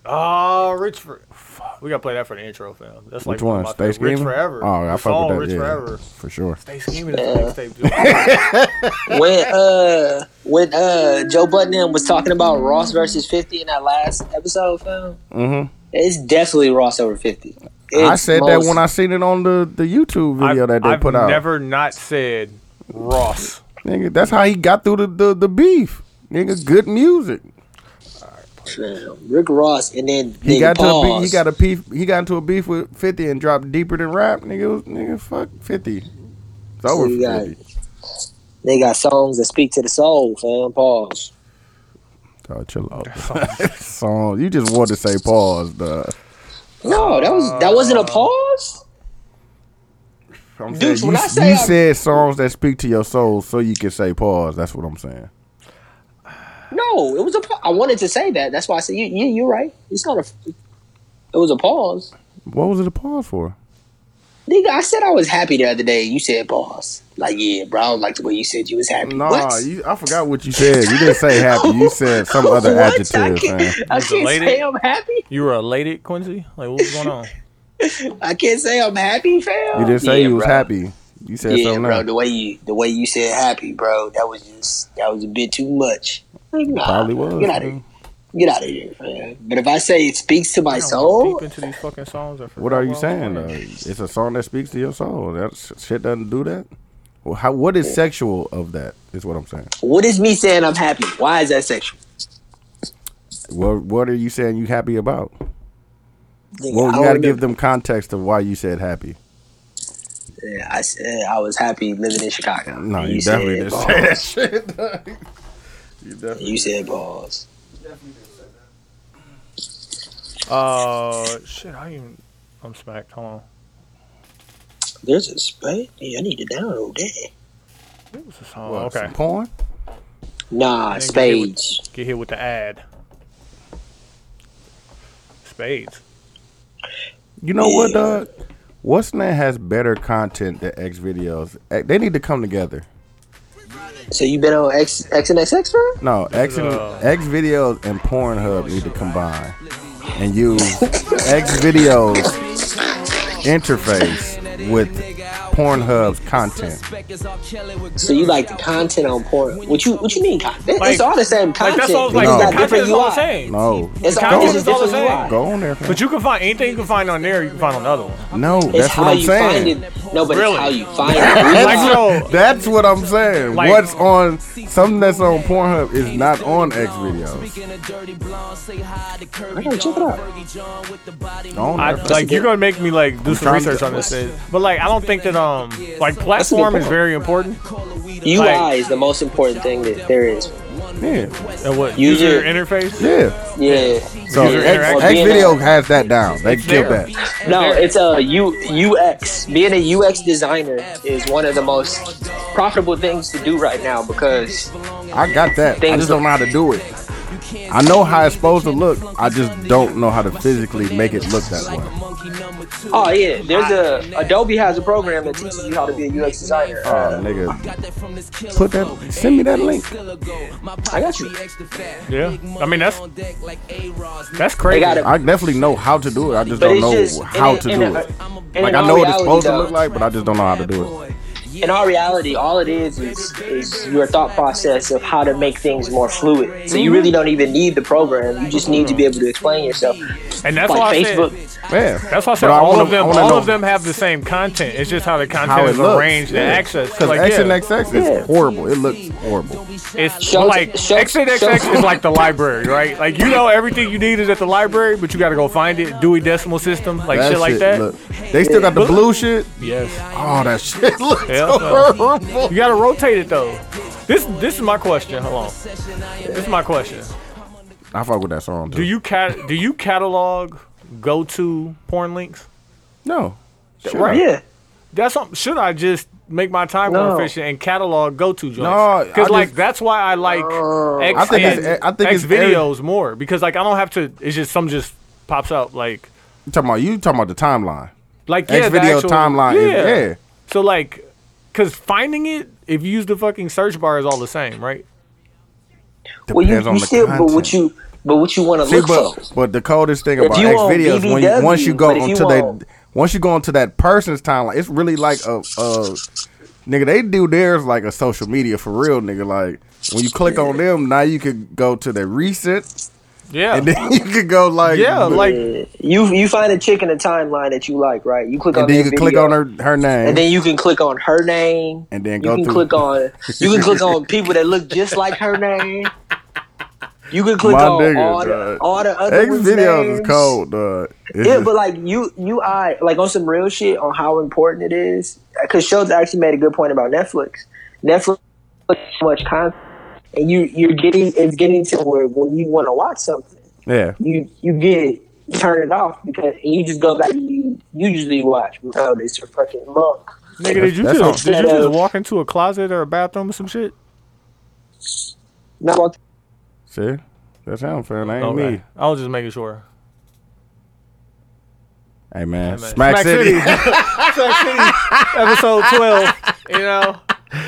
Speaker 2: Oh, Rich for fuck. We gotta play that for the intro, fam. That's like
Speaker 3: Which one?
Speaker 2: my
Speaker 3: Stay
Speaker 2: favorite- Rich
Speaker 3: Scheming?
Speaker 2: Forever.
Speaker 3: Oh,
Speaker 2: The
Speaker 3: I fuck
Speaker 2: song,
Speaker 3: with that.
Speaker 2: Rich
Speaker 3: yeah,
Speaker 2: Forever.
Speaker 3: for sure.
Speaker 2: Stay scheming is the
Speaker 3: (laughs)
Speaker 2: mixtape.
Speaker 6: When uh when uh Joe Button and was talking about Ross versus fifty in that last episode, fam.
Speaker 3: Mm-hmm.
Speaker 6: It's definitely Ross over fifty.
Speaker 3: I
Speaker 6: It's
Speaker 3: said
Speaker 6: most-
Speaker 3: that when I seen it on the, the YouTube
Speaker 2: I've,
Speaker 3: video that they
Speaker 2: I've
Speaker 3: put out.
Speaker 2: never not said Ross.
Speaker 3: Nigga, that's how he got through the, the, the beef. Nigga, good music.
Speaker 6: Fam, Rick Ross and then
Speaker 3: He
Speaker 6: nigga,
Speaker 3: got to a
Speaker 6: pause.
Speaker 3: beef, he got a beef he got into a beef with Fifty and dropped deeper than rap. Nigga, it was, nigga, fuck Fifty. It's over
Speaker 6: You
Speaker 3: for
Speaker 6: got-
Speaker 3: Fifty.
Speaker 6: they got songs that speak to the soul, fam. Pause.
Speaker 3: Oh, chill out. (laughs) Song, you just wanted to say pause, duh.
Speaker 6: No, that was that wasn't
Speaker 3: Uh.
Speaker 6: a pause.
Speaker 3: I'm
Speaker 6: Deuce,
Speaker 3: saying
Speaker 6: when
Speaker 3: you,
Speaker 6: I say
Speaker 3: you
Speaker 6: I-
Speaker 3: said songs that speak to your soul, so you can say pause. That's what I'm saying.
Speaker 6: No, it was a. pa- I wanted to say that. That's why I said you. you you're right. It's not a. It was a pause.
Speaker 3: What was it a pause for?
Speaker 6: Nigga, I said I was happy the other day. You said boss. Like, yeah, bro, I don't like the way you said you was happy.
Speaker 3: Nah,
Speaker 6: what?
Speaker 3: you, I forgot what you said. You didn't say happy.
Speaker 6: (laughs)
Speaker 3: You said some other
Speaker 6: What? I
Speaker 3: adjective. Man.
Speaker 6: can't, I
Speaker 2: You
Speaker 6: can't
Speaker 2: delayed
Speaker 6: say
Speaker 2: it?
Speaker 6: I'm happy.
Speaker 2: You were elated,
Speaker 6: (laughs)
Speaker 2: Quincy? Like, what was going on?
Speaker 6: I can't say I'm happy, fam.
Speaker 3: You didn't say
Speaker 6: Yeah,
Speaker 3: you was
Speaker 6: bro.
Speaker 3: happy. You said
Speaker 6: yeah,
Speaker 3: something.
Speaker 6: bro.
Speaker 3: else.
Speaker 6: The way you the way you said happy, bro, that was just that was a bit too much. Like, nah,
Speaker 3: Probably was,
Speaker 6: Get out of
Speaker 3: bro.
Speaker 6: here. Get out of here. Man. But if I say it speaks to my
Speaker 2: I don't
Speaker 6: soul,
Speaker 2: deep into these fucking songs. I forgot
Speaker 3: What are you
Speaker 2: where I was
Speaker 3: saying?
Speaker 2: going.
Speaker 3: Though? It's a song that speaks to your soul. That sh- shit doesn't do that. Well, how? What is sexual of that? Is what I'm saying.
Speaker 6: what is me saying I'm happy? Why is that sexual?
Speaker 3: What What are you saying? You happy about?
Speaker 6: Nigga,
Speaker 3: Well,
Speaker 6: I
Speaker 3: you got to
Speaker 6: don't
Speaker 3: give
Speaker 6: know.
Speaker 3: them context of why you said happy.
Speaker 6: Yeah, I said I was happy living in Chicago.
Speaker 3: No,
Speaker 6: And
Speaker 3: you, definitely didn't
Speaker 6: said balls.
Speaker 3: say that shit. (laughs) you definitely.
Speaker 6: You said balls.
Speaker 2: Uh, shit, I even. I'm smacked. Hold on.
Speaker 6: There's a space. Yeah, I need to download that.
Speaker 2: It was a song.
Speaker 3: What,
Speaker 2: okay.
Speaker 3: some porn.
Speaker 2: Nigga,
Speaker 6: Nah,
Speaker 2: get with-
Speaker 6: spades.
Speaker 2: Get here with the ad. Spades.
Speaker 3: You know what,
Speaker 6: Yeah.
Speaker 3: dog? What's Name has better content than X videos. Eh, They need to come together.
Speaker 6: So you been on X X and XX bro?
Speaker 3: No, X and,
Speaker 2: uh,
Speaker 3: X videos and Pornhub need to combine and use
Speaker 6: (laughs)
Speaker 3: X videos interface with Pornhub's content.
Speaker 6: So you like the content on porn? What you what you mean? Con- that-
Speaker 2: Like-
Speaker 6: it's all the same
Speaker 2: Like
Speaker 6: content.
Speaker 2: that's all.
Speaker 6: It's
Speaker 2: Like the
Speaker 3: No.
Speaker 6: got
Speaker 2: content
Speaker 6: different
Speaker 2: is all the
Speaker 6: UI.
Speaker 2: same.
Speaker 3: No,
Speaker 6: It's
Speaker 2: Go-
Speaker 6: all it's
Speaker 2: go
Speaker 6: all the
Speaker 2: on.
Speaker 6: same.
Speaker 3: go on there. fam.
Speaker 2: But you can find anything you can find on there. You can find on another one.
Speaker 3: No,
Speaker 6: It's
Speaker 3: that's
Speaker 6: how
Speaker 3: what I'm
Speaker 6: you
Speaker 3: saying.
Speaker 6: find it. No, but
Speaker 2: Really?
Speaker 6: it's how you find it.
Speaker 2: Like so,
Speaker 3: That's what I'm saying.
Speaker 2: Like-
Speaker 3: What's on something that's on Pornhub is not on X videos.
Speaker 6: I gotta check it out.
Speaker 3: On
Speaker 2: I,
Speaker 3: there, fam.
Speaker 2: like you're gonna make me like do some
Speaker 3: trying to-
Speaker 2: research on this, shit. but like I don't think that um like
Speaker 6: good
Speaker 2: platform is
Speaker 6: point.
Speaker 2: very important.
Speaker 6: UI
Speaker 2: Like-
Speaker 6: is the most important thing that there is.
Speaker 3: yeah,
Speaker 2: And what user
Speaker 6: User-
Speaker 2: interface?
Speaker 3: yeah.
Speaker 6: Yeah.
Speaker 3: So
Speaker 2: User
Speaker 3: X,
Speaker 2: interaction.
Speaker 3: X video has that down. They killed
Speaker 2: there.
Speaker 3: that.
Speaker 6: No, it's a U, UX. Being a UX designer is one of the most profitable things to do right now because
Speaker 3: I got that. I
Speaker 6: Things
Speaker 3: just don't know how to do it. I know how it's supposed to look. I just don't know how to physically make it look that way.
Speaker 6: oh yeah, there's a Adobe has a program that teaches you how to be a UX designer.
Speaker 3: Oh,
Speaker 6: Uh,
Speaker 3: nigga. Put that. Send me that link.
Speaker 6: I got you.
Speaker 2: Yeah. I mean that's that's
Speaker 6: They
Speaker 2: crazy.
Speaker 6: got it,
Speaker 3: I definitely know how to do it. I just
Speaker 6: but
Speaker 3: don't
Speaker 6: it's
Speaker 3: know
Speaker 6: just in
Speaker 3: how
Speaker 6: a-
Speaker 3: to
Speaker 6: in
Speaker 3: do
Speaker 6: a-
Speaker 3: it.
Speaker 6: in
Speaker 3: Like I
Speaker 6: all
Speaker 3: know what it's
Speaker 6: reality,
Speaker 3: supposed to
Speaker 6: though,
Speaker 3: look like, but I just don't know how to do it.
Speaker 6: In all reality, all it is is is your thought process of how to make things more fluid. So you really don't even need the program. You just need to be able to explain yourself.
Speaker 2: and that's why
Speaker 6: Like
Speaker 2: I said
Speaker 6: Facebook,
Speaker 3: Yeah.
Speaker 2: that's why I said
Speaker 3: But I
Speaker 2: all
Speaker 3: wanna-
Speaker 2: of them
Speaker 3: I wanna
Speaker 2: all
Speaker 3: know
Speaker 2: of them have the same content. It's just how the content
Speaker 3: How it
Speaker 2: is
Speaker 3: looks.
Speaker 2: arranged and accessed.
Speaker 3: Because
Speaker 2: like,
Speaker 3: X
Speaker 2: yeah.
Speaker 3: and XX
Speaker 6: Yeah.
Speaker 3: is horrible. It looks horrible.
Speaker 2: It's
Speaker 6: Show-
Speaker 2: like
Speaker 6: show-
Speaker 2: XNXX
Speaker 6: show-
Speaker 2: is like
Speaker 6: (laughs)
Speaker 2: the library, right? Like you know everything you need is at the library, but you gotta go find it. Dewey Decimal System, like
Speaker 3: That
Speaker 2: shit like
Speaker 3: shit
Speaker 2: that.
Speaker 3: look- They still got the blue shit.
Speaker 2: Yes.
Speaker 3: Oh, that shit (laughs) looks
Speaker 2: Yeah.
Speaker 3: horrible.
Speaker 2: You gotta rotate it though. This this is my question. Hold on. This is my question.
Speaker 3: I fuck with that song too.
Speaker 2: Do you cat do you catalog go to porn links?
Speaker 3: No. Shut
Speaker 2: Right.
Speaker 3: up.
Speaker 6: yeah.
Speaker 2: That's what, should I just make my time
Speaker 6: No.
Speaker 2: more efficient and catalog go to joints?
Speaker 3: No, I
Speaker 2: because like
Speaker 3: just-
Speaker 2: that's why I like X
Speaker 3: I think it's-
Speaker 2: and
Speaker 3: I think
Speaker 2: X
Speaker 3: it's every-
Speaker 2: videos more because like I don't have to. It's just some just pops up like
Speaker 3: You talking about you talking about the timeline.
Speaker 2: like yeah,
Speaker 3: X
Speaker 2: the
Speaker 3: video
Speaker 2: actual-
Speaker 3: timeline is yeah.
Speaker 2: So like, cause finding it if you use the fucking search bar is all the same, right?
Speaker 6: Well, you,
Speaker 3: Depends on
Speaker 6: you
Speaker 3: the
Speaker 6: still, but
Speaker 3: content.
Speaker 6: what you, but what you want to
Speaker 3: See,
Speaker 6: look for?
Speaker 3: but, but the coldest thing about
Speaker 6: you
Speaker 3: X
Speaker 6: on
Speaker 3: videos when you,
Speaker 6: BBW,
Speaker 3: once you go
Speaker 6: but if you
Speaker 3: onto they
Speaker 6: on-
Speaker 3: once you go onto that person's timeline, it's really like a, a nigga. They do theirs like a social media for real, nigga. Like when you click on them, now you could go to the recent,
Speaker 2: Yeah.
Speaker 3: and then (laughs) you could go like
Speaker 2: Oh. yeah, like
Speaker 6: You you find a chick in a timeline that you like, right? You click on
Speaker 3: and then you
Speaker 6: their
Speaker 3: could click
Speaker 6: video,
Speaker 3: on her her name,
Speaker 6: and then you can click on her name,
Speaker 3: And then
Speaker 6: you
Speaker 3: go
Speaker 6: can
Speaker 3: through- (laughs)
Speaker 6: click on you can click on people that look just like her name. You can click
Speaker 3: my
Speaker 6: on
Speaker 3: nigga,
Speaker 6: all, the,
Speaker 3: dog.
Speaker 6: all the other
Speaker 3: X
Speaker 6: ones'
Speaker 3: videos
Speaker 6: names.
Speaker 3: is cold, dog. It's
Speaker 6: Yeah,
Speaker 3: just-
Speaker 6: but like you, you, I like on some real shit on how important it is. Because Schultz actually made a good point about Netflix. Netflix has so much content, and you you're getting it's getting to where when you want to watch something,
Speaker 3: yeah,
Speaker 6: you you get turn it off because and you just go back. You you usually watch oh this your fucking monk.
Speaker 2: nigga, did you
Speaker 3: That's
Speaker 2: just
Speaker 6: all-
Speaker 2: did you
Speaker 6: Instead
Speaker 2: just
Speaker 6: of-
Speaker 2: walk into a closet or a bathroom or some shit?
Speaker 6: Now I'm-
Speaker 3: see, that's how I'm feeling. Ain't
Speaker 2: Okay.
Speaker 3: me.
Speaker 2: I was just making sure.
Speaker 3: Hey man, Smack, City.
Speaker 2: Smack City, (laughs) episode twelve. You know,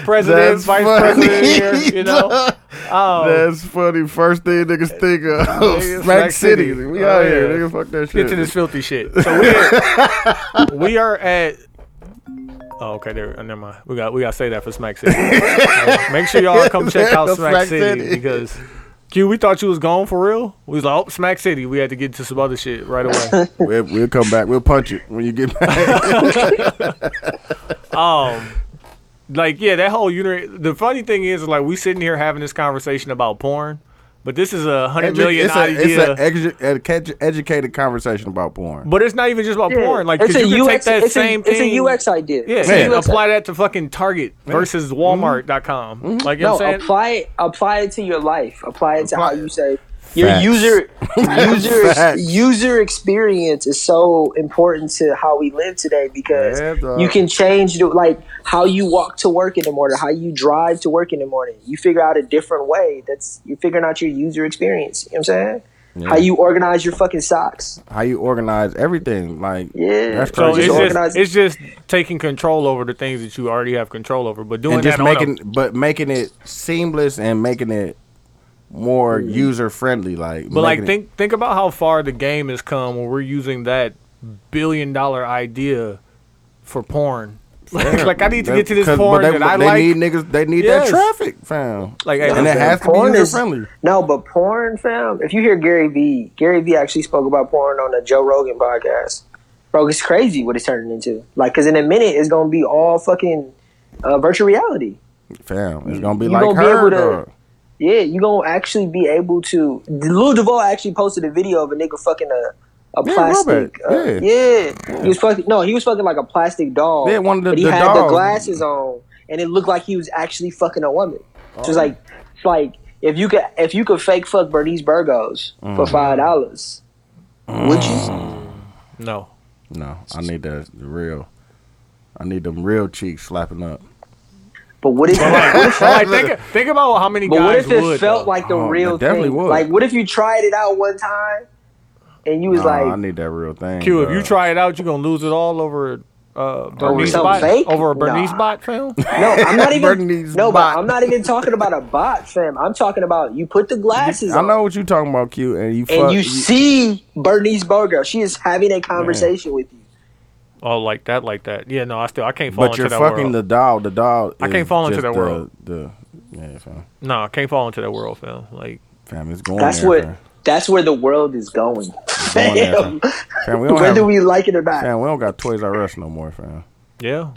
Speaker 2: president,
Speaker 3: That's
Speaker 2: vice
Speaker 3: funny.
Speaker 2: president here. You
Speaker 3: (laughs)
Speaker 2: know, oh,
Speaker 3: That's funny. First thing niggas think of
Speaker 2: Nigga,
Speaker 3: Smack
Speaker 2: Smack
Speaker 3: City.
Speaker 2: City.
Speaker 3: We
Speaker 2: Oh,
Speaker 3: out here,
Speaker 2: yeah.
Speaker 3: nigga. Fuck that
Speaker 2: (laughs)
Speaker 3: shit.
Speaker 2: get to this filthy shit. So we are, we are at Oh, okay. There, oh, never mind. We got we got to say that for Smack
Speaker 3: (laughs)
Speaker 2: City. Uh, make sure y'all come check out
Speaker 3: No,
Speaker 2: Smack,
Speaker 3: Smack
Speaker 2: City,
Speaker 3: City.
Speaker 2: because Q, we thought you was gone for real. We was like, oh, Smack City. We had to get to some other shit right
Speaker 3: (laughs)
Speaker 2: away.
Speaker 3: We'll, we'll come back. We'll punch it when you get back.
Speaker 2: um, like yeah, that whole unit. The funny thing is, like, we sitting here having this conversation about porn, but this is a hundred million
Speaker 3: it's an
Speaker 2: idea.
Speaker 3: edu- edu- educated conversation about porn.
Speaker 2: but it's not even just about porn. Like,
Speaker 6: it's
Speaker 2: 'cause
Speaker 6: a
Speaker 2: you can
Speaker 6: UX.
Speaker 2: take that
Speaker 6: it's,
Speaker 2: same
Speaker 6: a,
Speaker 2: thing.
Speaker 6: it's a UX idea.
Speaker 2: Yeah,
Speaker 6: It's a
Speaker 2: and
Speaker 6: UX
Speaker 2: apply that to fucking Target versus Walmart.com. Like, you know
Speaker 6: No,
Speaker 2: what I'm saying?
Speaker 6: apply it. Apply it to your life. Apply it to
Speaker 3: Apply
Speaker 6: how
Speaker 3: it.
Speaker 6: you say your
Speaker 3: Facts. (laughs)
Speaker 6: user user
Speaker 3: Facts.
Speaker 6: user experience is so important to how we live today because
Speaker 3: Yeah, dog.
Speaker 6: you can change the, like how you walk to work in the morning, how you drive to work in the morning. You figure out a different way. That's you're figuring out your user experience. You know what I'm saying? How you organize your fucking socks.
Speaker 3: How you organize everything, like
Speaker 6: Yeah.
Speaker 3: that's
Speaker 2: So
Speaker 3: crazy.
Speaker 6: Just
Speaker 2: it's
Speaker 6: organize-
Speaker 2: just, it's just taking control over the things that you already have control over, but doing
Speaker 3: and just
Speaker 2: that on a-
Speaker 3: making, but making it seamless and making it more user friendly, like.
Speaker 2: but like
Speaker 3: making it-
Speaker 2: think think about how far the game has come when we're using that billion dollar idea for porn. (laughs) Like, like, I need to get to this
Speaker 3: Because- but
Speaker 2: porn
Speaker 3: they,
Speaker 2: that
Speaker 3: but
Speaker 2: I
Speaker 3: they
Speaker 2: like.
Speaker 3: need niggas. They need
Speaker 2: Yes.
Speaker 3: that traffic, fam.
Speaker 2: Like, hey,
Speaker 3: and it
Speaker 2: listen,
Speaker 3: has to be
Speaker 6: porn is-
Speaker 3: user friendly.
Speaker 6: No, but porn, fam. If you hear Gary Vee, Gary Vee actually spoke about porn on the Joe Rogan podcast. Bro, it's crazy what it's turning into. Like, because in a minute, it's going to be all fucking uh, virtual reality.
Speaker 3: Fam, it's gonna be
Speaker 6: you
Speaker 3: like
Speaker 6: gonna be
Speaker 3: her.
Speaker 6: able to-
Speaker 3: dog.
Speaker 6: Yeah, you going to actually be able to. Lil Duvall actually posted a video of a nigga fucking a, a
Speaker 3: Yeah,
Speaker 6: plastic.
Speaker 3: Robert,
Speaker 6: uh, yeah. He was fucking, no, he was fucking like a plastic doll.
Speaker 3: Yeah, one of the-
Speaker 6: But he
Speaker 3: the
Speaker 6: had the
Speaker 3: dolls.
Speaker 6: glasses on, and it looked like he was actually fucking a woman.
Speaker 3: Oh.
Speaker 6: So it's like, it's like if you could if you could fake fuck Bernice Burgos
Speaker 3: Mm-hmm.
Speaker 6: for five dollars, would
Speaker 3: Mm.
Speaker 6: you?
Speaker 2: no,
Speaker 3: No, I need that real. I need them real cheeks slapping up.
Speaker 6: But what if, what if
Speaker 2: But, like think think about how many
Speaker 6: but what
Speaker 2: guys
Speaker 6: if it
Speaker 2: would.
Speaker 6: felt
Speaker 2: though.
Speaker 6: like the
Speaker 3: Oh, it
Speaker 6: real
Speaker 3: definitely
Speaker 6: thing?
Speaker 3: would.
Speaker 6: Like what if you tried it out one time, and you was
Speaker 3: Nah, I
Speaker 6: like,
Speaker 3: need that real thing.
Speaker 2: Q, if
Speaker 3: bruh.
Speaker 2: you try it out, you're gonna lose it all over. Uh, Bernice
Speaker 6: something
Speaker 2: bot,
Speaker 6: fake?
Speaker 2: over a Bernice
Speaker 6: Nah.
Speaker 2: bot film.
Speaker 6: No, I'm
Speaker 3: (laughs)
Speaker 6: not even.
Speaker 3: Bernie's
Speaker 6: no,
Speaker 3: bot.
Speaker 6: but I'm not even talking about a bot, fam. I'm talking about you put the glasses
Speaker 3: I
Speaker 6: on
Speaker 3: know what you talking about, Q, and you
Speaker 6: and
Speaker 3: fuck,
Speaker 6: you see Bernice Burger. She is having a conversation with you.
Speaker 2: oh, like that, like that. Yeah, no, I still I can't fall
Speaker 3: but
Speaker 2: into
Speaker 3: you're
Speaker 2: that
Speaker 3: fucking
Speaker 2: world.
Speaker 3: the doll. The doll.
Speaker 2: I
Speaker 3: is
Speaker 2: can't fall into
Speaker 3: just
Speaker 2: that
Speaker 3: the-
Speaker 2: world.
Speaker 3: The, yeah, fam,
Speaker 2: No, I can't fall into that world, fam. Like,
Speaker 3: fam, it's going.
Speaker 6: That's
Speaker 3: there,
Speaker 6: what.
Speaker 3: fam.
Speaker 6: That's where the world is going.
Speaker 3: Going there,
Speaker 6: (laughs) Fam.
Speaker 3: Fam,
Speaker 6: (laughs)
Speaker 3: we don't
Speaker 6: Whether
Speaker 3: have,
Speaker 6: we like it or not,
Speaker 3: fam, we don't got Toys R Us no more, fam.
Speaker 2: yeah,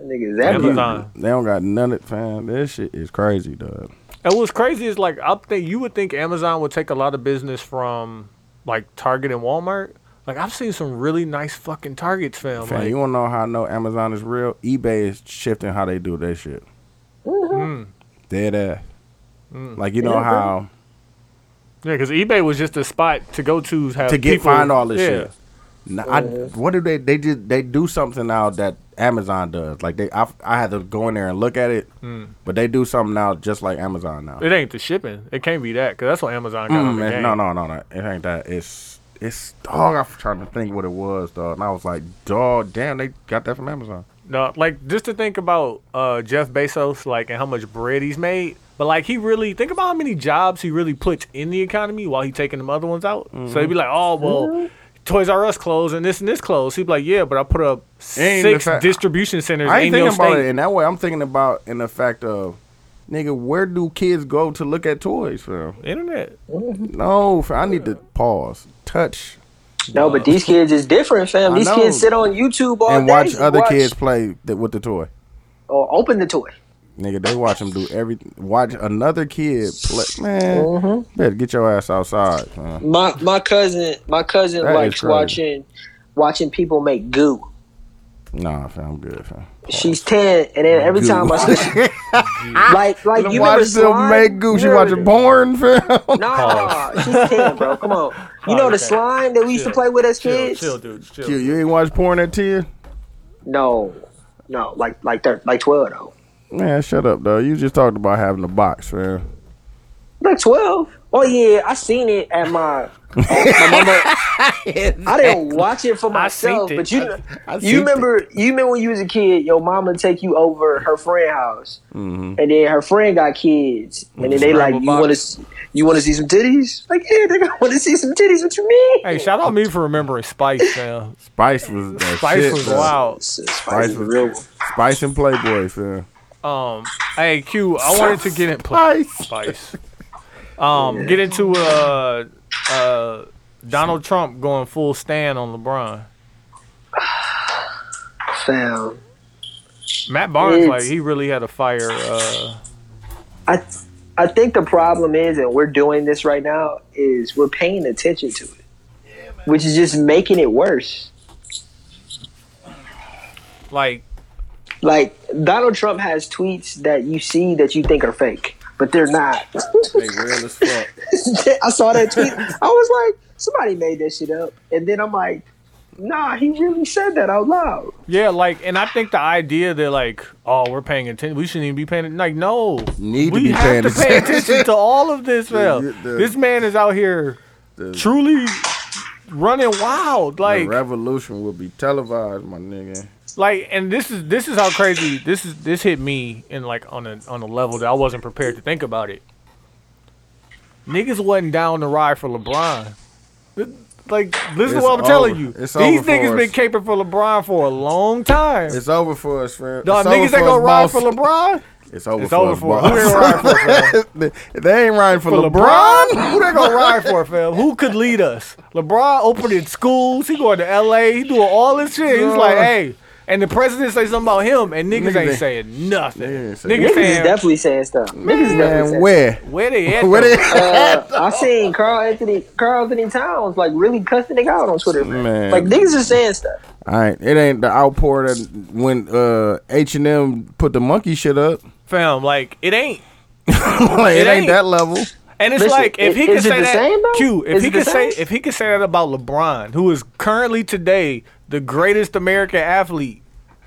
Speaker 6: niggas everywhere.
Speaker 2: Amazon.
Speaker 3: They don't got none of fam. This shit is crazy, dog.
Speaker 2: And what's crazy is like I think you would think Amazon would take a lot of business from like Target and Walmart. Like I've seen some really nice fucking Targets, fam.
Speaker 3: Fam,
Speaker 2: like,
Speaker 3: you wanna know how I know Amazon is real? eBay is shifting how they do their shit.
Speaker 2: Mm.
Speaker 3: Dead ass. Like you know how
Speaker 2: yeah, because eBay was just a spot to go to have
Speaker 3: to get
Speaker 2: people-
Speaker 3: find all this
Speaker 2: yeah.
Speaker 3: shit. Nah, I, what do they? They just they do something now that Amazon does. Like they, I, I had to go in there and look at it,
Speaker 2: Mm.
Speaker 3: but they do something now just like Amazon now.
Speaker 2: It ain't the shipping. It can't be that because that's what Amazon got. on
Speaker 3: Mm,
Speaker 2: the
Speaker 3: it's-
Speaker 2: game.
Speaker 3: no, no, no, no. It ain't that. It's it's dog. I'm trying to think what it was, dog. And I was like, dog, damn, they got that from Amazon.
Speaker 2: No, like just to think about uh, Jeff Bezos, like and how much bread he's made. But like he really think about how many jobs he really puts in the economy while he taking them other ones out. So
Speaker 3: Mm-hmm.
Speaker 2: he'd be like, oh well, Toys R Us closed and this and this closed. He'd be like, yeah, but I put up
Speaker 3: Ain't the
Speaker 2: six
Speaker 3: fact-
Speaker 2: distribution centers
Speaker 3: I
Speaker 2: in
Speaker 3: ain't
Speaker 2: your
Speaker 3: thinking
Speaker 2: state.
Speaker 3: about it in that way. I'm thinking about in the fact of, nigga, where do kids go to look at toys from?
Speaker 6: (laughs)
Speaker 2: Internet.
Speaker 3: No, fam, I need to pause, touch,
Speaker 6: No, but these kids is different, fam.
Speaker 3: I
Speaker 6: These
Speaker 3: know.
Speaker 6: kids sit on YouTube all
Speaker 3: and
Speaker 6: day
Speaker 3: watch other
Speaker 6: watch-
Speaker 3: kids play th- with the toy.
Speaker 6: or open the toy.
Speaker 3: Nigga, they watch them do everything. Watch another kid play. Man,
Speaker 6: Mm-hmm.
Speaker 3: better get your ass outside. man.
Speaker 6: My my cousin, my cousin
Speaker 3: That is
Speaker 6: likes
Speaker 3: crazy.
Speaker 6: watching watching people make goo.
Speaker 3: Nah, fam, I'm good, fam.
Speaker 6: She's ten, and then every
Speaker 3: Goo.
Speaker 6: time I see she, like like you remember
Speaker 3: watch them
Speaker 6: slime?
Speaker 3: make goose. You
Speaker 6: You remember-
Speaker 3: watching porn, fam? (laughs)
Speaker 6: Nah, she's ten, bro. Come on. You
Speaker 2: Pause,
Speaker 6: know the
Speaker 2: okay.
Speaker 6: slime that we used to play with as
Speaker 2: Chill,
Speaker 6: kids?
Speaker 2: chill, dude. Chill.
Speaker 3: You, you ain't watch porn at 10?
Speaker 6: No, no, like like thir- like twelve though.
Speaker 3: Man, shut up, though. You just talked about having a box, man.
Speaker 6: Like twelve? Oh yeah, I seen it at my. uh, my mama,
Speaker 2: (laughs)
Speaker 6: I didn't watch it for myself,
Speaker 2: seen it.
Speaker 6: but
Speaker 3: seen
Speaker 6: you you remember you remember when you was a kid, your mama take you
Speaker 2: Mm-hmm.
Speaker 6: over her friend house, and then her friend got kids, and then they like
Speaker 2: Scramble
Speaker 6: you
Speaker 2: box.
Speaker 6: want to You want to see some titties? Like, yeah, they're gonna want to see some titties. What you mean?
Speaker 2: Hey, shout out me for remembering Spice, man.
Speaker 3: Spice was that
Speaker 2: Spice
Speaker 3: shit,
Speaker 2: was
Speaker 3: bro.
Speaker 2: wild.
Speaker 6: Spice
Speaker 3: Spice
Speaker 6: is
Speaker 3: was
Speaker 6: real.
Speaker 3: Spice and Playboy, fam.
Speaker 2: Um, hey Q, I wanted to get in
Speaker 3: Spice.
Speaker 2: Spice. Um, get into uh, uh, Donald Trump going full stand on LeBron.
Speaker 6: Found.
Speaker 2: Matt Barnes,
Speaker 6: It's-
Speaker 2: like he really had a fire. Uh,
Speaker 6: I I think the problem is, and we're doing this right now, is we're paying attention to it, which is just making it worse.
Speaker 2: like
Speaker 6: Like Donald Trump has tweets that you see that you think are fake, but they're not. (laughs)
Speaker 3: They real as fuck.
Speaker 6: I saw that tweet. I was like, somebody made that shit up, and then I'm like, Nah, he really said that out loud.
Speaker 2: Yeah, like, and I think the idea that like, oh, we're paying attention. We shouldn't even be paying. Like, no,
Speaker 3: Need to
Speaker 2: we
Speaker 3: be
Speaker 2: have
Speaker 3: paying
Speaker 2: to pay
Speaker 3: attention.
Speaker 2: attention to all of this, man.
Speaker 3: the-
Speaker 2: this man is out here truly running wild.
Speaker 3: The
Speaker 2: Like,
Speaker 3: revolution will be televised, my nigga.
Speaker 2: like, and this is this is how crazy this is. This hit me in like on a on a level that I wasn't prepared to think about it. Niggas wasn't down the ride for LeBron. Like, listen to
Speaker 3: It's
Speaker 2: what I'm telling
Speaker 3: over.
Speaker 2: you.
Speaker 3: It's
Speaker 2: These
Speaker 3: over for
Speaker 2: niggas
Speaker 3: us.
Speaker 2: been caping for LeBron for a long time.
Speaker 3: It's over for us, fam.
Speaker 2: Dog,
Speaker 3: It's over
Speaker 2: niggas
Speaker 3: for
Speaker 2: ain't
Speaker 3: us,
Speaker 2: gonna ride
Speaker 3: boss.
Speaker 2: for LeBron.
Speaker 3: It's over
Speaker 2: It's
Speaker 3: for
Speaker 2: over
Speaker 3: us,
Speaker 2: for us. Who
Speaker 3: boss.
Speaker 2: ain't riding
Speaker 3: (laughs) they, they ain't riding for,
Speaker 2: For
Speaker 3: LeBron.
Speaker 2: LeBron, (laughs) who they gonna ride for, fam? Who could lead us? LeBron opening schools. He going to L.A. He doing all this shit. He's like, hey, and the president say something about him, and niggas, ain't
Speaker 3: Niggas ain't-
Speaker 2: saying nothing.
Speaker 3: Niggas ain't
Speaker 2: Niggas,
Speaker 3: saying-
Speaker 6: Niggas is
Speaker 2: saying,
Speaker 6: definitely saying stuff. Niggas is definitely
Speaker 3: Man,
Speaker 6: saying
Speaker 3: where?
Speaker 2: where
Speaker 6: (laughs)
Speaker 2: they at?
Speaker 3: Where
Speaker 2: though? (laughs)
Speaker 3: they (laughs)
Speaker 6: uh, I seen Carl Anthony Carl Anthony Towns like really cussing nigga out on Twitter, man.
Speaker 3: Man.
Speaker 6: Like niggas are saying stuff.
Speaker 3: All right, it ain't the outpour that when uh H and M put the monkey shit up. (laughs)
Speaker 2: fam? Like it ain't.
Speaker 3: like,
Speaker 2: It
Speaker 3: it, ain't,
Speaker 2: ain't.
Speaker 3: that level.
Speaker 2: And it's
Speaker 6: Listen,
Speaker 2: like if
Speaker 6: i-
Speaker 2: he could
Speaker 6: is it
Speaker 2: say
Speaker 6: the
Speaker 2: that,
Speaker 6: same, though?
Speaker 2: Q. If
Speaker 6: Is
Speaker 2: he
Speaker 6: it the
Speaker 2: could say
Speaker 6: same?
Speaker 2: if he could say that about LeBron, who is currently today the greatest American athlete,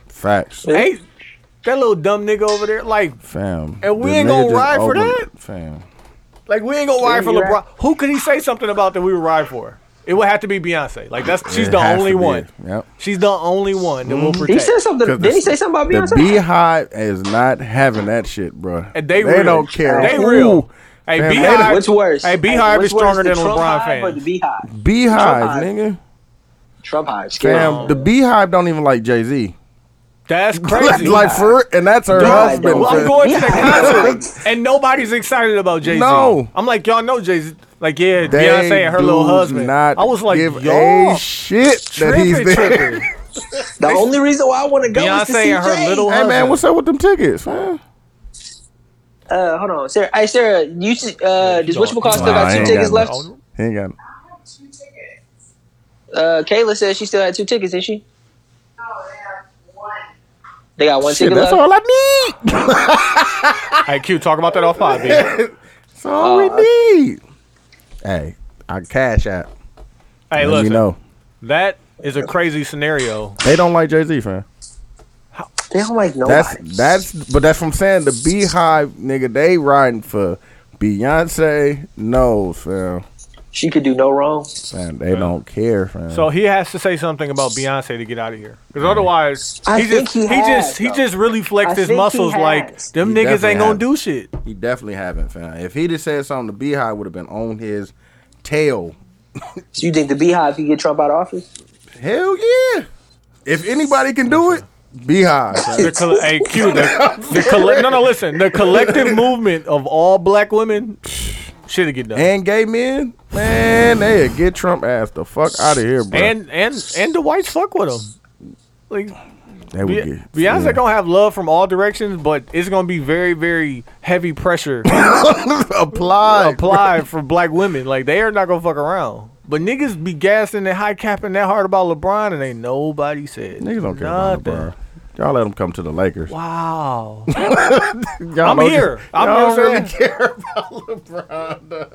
Speaker 3: Facts,
Speaker 2: ain't that little dumb nigga over there? Like
Speaker 3: fam.
Speaker 2: And we
Speaker 3: The
Speaker 2: ain't gonna
Speaker 3: nigga just
Speaker 2: ride for
Speaker 3: opened-
Speaker 2: that?
Speaker 3: fam.
Speaker 2: Like we ain't gonna ride for
Speaker 6: you're
Speaker 2: LeBron.
Speaker 6: right.
Speaker 2: Who could he say something about that we would ride for? It would have to be Beyonce. Like that's she's
Speaker 3: It
Speaker 2: the
Speaker 3: has to
Speaker 2: only
Speaker 3: be.
Speaker 2: one.
Speaker 3: Yep.
Speaker 2: She's the only one that will protect.
Speaker 6: Mm-hmm. He said something. Did he say something about
Speaker 3: The
Speaker 6: Beyonce?
Speaker 3: Beehive is not having that shit, bro.
Speaker 2: And they real.
Speaker 3: don't care.
Speaker 2: They
Speaker 3: Ooh,
Speaker 2: real. Hey,
Speaker 3: Fam,
Speaker 2: Beehive.
Speaker 6: What's worse?
Speaker 2: Hey, Beehive is
Speaker 6: what's worse,
Speaker 2: stronger
Speaker 6: the
Speaker 2: than
Speaker 6: Trump
Speaker 2: LeBron
Speaker 6: hive Or the
Speaker 2: fans.
Speaker 6: Beehive,
Speaker 3: Beehive,
Speaker 6: Trump
Speaker 3: nigga.
Speaker 6: Trump hive, scary.
Speaker 3: Fam, the Beehive don't even like Jay Z. (laughs)
Speaker 2: That's
Speaker 3: like,
Speaker 2: crazy.
Speaker 3: like for and that's her
Speaker 6: Beehive
Speaker 3: husband.
Speaker 6: don't.
Speaker 2: well, I'm
Speaker 3: fam.
Speaker 2: going to the
Speaker 6: Beehive.
Speaker 2: concert and nobody's excited about Jay Z.
Speaker 3: No.
Speaker 2: I'm like y'all know Jay Z. Like yeah,
Speaker 3: They
Speaker 2: Beyonce and her
Speaker 3: do
Speaker 2: little husband.
Speaker 3: Not
Speaker 2: I was like
Speaker 3: give
Speaker 2: y'all
Speaker 3: a shit that he's
Speaker 2: tripping,
Speaker 3: there.
Speaker 2: tripping.
Speaker 6: The only reason why I want to go is to
Speaker 2: Beyonce
Speaker 6: see
Speaker 2: and her
Speaker 6: Jay.
Speaker 2: little
Speaker 3: (laughs) Hey man,
Speaker 2: husband.
Speaker 3: what's up with them tickets, man?
Speaker 6: Uh, hold on, Sarah. Hey, Sarah, you should, uh, does what you call
Speaker 2: Nah,
Speaker 6: still
Speaker 3: I
Speaker 6: got two
Speaker 3: ain't
Speaker 6: tickets
Speaker 3: got
Speaker 6: left?
Speaker 3: He ain't got.
Speaker 6: Uh, Kayla says she still had two tickets. Is she? They got one
Speaker 3: Shit,
Speaker 6: ticket
Speaker 3: that's
Speaker 6: left.
Speaker 3: all I need. (laughs)
Speaker 2: Hey Q, talk about that off five, baby.
Speaker 3: That's all
Speaker 6: Uh,
Speaker 3: we need. Hey, I cash out.
Speaker 2: Hey,
Speaker 3: Let me
Speaker 2: listen,
Speaker 3: know.
Speaker 2: that is a crazy scenario.
Speaker 3: They don't like Jay Z, fam.
Speaker 6: They don't like nobody.
Speaker 3: That's that's but that's what I'm saying. The Beehive nigga, they riding for Beyonce. No, fam.
Speaker 6: she could do no wrong.
Speaker 3: Fam, they don't care, fam.
Speaker 2: So he has to say something about Beyonce to get out of here, because otherwise
Speaker 6: Mm-hmm. I
Speaker 2: he
Speaker 6: think
Speaker 2: just
Speaker 6: he
Speaker 2: he,
Speaker 6: has,
Speaker 2: just he
Speaker 6: though.
Speaker 2: just really flexed
Speaker 6: I
Speaker 2: his
Speaker 6: think he
Speaker 2: muscles
Speaker 6: has.
Speaker 2: like them
Speaker 3: He
Speaker 2: niggas
Speaker 3: definitely
Speaker 2: ain't gonna
Speaker 3: has.
Speaker 2: do shit.
Speaker 3: He definitely haven't, fam. If he'd have said something, the Beehive would have been on his tail.
Speaker 6: So you think the Beehive could get Trump out of office?
Speaker 3: Hell yeah. If anybody can do it, Beehive. fam.
Speaker 2: The
Speaker 6: (laughs)
Speaker 2: coll- hey, Q, the, the colle- no no listen, the collective movement of all black women should have get done,
Speaker 3: and gay men, man, they get Trump ass the fuck out of here, bro.
Speaker 2: and and and the whites fuck with him. Like
Speaker 3: they would
Speaker 2: Be-
Speaker 3: get,
Speaker 2: Beyonce
Speaker 3: yeah.
Speaker 2: gonna have love from all directions, but it's gonna be very very heavy pressure
Speaker 3: apply.
Speaker 2: apply for black women. Like they are not gonna fuck around. But niggas be gassing and high capping that hard about LeBron, and ain't nobody said
Speaker 3: Niggas don't care about
Speaker 2: nothing.
Speaker 3: LeBron. Y'all let him come to the Lakers. (laughs)
Speaker 2: Wow,
Speaker 3: Y'all
Speaker 2: I'm
Speaker 3: don't-
Speaker 2: here. I'm
Speaker 3: y'all
Speaker 2: here, fam.
Speaker 3: don't really care.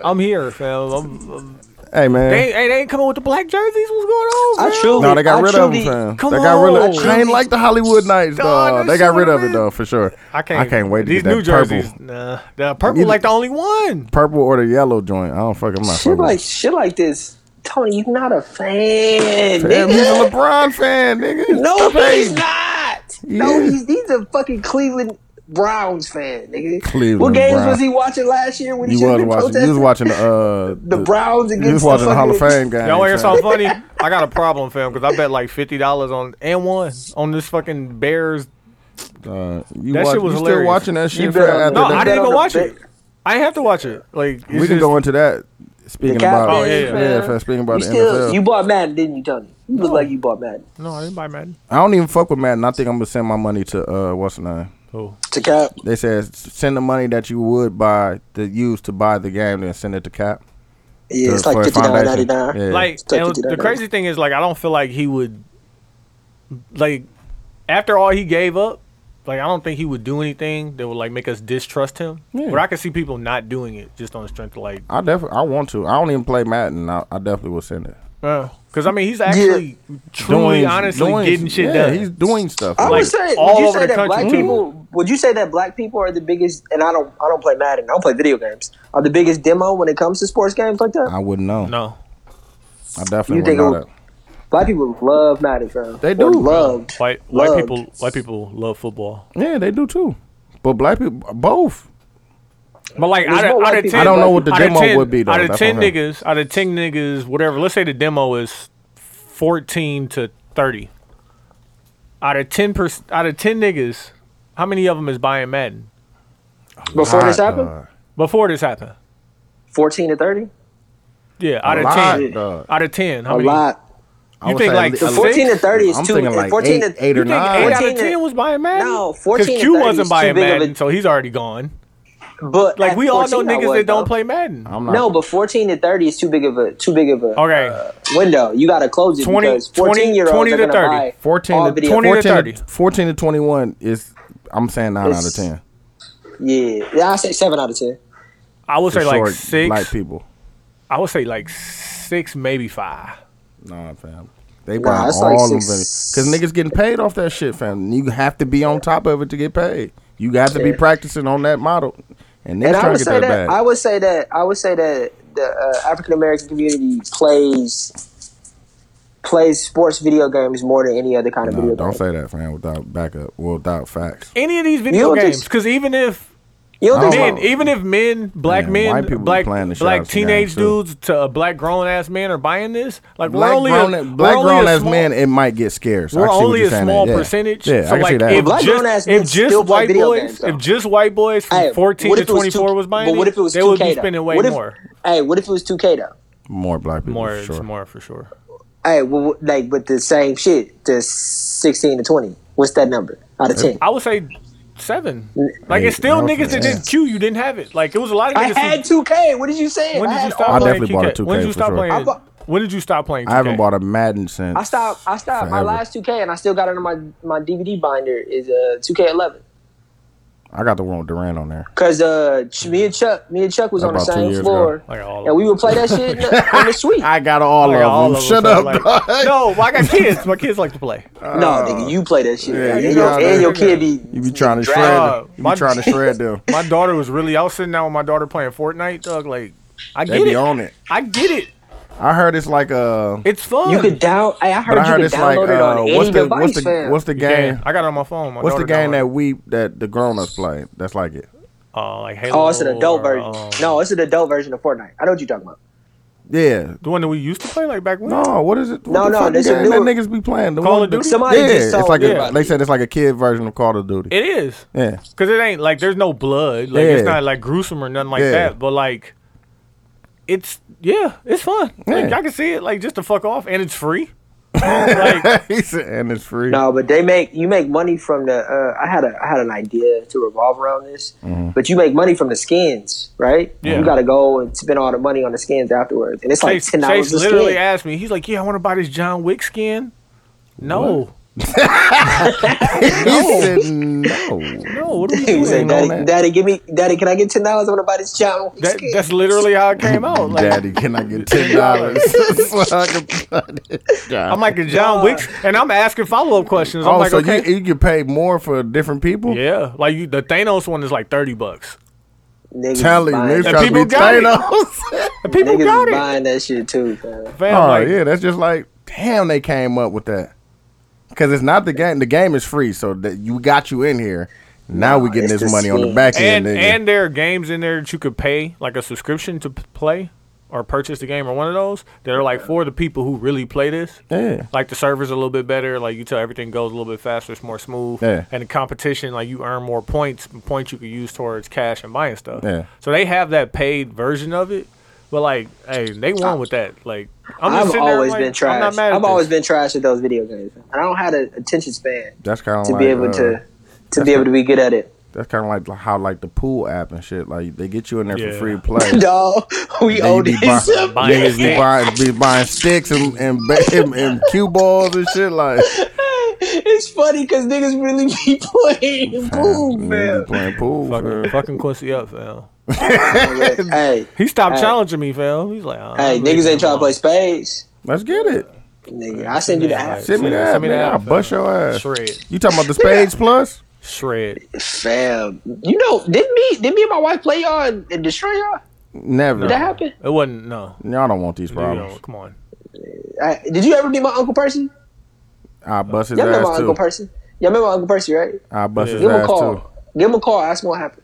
Speaker 2: I'm here, fam. I'm,
Speaker 3: (laughs)
Speaker 2: I'm,
Speaker 3: Hey man,
Speaker 2: they, ain't- they ain't coming with the black jerseys. What's going on?
Speaker 6: I
Speaker 2: fam?
Speaker 6: truly,
Speaker 3: no, they got
Speaker 6: I
Speaker 3: rid
Speaker 6: truly,
Speaker 3: of him, fam.
Speaker 2: come
Speaker 3: they got rid
Speaker 2: on.
Speaker 3: of. I ain't like the Hollywood Nights,
Speaker 2: Dog,
Speaker 3: dog.
Speaker 2: that
Speaker 3: They got
Speaker 2: shit
Speaker 3: rid of it
Speaker 2: man.
Speaker 3: though, for sure.
Speaker 2: I can't.
Speaker 3: I can't wait to
Speaker 2: These
Speaker 3: get that
Speaker 2: new
Speaker 3: purple,
Speaker 2: jerseys. Nah, the purple like the only one.
Speaker 3: purple or the yellow joint. I don't fuck. I'm not
Speaker 6: Shit
Speaker 3: fucking.
Speaker 6: like shit like this, Tony. You're not a fan.
Speaker 3: Damn,
Speaker 6: nigga.
Speaker 3: he's a LeBron fan, nigga.
Speaker 6: no,
Speaker 3: Stop
Speaker 6: he's
Speaker 3: hating.
Speaker 6: not. No,
Speaker 3: Yeah.
Speaker 6: he's he's a fucking Cleveland Browns fan, nigga.
Speaker 3: Cleveland
Speaker 6: what games
Speaker 3: Browns.
Speaker 6: was he watching last year when he
Speaker 3: You
Speaker 6: should have
Speaker 3: was
Speaker 6: been
Speaker 3: watching. You was
Speaker 6: protesting?
Speaker 3: watching the uh,
Speaker 6: (laughs) The Browns
Speaker 3: You was
Speaker 6: against
Speaker 3: watching
Speaker 6: the
Speaker 3: the Hall of
Speaker 6: fucking-
Speaker 3: Fame game.
Speaker 2: Y'all want to hear
Speaker 3: son.
Speaker 2: something funny?
Speaker 3: (laughs)
Speaker 2: I got a problem, fam, because I bet like fifty dollars on and one on this fucking Bears.
Speaker 3: Uh, you
Speaker 2: That
Speaker 3: watch-
Speaker 2: shit was
Speaker 3: you still
Speaker 2: hilarious.
Speaker 3: watching that shit?
Speaker 6: You
Speaker 3: for
Speaker 6: bet on
Speaker 3: after
Speaker 6: the-
Speaker 2: No,
Speaker 3: that?
Speaker 2: I
Speaker 6: bet
Speaker 2: didn't
Speaker 6: on
Speaker 2: go
Speaker 6: the
Speaker 2: watch
Speaker 6: bet.
Speaker 2: it. I have to watch it. Like
Speaker 3: we can go into that. Speaking
Speaker 6: The
Speaker 3: about
Speaker 6: Cowboys,
Speaker 2: Oh, yeah, yeah.
Speaker 3: yeah,
Speaker 6: man.
Speaker 3: if I- speaking about
Speaker 6: You
Speaker 3: the
Speaker 6: still
Speaker 3: NFL.
Speaker 6: you bought Madden, didn't you, Tony? You look like you bought Madden.
Speaker 2: No, I didn't buy Madden.
Speaker 3: I don't even fuck with Madden. I think I'm gonna send my money to uh, what's the name?
Speaker 2: Oh,
Speaker 6: To cap.
Speaker 3: They said send the money that you would buy to use to buy the game, then send it to Cap.
Speaker 6: Yeah,
Speaker 3: to-
Speaker 6: it's like
Speaker 3: for a
Speaker 6: fifty nine ninety
Speaker 3: foundation.
Speaker 6: nine.
Speaker 3: Yeah.
Speaker 2: like
Speaker 6: It's like
Speaker 2: and
Speaker 6: $50.
Speaker 2: the crazy thing is, like, I don't feel like he would, like, after all he gave up, like, I don't think he would do anything that would like make us distrust him.
Speaker 3: Yeah.
Speaker 2: But I could see people not doing it just on the strength of like,
Speaker 3: I definitely, I want to. I don't even play Madden. I, I definitely will send it.
Speaker 2: because I mean he's actually truly, honestly getting shit
Speaker 3: yeah,
Speaker 2: done.
Speaker 3: He's doing stuff.
Speaker 6: I
Speaker 2: Like,
Speaker 6: would say,
Speaker 2: all
Speaker 6: would you
Speaker 2: over
Speaker 6: say
Speaker 2: the
Speaker 6: that black
Speaker 2: country.
Speaker 6: people? Would you say that black people are the biggest? And I don't, I don't play Madden. I don't play video games. Are the biggest demo when it comes to sports games like that?
Speaker 3: I wouldn't know.
Speaker 2: no,
Speaker 3: I definitely
Speaker 6: You
Speaker 3: wouldn't
Speaker 6: think
Speaker 3: know
Speaker 6: it
Speaker 3: that.
Speaker 6: would- black people love Madden, bro.
Speaker 3: They
Speaker 6: Or
Speaker 3: do.
Speaker 6: loved.
Speaker 2: white white
Speaker 6: Loved.
Speaker 2: people white people love football.
Speaker 3: Yeah, they do too. But black people, both.
Speaker 2: But like
Speaker 6: There's
Speaker 2: out of,
Speaker 6: more
Speaker 2: out
Speaker 6: white
Speaker 2: of ten,
Speaker 6: people than I don't know
Speaker 3: what the
Speaker 2: out of
Speaker 3: demo
Speaker 2: 10
Speaker 3: would be, though.
Speaker 2: Out of
Speaker 3: That's
Speaker 2: ten
Speaker 3: what I'm-
Speaker 2: niggas, out of ten niggas, whatever. Let's say the demo is fourteen to thirty. Out of ten per, out of ten niggas, how many of them is buying Madden
Speaker 6: Before
Speaker 3: Lot,
Speaker 6: this
Speaker 2: uh,
Speaker 6: happened,
Speaker 3: dog.
Speaker 2: before this happened?
Speaker 6: fourteen to thirty,
Speaker 2: Yeah, out of
Speaker 3: lot,
Speaker 2: ten,
Speaker 3: dog.
Speaker 2: out of ten, how
Speaker 6: a
Speaker 2: many?
Speaker 6: lot.
Speaker 3: I
Speaker 2: You
Speaker 3: would
Speaker 2: think,
Speaker 3: say
Speaker 2: like,
Speaker 3: at
Speaker 2: the
Speaker 3: least-
Speaker 6: 14 to 30 is
Speaker 3: I'm
Speaker 6: too-
Speaker 3: thinking like
Speaker 6: 14
Speaker 3: eight,
Speaker 6: to-
Speaker 3: eight or
Speaker 2: You think
Speaker 3: nine.
Speaker 2: eight out of
Speaker 6: 14 to-
Speaker 2: ten was buying Madden?
Speaker 6: No, 14 to
Speaker 2: Q
Speaker 6: 30
Speaker 2: wasn't
Speaker 6: is
Speaker 2: buying
Speaker 6: too big of a-
Speaker 2: Madden, so he's already gone.
Speaker 6: But
Speaker 2: Like
Speaker 6: at
Speaker 2: we all know
Speaker 6: 14 I
Speaker 2: niggas
Speaker 6: would,
Speaker 2: that don't
Speaker 6: though.
Speaker 2: play Madden.
Speaker 3: I'm not.
Speaker 6: No, but fourteen to thirty is too big of a too big of a
Speaker 2: Okay.
Speaker 6: uh, window. You got to close it
Speaker 2: 20
Speaker 6: because fourteen year olds
Speaker 2: 20
Speaker 6: are
Speaker 2: to
Speaker 6: gonna
Speaker 2: 30.
Speaker 6: buy
Speaker 3: 14
Speaker 6: all
Speaker 3: to,
Speaker 6: video.
Speaker 2: 20 to
Speaker 3: 14
Speaker 2: 30.
Speaker 3: 14 to 21 is, I'm saying 9 out of
Speaker 6: It's-
Speaker 3: 10.
Speaker 6: Yeah, yeah. I say seven out of ten.
Speaker 2: I would
Speaker 3: for
Speaker 2: say like
Speaker 3: short,
Speaker 2: six.
Speaker 3: Black people.
Speaker 2: I would say like six, maybe five.
Speaker 3: Nah, fam. They
Speaker 6: Nah,
Speaker 3: buy
Speaker 6: it's like
Speaker 3: all of them.
Speaker 6: six-
Speaker 3: Because niggas getting paid off that shit, fam. You have to be on top of it to get paid. You got to be
Speaker 6: Yeah.
Speaker 3: practicing on that model. And niggas
Speaker 6: and I
Speaker 3: trying
Speaker 6: would
Speaker 3: to
Speaker 6: say
Speaker 3: get that,
Speaker 6: that,
Speaker 3: back.
Speaker 6: I would say that I would say that the uh, African American community plays plays sports video games more than any other kind of
Speaker 3: No,
Speaker 6: video
Speaker 3: don't
Speaker 6: game.
Speaker 3: say that, fam, without backup, without facts.
Speaker 2: Any of these video
Speaker 6: don't think-
Speaker 2: games, because even if
Speaker 6: You don't
Speaker 3: I
Speaker 6: think
Speaker 3: don't
Speaker 2: men,
Speaker 3: know.
Speaker 2: even if men, black
Speaker 3: Yeah, white
Speaker 2: men,
Speaker 3: people be
Speaker 2: black
Speaker 3: playing the shit out
Speaker 2: black
Speaker 3: of some
Speaker 2: teenage
Speaker 3: games, too.
Speaker 2: dudes to a black grown ass man are buying this, like
Speaker 3: Black
Speaker 2: we're only
Speaker 3: grown,
Speaker 2: a,
Speaker 3: black
Speaker 2: we're only
Speaker 3: grown
Speaker 2: a
Speaker 3: as
Speaker 2: small-
Speaker 3: men, it might get scarce. I
Speaker 2: We're
Speaker 3: see what
Speaker 2: only
Speaker 3: you're
Speaker 2: a
Speaker 3: saying
Speaker 2: small
Speaker 3: there. Yeah.
Speaker 2: percentage.
Speaker 3: Yeah,
Speaker 2: so
Speaker 3: I can see
Speaker 2: like,
Speaker 3: that.
Speaker 2: if
Speaker 6: Black
Speaker 2: just,
Speaker 6: grown-ass men
Speaker 2: if just
Speaker 6: still play
Speaker 2: white
Speaker 6: video
Speaker 2: boys,
Speaker 6: games, though.
Speaker 2: if just white boys from
Speaker 6: Hey,
Speaker 2: fourteen
Speaker 6: what
Speaker 2: to
Speaker 6: if it was
Speaker 2: twenty
Speaker 6: two-
Speaker 2: four was buying
Speaker 6: but what
Speaker 2: it,
Speaker 6: if it was
Speaker 2: they would
Speaker 6: 2K
Speaker 2: be
Speaker 6: though?
Speaker 2: spending way
Speaker 6: What if-
Speaker 2: more.
Speaker 6: Hey, what if it was two K though?
Speaker 3: More black people.
Speaker 2: More,
Speaker 3: for
Speaker 2: it's
Speaker 3: sure.
Speaker 2: more for sure.
Speaker 6: Hey, well, like with the same shit, the sixteen to twenty. What's that number out of ten?
Speaker 2: I would say seven. Like
Speaker 3: Hey,
Speaker 2: it's still
Speaker 3: I was
Speaker 2: niggas that
Speaker 3: gonna
Speaker 2: didn't
Speaker 3: ask.
Speaker 2: queue. You didn't have it. Like it was a lot of niggas.
Speaker 6: I
Speaker 2: who-
Speaker 6: had two K. What did you say?
Speaker 2: when
Speaker 6: I
Speaker 2: did you
Speaker 6: had
Speaker 2: stop
Speaker 6: all
Speaker 3: I
Speaker 6: of
Speaker 2: playing?
Speaker 6: them.
Speaker 3: definitely bought a
Speaker 2: 2K? When did
Speaker 3: 2K
Speaker 2: you
Speaker 3: for
Speaker 2: stop
Speaker 3: sure.
Speaker 6: I
Speaker 2: playing?
Speaker 6: bought-
Speaker 2: When did you stop playing? 2K?
Speaker 3: I haven't bought a Madden since.
Speaker 6: I stopped. I stopped. My
Speaker 3: Forever.
Speaker 6: last two K, and I still got it on my my DVD binder. Is uh two K eleven.
Speaker 3: I got the one with Durant on there.
Speaker 6: Cause uh, Ch- me and Chuck, me and Chuck was on the
Speaker 3: About two
Speaker 6: same
Speaker 3: years
Speaker 6: floor,
Speaker 3: ago.
Speaker 2: Like all
Speaker 6: and we would play that shit in the,
Speaker 2: (laughs)
Speaker 6: in the suite.
Speaker 3: I got all
Speaker 2: Like,
Speaker 3: of
Speaker 2: all
Speaker 3: them.
Speaker 2: of
Speaker 3: Shut
Speaker 2: them,
Speaker 3: up.
Speaker 2: like-
Speaker 3: dog.
Speaker 2: (laughs) No, well, I got kids. My kids like to play.
Speaker 6: no, nigga, you play that shit,
Speaker 3: Yeah,
Speaker 6: and,
Speaker 3: you
Speaker 6: your,
Speaker 3: gotta-
Speaker 6: and your kid be
Speaker 3: You be trying to shred.
Speaker 2: Dog,
Speaker 3: them. You
Speaker 2: my- (laughs)
Speaker 3: be trying to shred them.
Speaker 2: My daughter was really. I was sitting down with my daughter playing Fortnite. Dog, like I
Speaker 3: They
Speaker 2: get
Speaker 3: be
Speaker 2: it.
Speaker 3: on it.
Speaker 2: I get it.
Speaker 3: I heard it's like uh,
Speaker 2: It's fun.
Speaker 3: (laughs)
Speaker 6: You could down. I I heard
Speaker 3: but I
Speaker 6: you
Speaker 3: heard
Speaker 6: could
Speaker 3: it's like
Speaker 6: download it on
Speaker 3: uh,
Speaker 6: any
Speaker 3: what's the
Speaker 6: device,
Speaker 3: what's the
Speaker 6: fam.
Speaker 3: what's the
Speaker 2: game.
Speaker 3: game?
Speaker 2: I got it on my phone. My
Speaker 3: What's the
Speaker 2: daughter
Speaker 3: game that
Speaker 2: downloaded
Speaker 3: we that the grown ups play? That's like it.
Speaker 2: it. Uh, like Halo
Speaker 6: oh, it's an adult
Speaker 2: or,
Speaker 6: version.
Speaker 2: um,
Speaker 6: no, it's an adult version of Fortnite. I know what you're talking about.
Speaker 3: Yeah.
Speaker 2: the one that we used to play like back when.
Speaker 3: No, what is it? What
Speaker 6: No,
Speaker 3: the
Speaker 6: no,
Speaker 3: fuck
Speaker 6: this a
Speaker 3: game that
Speaker 6: newer-
Speaker 3: niggas be playing. The
Speaker 2: Call
Speaker 3: one
Speaker 2: of
Speaker 3: that-
Speaker 2: Duty?
Speaker 6: Somebody
Speaker 3: yeah,
Speaker 6: just
Speaker 3: it's
Speaker 6: told
Speaker 3: like
Speaker 6: me
Speaker 3: a,
Speaker 6: about
Speaker 3: they
Speaker 6: it.
Speaker 3: said it's like a kid version of Call of Duty.
Speaker 2: It is.
Speaker 3: yeah. (laughs)
Speaker 2: Cause it ain't like there's no blood, like it's
Speaker 3: Yeah.
Speaker 2: not like gruesome or nothing like
Speaker 3: Yeah.
Speaker 2: that. But like, it's yeah, it's fun. Like
Speaker 3: Yeah.
Speaker 2: I can see it, like just to fuck off, and it's free. like
Speaker 3: He said, and it's free.
Speaker 6: No, but they make you make money from the. Uh, I had a I had an idea to revolve around this,
Speaker 3: Mm-hmm.
Speaker 6: but you make money from the skins, right?
Speaker 2: Yeah.
Speaker 6: You got to go and spend all the money on the skins afterwards, and it's like
Speaker 2: Chase,
Speaker 6: ten dollars
Speaker 2: Chase
Speaker 6: a
Speaker 2: literally
Speaker 6: skin.
Speaker 2: asked me. He's like, "Yeah, I want to buy this John Wick skin." No,
Speaker 3: He
Speaker 6: (laughs)
Speaker 3: said no.
Speaker 2: no, Oh, what are
Speaker 3: (laughs)
Speaker 2: we
Speaker 6: He
Speaker 2: doing?
Speaker 6: said,
Speaker 3: ain't on
Speaker 6: "Daddy,
Speaker 3: that.
Speaker 6: daddy, give me, daddy, can I get ten dollars? I want to buy this John Wick
Speaker 2: That,
Speaker 6: skin."
Speaker 2: that's literally how it came out. Like,
Speaker 3: Daddy, can I
Speaker 2: (laughs)
Speaker 3: get ten dollars? (laughs)
Speaker 2: I'm like a John Wick, and I'm asking follow up questions. I'm
Speaker 3: oh,
Speaker 2: like,
Speaker 3: so
Speaker 2: okay,
Speaker 3: you, you get paid more for different people?
Speaker 2: yeah, like you, the Thanos one is like thirty bucks.
Speaker 6: Niggas
Speaker 3: Telling you,
Speaker 6: buying
Speaker 3: niggas
Speaker 6: that-
Speaker 2: And
Speaker 3: trying to
Speaker 2: people
Speaker 3: be
Speaker 2: got it.
Speaker 3: Thanos.
Speaker 2: And people
Speaker 6: niggas
Speaker 2: got
Speaker 6: is
Speaker 2: it.
Speaker 6: buying that shit too. Man.
Speaker 2: Fam,
Speaker 3: Oh
Speaker 2: like,
Speaker 3: yeah, that's just like damn. They came up with that because it's not the game. The game is free, so that you got you in here. Now we
Speaker 6: Nah,
Speaker 3: getting
Speaker 6: it's
Speaker 3: this
Speaker 6: the
Speaker 3: money on the
Speaker 6: same.
Speaker 3: back end,
Speaker 2: and
Speaker 3: nigga.
Speaker 2: and there are games in there that you could pay like a subscription to p- play or purchase the game or one of those that are like for the people who really play this.
Speaker 3: Yeah.
Speaker 2: Like the servers a little bit better. Like you tell everything goes a little bit faster. It's more smooth.
Speaker 3: Yeah.
Speaker 2: And the competition, like you earn more points. Points you could use towards cash and buying stuff.
Speaker 3: Yeah.
Speaker 2: So they have that paid version of it. But like, hey, they won with that. Like, I'm just
Speaker 6: I've
Speaker 2: sitting there,
Speaker 6: always
Speaker 2: like,
Speaker 6: been trash.
Speaker 2: I'm not mad at
Speaker 6: I've always
Speaker 2: this.
Speaker 6: been trash at those video games. I don't have the attention span
Speaker 3: That's kind of
Speaker 6: to
Speaker 3: like,
Speaker 6: be able
Speaker 3: uh,
Speaker 6: to to be able to be good at it. (laughs)
Speaker 3: That's kind of like how like the pool app and shit. Like they get you in there
Speaker 2: Yeah.
Speaker 3: for
Speaker 6: (laughs)
Speaker 3: free play.
Speaker 6: Dog, we
Speaker 3: Then
Speaker 6: owe
Speaker 3: you be buy-
Speaker 6: this.
Speaker 2: Buying
Speaker 3: niggas be
Speaker 2: sticks.
Speaker 3: buying, be buying sticks and and, ba- and and cue balls and shit
Speaker 6: (laughs)
Speaker 3: like
Speaker 6: it's funny because niggas really be (laughs)
Speaker 3: (laughs)
Speaker 6: playing pool,
Speaker 3: niggas
Speaker 6: man.
Speaker 3: be playing pool.
Speaker 2: Fucking,
Speaker 3: fam.
Speaker 2: fucking Quincy up, fam.
Speaker 6: hey,
Speaker 2: He stopped
Speaker 6: Hey.
Speaker 2: challenging me, fam. He's like, oh,
Speaker 6: hey, niggas ain't trying to play spades.
Speaker 3: Let's get it.
Speaker 6: Nigga, I send you the
Speaker 2: Yeah,
Speaker 6: app.
Speaker 3: Send me
Speaker 2: Send-
Speaker 3: that.
Speaker 2: send me
Speaker 3: man.
Speaker 2: that,
Speaker 3: I'll
Speaker 2: fam.
Speaker 3: bust your ass.
Speaker 2: Shred,
Speaker 3: You talking about the spades plus?
Speaker 2: shred.
Speaker 6: Fam, you know, didn't me, didn't me and my wife play y'all and, and destroy y'all?
Speaker 3: Never.
Speaker 6: Did that happen?
Speaker 2: It wasn't no.
Speaker 3: Y'all don't want these
Speaker 2: You know,
Speaker 3: problems.
Speaker 2: come on.
Speaker 6: I, did you ever meet my uncle Percy?
Speaker 3: I bust his
Speaker 6: Y'all remember my
Speaker 3: ass
Speaker 6: uncle
Speaker 3: too.
Speaker 6: Percy? Y'all remember my uncle Percy, right?
Speaker 3: I bust
Speaker 2: Yeah.
Speaker 3: his
Speaker 6: Give him a
Speaker 3: ass
Speaker 6: call.
Speaker 3: too.
Speaker 6: Give him a call. Ask him what happened.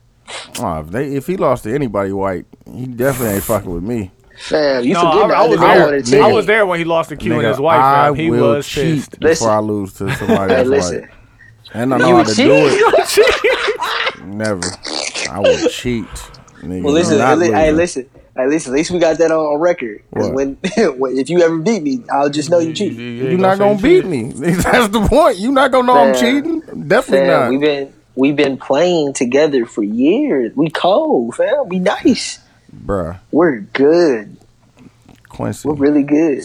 Speaker 3: Oh, if, they, if he lost to anybody white, he definitely ain't fucking with me.
Speaker 6: Fam, you
Speaker 2: No, I,
Speaker 6: forget
Speaker 2: I was
Speaker 3: day
Speaker 6: I
Speaker 3: on
Speaker 2: there.
Speaker 3: the
Speaker 6: wanted to.
Speaker 2: I
Speaker 3: team.
Speaker 2: was there when he lost to Q and
Speaker 3: Nigga,
Speaker 2: his wife.
Speaker 3: I
Speaker 2: fam. He
Speaker 3: will
Speaker 2: was
Speaker 3: cheat
Speaker 2: pissed.
Speaker 3: before
Speaker 6: Listen.
Speaker 3: I lose to
Speaker 6: (laughs)
Speaker 3: somebody
Speaker 6: Hey,
Speaker 3: else.
Speaker 6: listen.
Speaker 3: Like, and I know
Speaker 6: You
Speaker 3: how
Speaker 6: would
Speaker 3: to
Speaker 6: cheat.
Speaker 3: do
Speaker 2: (laughs)
Speaker 3: it. Never. I will cheat. Nigga,
Speaker 6: Well, listen,
Speaker 3: You
Speaker 6: at
Speaker 3: not
Speaker 6: least, hey,
Speaker 3: losing.
Speaker 6: listen, at least, at least we got that on, on record. 'Cause
Speaker 3: What?
Speaker 6: When, (laughs) when- if you ever beat me, I'll just know you cheated.
Speaker 2: ain't
Speaker 3: You're
Speaker 2: say
Speaker 3: not gonna
Speaker 2: you
Speaker 3: beat
Speaker 2: cheated.
Speaker 3: me. (laughs) That's the point. You're not gonna know I'm
Speaker 6: Fam.
Speaker 3: cheating. Definitely
Speaker 6: Fam,
Speaker 3: not.
Speaker 6: we've been we've been playing together for years. We cold, fam. We nice.
Speaker 3: Bruh,
Speaker 6: We're good.
Speaker 3: Quincy.
Speaker 6: We're really good.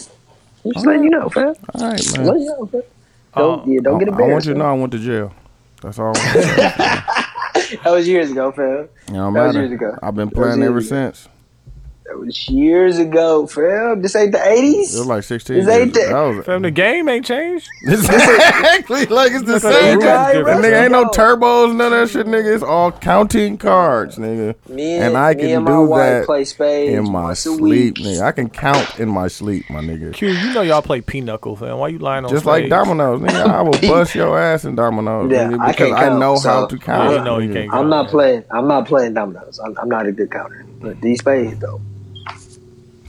Speaker 6: I'm just letting you know, fam.
Speaker 3: All right, man.
Speaker 6: Let you know, fam. Don't,
Speaker 2: Uh,
Speaker 6: yeah, don't get
Speaker 3: I, I want
Speaker 6: embarrassed.
Speaker 3: you to know
Speaker 6: fam.
Speaker 3: I went to jail. That's
Speaker 6: (laughs)
Speaker 3: all. I want you to know.
Speaker 6: That was years ago, fam.
Speaker 3: It don't
Speaker 6: That was
Speaker 3: matter.
Speaker 6: years ago.
Speaker 3: I've been
Speaker 6: That was
Speaker 3: playing
Speaker 6: years
Speaker 3: ever
Speaker 6: ago.
Speaker 3: since.
Speaker 6: That was years ago, fam. This ain't the
Speaker 3: It was
Speaker 6: '80s.
Speaker 3: like 16.
Speaker 6: This
Speaker 3: years
Speaker 6: ain't
Speaker 3: ago.
Speaker 6: the-
Speaker 3: That was-
Speaker 2: Fam, the game ain't changed.
Speaker 3: It's exactly like it's the
Speaker 2: like
Speaker 3: same.
Speaker 2: the
Speaker 3: guy.
Speaker 2: rules
Speaker 3: And
Speaker 2: different.
Speaker 3: nigga ain't no
Speaker 6: Yo.
Speaker 3: turbos, none of that shit, nigga. It's all counting cards, nigga.
Speaker 6: Me and,
Speaker 3: And I
Speaker 6: me
Speaker 3: can
Speaker 6: and my
Speaker 3: do
Speaker 6: wife
Speaker 3: that
Speaker 6: play spades
Speaker 3: In my
Speaker 6: once a
Speaker 3: sleep,
Speaker 6: week.
Speaker 3: nigga. I can count in my sleep, my nigga.
Speaker 2: Q, you know y'all play pinochle, fam. Why you lying on
Speaker 3: Just like
Speaker 2: stage?
Speaker 3: dominoes, nigga. I will
Speaker 6: (laughs)
Speaker 3: bust your ass in dominoes,
Speaker 6: Yeah,
Speaker 3: nigga,
Speaker 6: I
Speaker 3: because
Speaker 6: can't
Speaker 3: I,
Speaker 6: count,
Speaker 3: know how
Speaker 6: so-
Speaker 3: to
Speaker 2: Yeah,
Speaker 3: count.
Speaker 2: you know you
Speaker 3: nigga.
Speaker 2: can't.
Speaker 6: I'm
Speaker 2: go.
Speaker 6: not playing. I'm not playing dominoes. I'm, I'm not a good counter. But these spades though.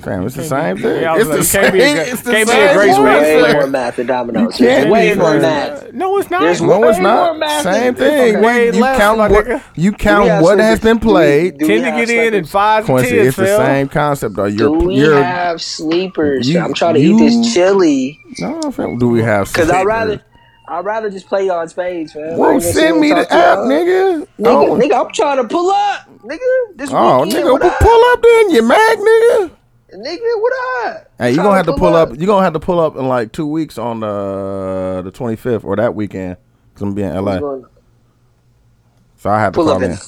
Speaker 3: Fam, it's the same thing.
Speaker 2: Yeah, I
Speaker 3: it's
Speaker 2: was
Speaker 3: the
Speaker 2: like, you can't
Speaker 3: same.
Speaker 2: be a great-
Speaker 3: It's the
Speaker 2: can't be a
Speaker 3: same.
Speaker 2: great
Speaker 6: There's
Speaker 2: spades
Speaker 3: rules.
Speaker 6: way
Speaker 2: player.
Speaker 6: more math than dominoes.
Speaker 3: You
Speaker 6: There's
Speaker 3: can't
Speaker 6: way
Speaker 3: be
Speaker 6: more
Speaker 3: fair.
Speaker 6: math.
Speaker 2: No, it's not.
Speaker 6: There's
Speaker 3: No,
Speaker 6: way
Speaker 3: it's not.
Speaker 6: more math
Speaker 3: Same
Speaker 6: than this.
Speaker 3: thing.
Speaker 2: Way
Speaker 3: you
Speaker 2: less,
Speaker 3: count
Speaker 2: my
Speaker 3: what
Speaker 2: nigga.
Speaker 3: you
Speaker 6: Do we
Speaker 3: count
Speaker 6: have
Speaker 3: what has
Speaker 6: slippers?
Speaker 3: been
Speaker 6: Do we-
Speaker 3: played.
Speaker 6: do we
Speaker 2: Ten to
Speaker 6: have
Speaker 2: get in and
Speaker 6: slippers?
Speaker 2: five to
Speaker 3: Quincy,
Speaker 2: ten,
Speaker 3: it's the
Speaker 2: fam.
Speaker 3: same concept though.
Speaker 6: Do
Speaker 3: You're
Speaker 6: we
Speaker 3: you're
Speaker 6: have sleepers?
Speaker 3: You-
Speaker 6: I'm trying to
Speaker 3: you-
Speaker 6: eat this chili
Speaker 3: no fam. Do we have?
Speaker 6: because I'd rather.
Speaker 3: slippers?
Speaker 6: I'd rather just play on spades, man. I
Speaker 3: Whoa,
Speaker 6: ain't gonna sit
Speaker 3: send me
Speaker 6: here
Speaker 3: the
Speaker 6: and
Speaker 3: app,
Speaker 6: talk to y'all.
Speaker 3: nigga.
Speaker 6: Nigga,
Speaker 3: oh,
Speaker 6: nigga, I'm trying to pull up, nigga. This
Speaker 3: oh,
Speaker 6: weekend,
Speaker 3: nigga,
Speaker 6: what
Speaker 3: well,
Speaker 6: up?
Speaker 3: pull up then. You mad, nigga?
Speaker 6: Nigga, what up?
Speaker 3: Hey, you
Speaker 6: Tryna
Speaker 3: gonna have to pull up. You gonna have to pull up in like two weeks on uh, the the twenty fifth or that weekend. Cause I'm gonna be in
Speaker 6: You
Speaker 3: LA,
Speaker 6: gonna
Speaker 3: so I have to
Speaker 6: Pull
Speaker 3: call
Speaker 6: up
Speaker 3: in.
Speaker 6: and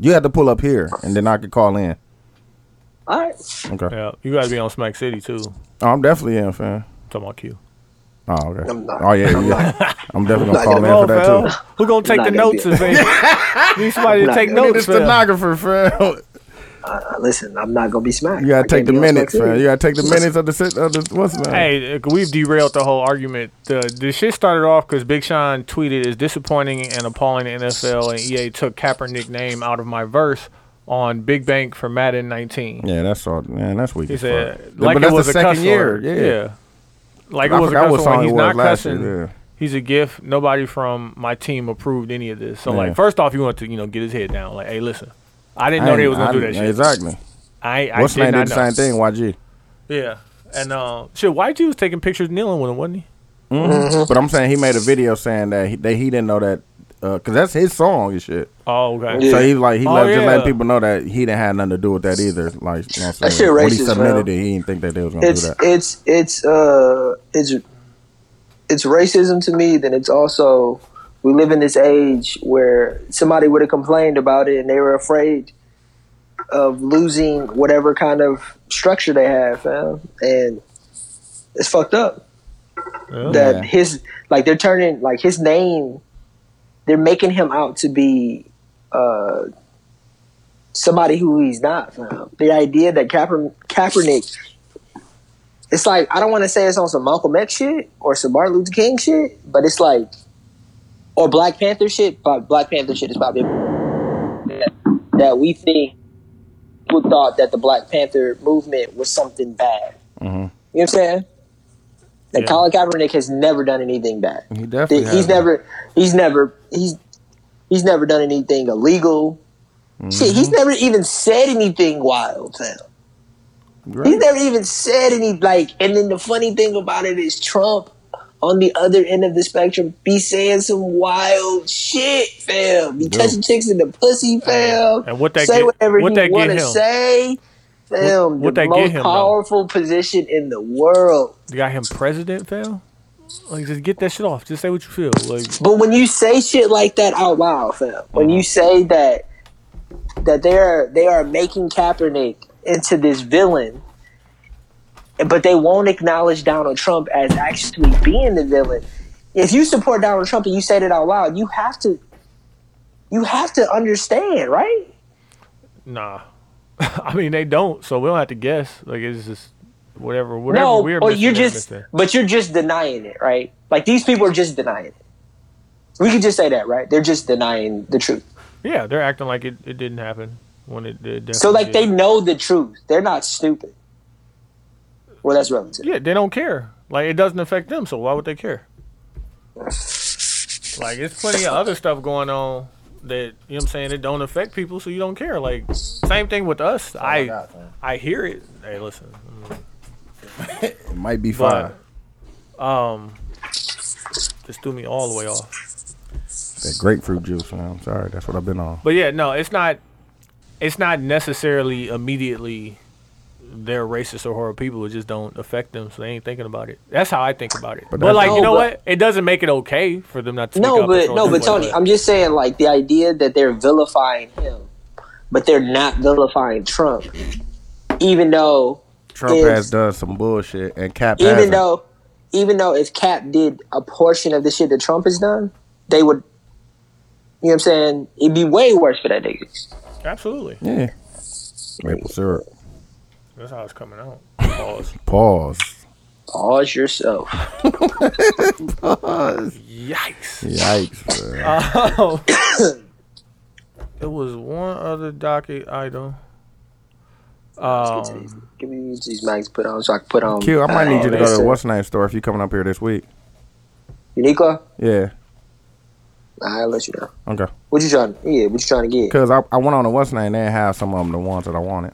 Speaker 3: You have to pull up here, and then I could call in.
Speaker 6: all right.
Speaker 3: Okay.
Speaker 2: Yeah, you gotta be on Smack City too.
Speaker 3: Oh, I'm definitely in, fam.
Speaker 2: Talking about Q.
Speaker 3: Oh, okay.
Speaker 6: I'm not.
Speaker 3: Oh yeah,
Speaker 6: I'm
Speaker 3: yeah.
Speaker 6: (laughs)
Speaker 3: I'm definitely gonna
Speaker 6: I'm
Speaker 3: call
Speaker 6: not
Speaker 3: in
Speaker 6: gonna
Speaker 3: for
Speaker 2: Oh,
Speaker 3: that
Speaker 2: fam.
Speaker 3: too.
Speaker 2: Who gonna take
Speaker 6: not
Speaker 2: the
Speaker 6: gonna
Speaker 2: notes
Speaker 6: be- (laughs)
Speaker 2: and things? Need somebody to
Speaker 6: not
Speaker 2: take
Speaker 6: gonna
Speaker 3: Need a
Speaker 2: notes, fam.
Speaker 3: stenographer, fam.
Speaker 6: Uh, listen, I'm not gonna be smacked.
Speaker 3: You
Speaker 6: I
Speaker 3: gotta take
Speaker 6: can't
Speaker 3: the
Speaker 6: be on Smack
Speaker 3: minutes,
Speaker 6: City.
Speaker 3: fam. You gotta take the minutes of the sit of the what's that?
Speaker 2: Hey, uh, we've derailed the whole argument. The the shit started off because Big Sean tweeted, "It's disappointing and appalling the NFL and EA took Kaepernick name out of my verse on Big Bank for Madden 19."
Speaker 3: Yeah, that's all. Man, that's weak.
Speaker 2: He
Speaker 3: as fuck.
Speaker 2: said,
Speaker 3: Yeah,
Speaker 2: "Like
Speaker 3: but
Speaker 2: it
Speaker 3: that's
Speaker 2: was
Speaker 3: the
Speaker 2: a
Speaker 3: second
Speaker 2: cuss
Speaker 3: year.
Speaker 2: word."
Speaker 3: Yeah.
Speaker 2: Like
Speaker 3: I
Speaker 2: it was a
Speaker 3: forgot what
Speaker 2: cuss
Speaker 3: song
Speaker 2: word.
Speaker 3: it
Speaker 2: He's
Speaker 3: was
Speaker 2: not
Speaker 3: last year,
Speaker 2: cussing.
Speaker 3: yeah.
Speaker 2: He's a gift. Nobody from my team approved any of this. So
Speaker 3: Yeah.
Speaker 2: like, first off, you want to you know get his head down. Like, hey, listen, I didn't know
Speaker 3: ain't-
Speaker 2: they was gonna do
Speaker 3: didn't-
Speaker 2: that shit.
Speaker 3: Exactly.
Speaker 2: I I
Speaker 3: What's
Speaker 2: did
Speaker 3: name
Speaker 2: not
Speaker 3: did the
Speaker 2: know.
Speaker 3: same thing? YG.
Speaker 2: Yeah, and uh, shit, YG was taking pictures kneeling with him, wasn't he? Mm-hmm.
Speaker 3: But I'm saying he made a video saying that he, that he didn't know that because that's his song and shit.
Speaker 2: Oh, okay.
Speaker 6: Yeah.
Speaker 3: So he like he
Speaker 2: Oh,
Speaker 3: let, just
Speaker 2: yeah.
Speaker 3: let people know that he didn't have nothing to do with that either. Like you know what I'm
Speaker 6: That
Speaker 3: saying?
Speaker 6: shit
Speaker 3: when he
Speaker 6: racist,
Speaker 3: submitted
Speaker 6: man.
Speaker 3: it, he didn't think that they was gonna
Speaker 6: It's
Speaker 3: do that.
Speaker 6: it's it's uh it's it's racism to me. Then it's also we live in this age where somebody would have complained about it and they were afraid of losing whatever kind of structure they have, fam. And it's fucked up that
Speaker 3: Yeah.
Speaker 6: his like they're turning like his name, they're making him out to be uh, somebody who he's not. Fam. The idea that Kaeper- Kaepernick, it's like I don't want to say it's on some Malcolm X shit or some Martin Luther King shit, but it's like or Black Panther shit. But Black Panther shit is probably that, that we think people thought that the Black Panther movement was something bad. You know what I'm saying? That
Speaker 2: Yeah.
Speaker 6: Colin Kaepernick has never done anything bad.
Speaker 3: He definitely
Speaker 6: That
Speaker 3: has.
Speaker 6: he's never he's never he's he's never done anything illegal. Shit,
Speaker 2: Mm-hmm.
Speaker 6: he's never even said anything wild, fam. He's
Speaker 3: Right.
Speaker 6: never even said any like. And then the funny thing about it is Trump, on the other end of the spectrum, be saying some wild shit, fam. Be touching chicks in the pussy, fam.
Speaker 2: And what that
Speaker 6: say
Speaker 2: get-
Speaker 6: whatever
Speaker 2: what
Speaker 6: he
Speaker 2: that get
Speaker 6: want to
Speaker 2: him?
Speaker 6: say, fam.
Speaker 2: What- what
Speaker 6: the
Speaker 2: that get
Speaker 6: most
Speaker 2: him, though?
Speaker 6: powerful position in the world.
Speaker 2: You got him president, fam. Like, just get that shit off. Just say what you feel. Like,
Speaker 6: But when you say shit like that out loud, fam, when
Speaker 2: Mm-hmm.
Speaker 6: you say that that they are they are making Kaepernick into this villain, but they won't acknowledge Donald Trump as actually being the villain. If you support Donald Trump and you say that out loud, you have to you have to understand, right?
Speaker 2: nah. (laughs) I mean, they don't, so we don't have to guess. Like, it's just whatever, whatever.
Speaker 6: no,
Speaker 2: we're
Speaker 6: or
Speaker 2: missing,
Speaker 6: you're
Speaker 2: they're
Speaker 6: just
Speaker 2: missing.
Speaker 6: but you're just denying it, right? Like these people are just denying it. We could just say that, right? They're just denying the truth.
Speaker 2: yeah, they're acting like it, it didn't happen when it did.
Speaker 6: So like they
Speaker 2: definitely
Speaker 6: know the truth. They're not stupid. Well, that's relative.
Speaker 2: did. yeah, they don't care. Like, it doesn't affect them, so why would they care? Like, there's plenty of other stuff going on that you know what I'm saying it don't affect people, so you don't care. Like, same thing with us. I
Speaker 3: God, man.
Speaker 2: I hear it. Hey, listen,
Speaker 3: It might be fine.
Speaker 2: but um, this threw me all the way off.
Speaker 3: That grapefruit juice, man. I'm sorry. That's what I've been on.
Speaker 2: But yeah, no, it's not. It's not necessarily immediately they're racist or horrible people. It just don't affect them, so they ain't thinking about it. That's how I think about it. But,
Speaker 3: that's-
Speaker 2: like, you
Speaker 6: No,
Speaker 2: know
Speaker 6: but-
Speaker 2: what? It doesn't make it okay for them not to. speak
Speaker 6: No,
Speaker 2: up and
Speaker 6: but
Speaker 2: show
Speaker 6: no,
Speaker 2: their
Speaker 6: but
Speaker 2: support.
Speaker 6: Tony, I'm just saying like the idea that they're vilifying him, but they're not vilifying Trump, even though
Speaker 3: Trump
Speaker 6: Is-
Speaker 3: has done some bullshit and Cap
Speaker 6: even
Speaker 3: hasn't.
Speaker 6: though even though if Cap did a portion of the shit that Trump has done, they would. You know what I'm saying? It'd be way worse for that nigga.
Speaker 2: absolutely.
Speaker 3: yeah. Maple syrup.
Speaker 2: That's how it's coming out. Pause.
Speaker 3: Pause.
Speaker 6: Pause yourself.
Speaker 2: Yikes.
Speaker 3: Yikes. man.
Speaker 2: Oh. (coughs) There was one other docket item. Um,
Speaker 6: Give me these mags put on so I can put on.
Speaker 3: Q, I might need you to go to the
Speaker 6: uh,
Speaker 3: what's name store if you coming up here this week.
Speaker 6: Uniqlo?
Speaker 3: Yeah.
Speaker 6: I'll let you know.
Speaker 3: Okay.
Speaker 6: What you trying? Yeah, what you trying to get?
Speaker 3: Cause I, I went on the what's name. They didn't have some of them the ones that I wanted.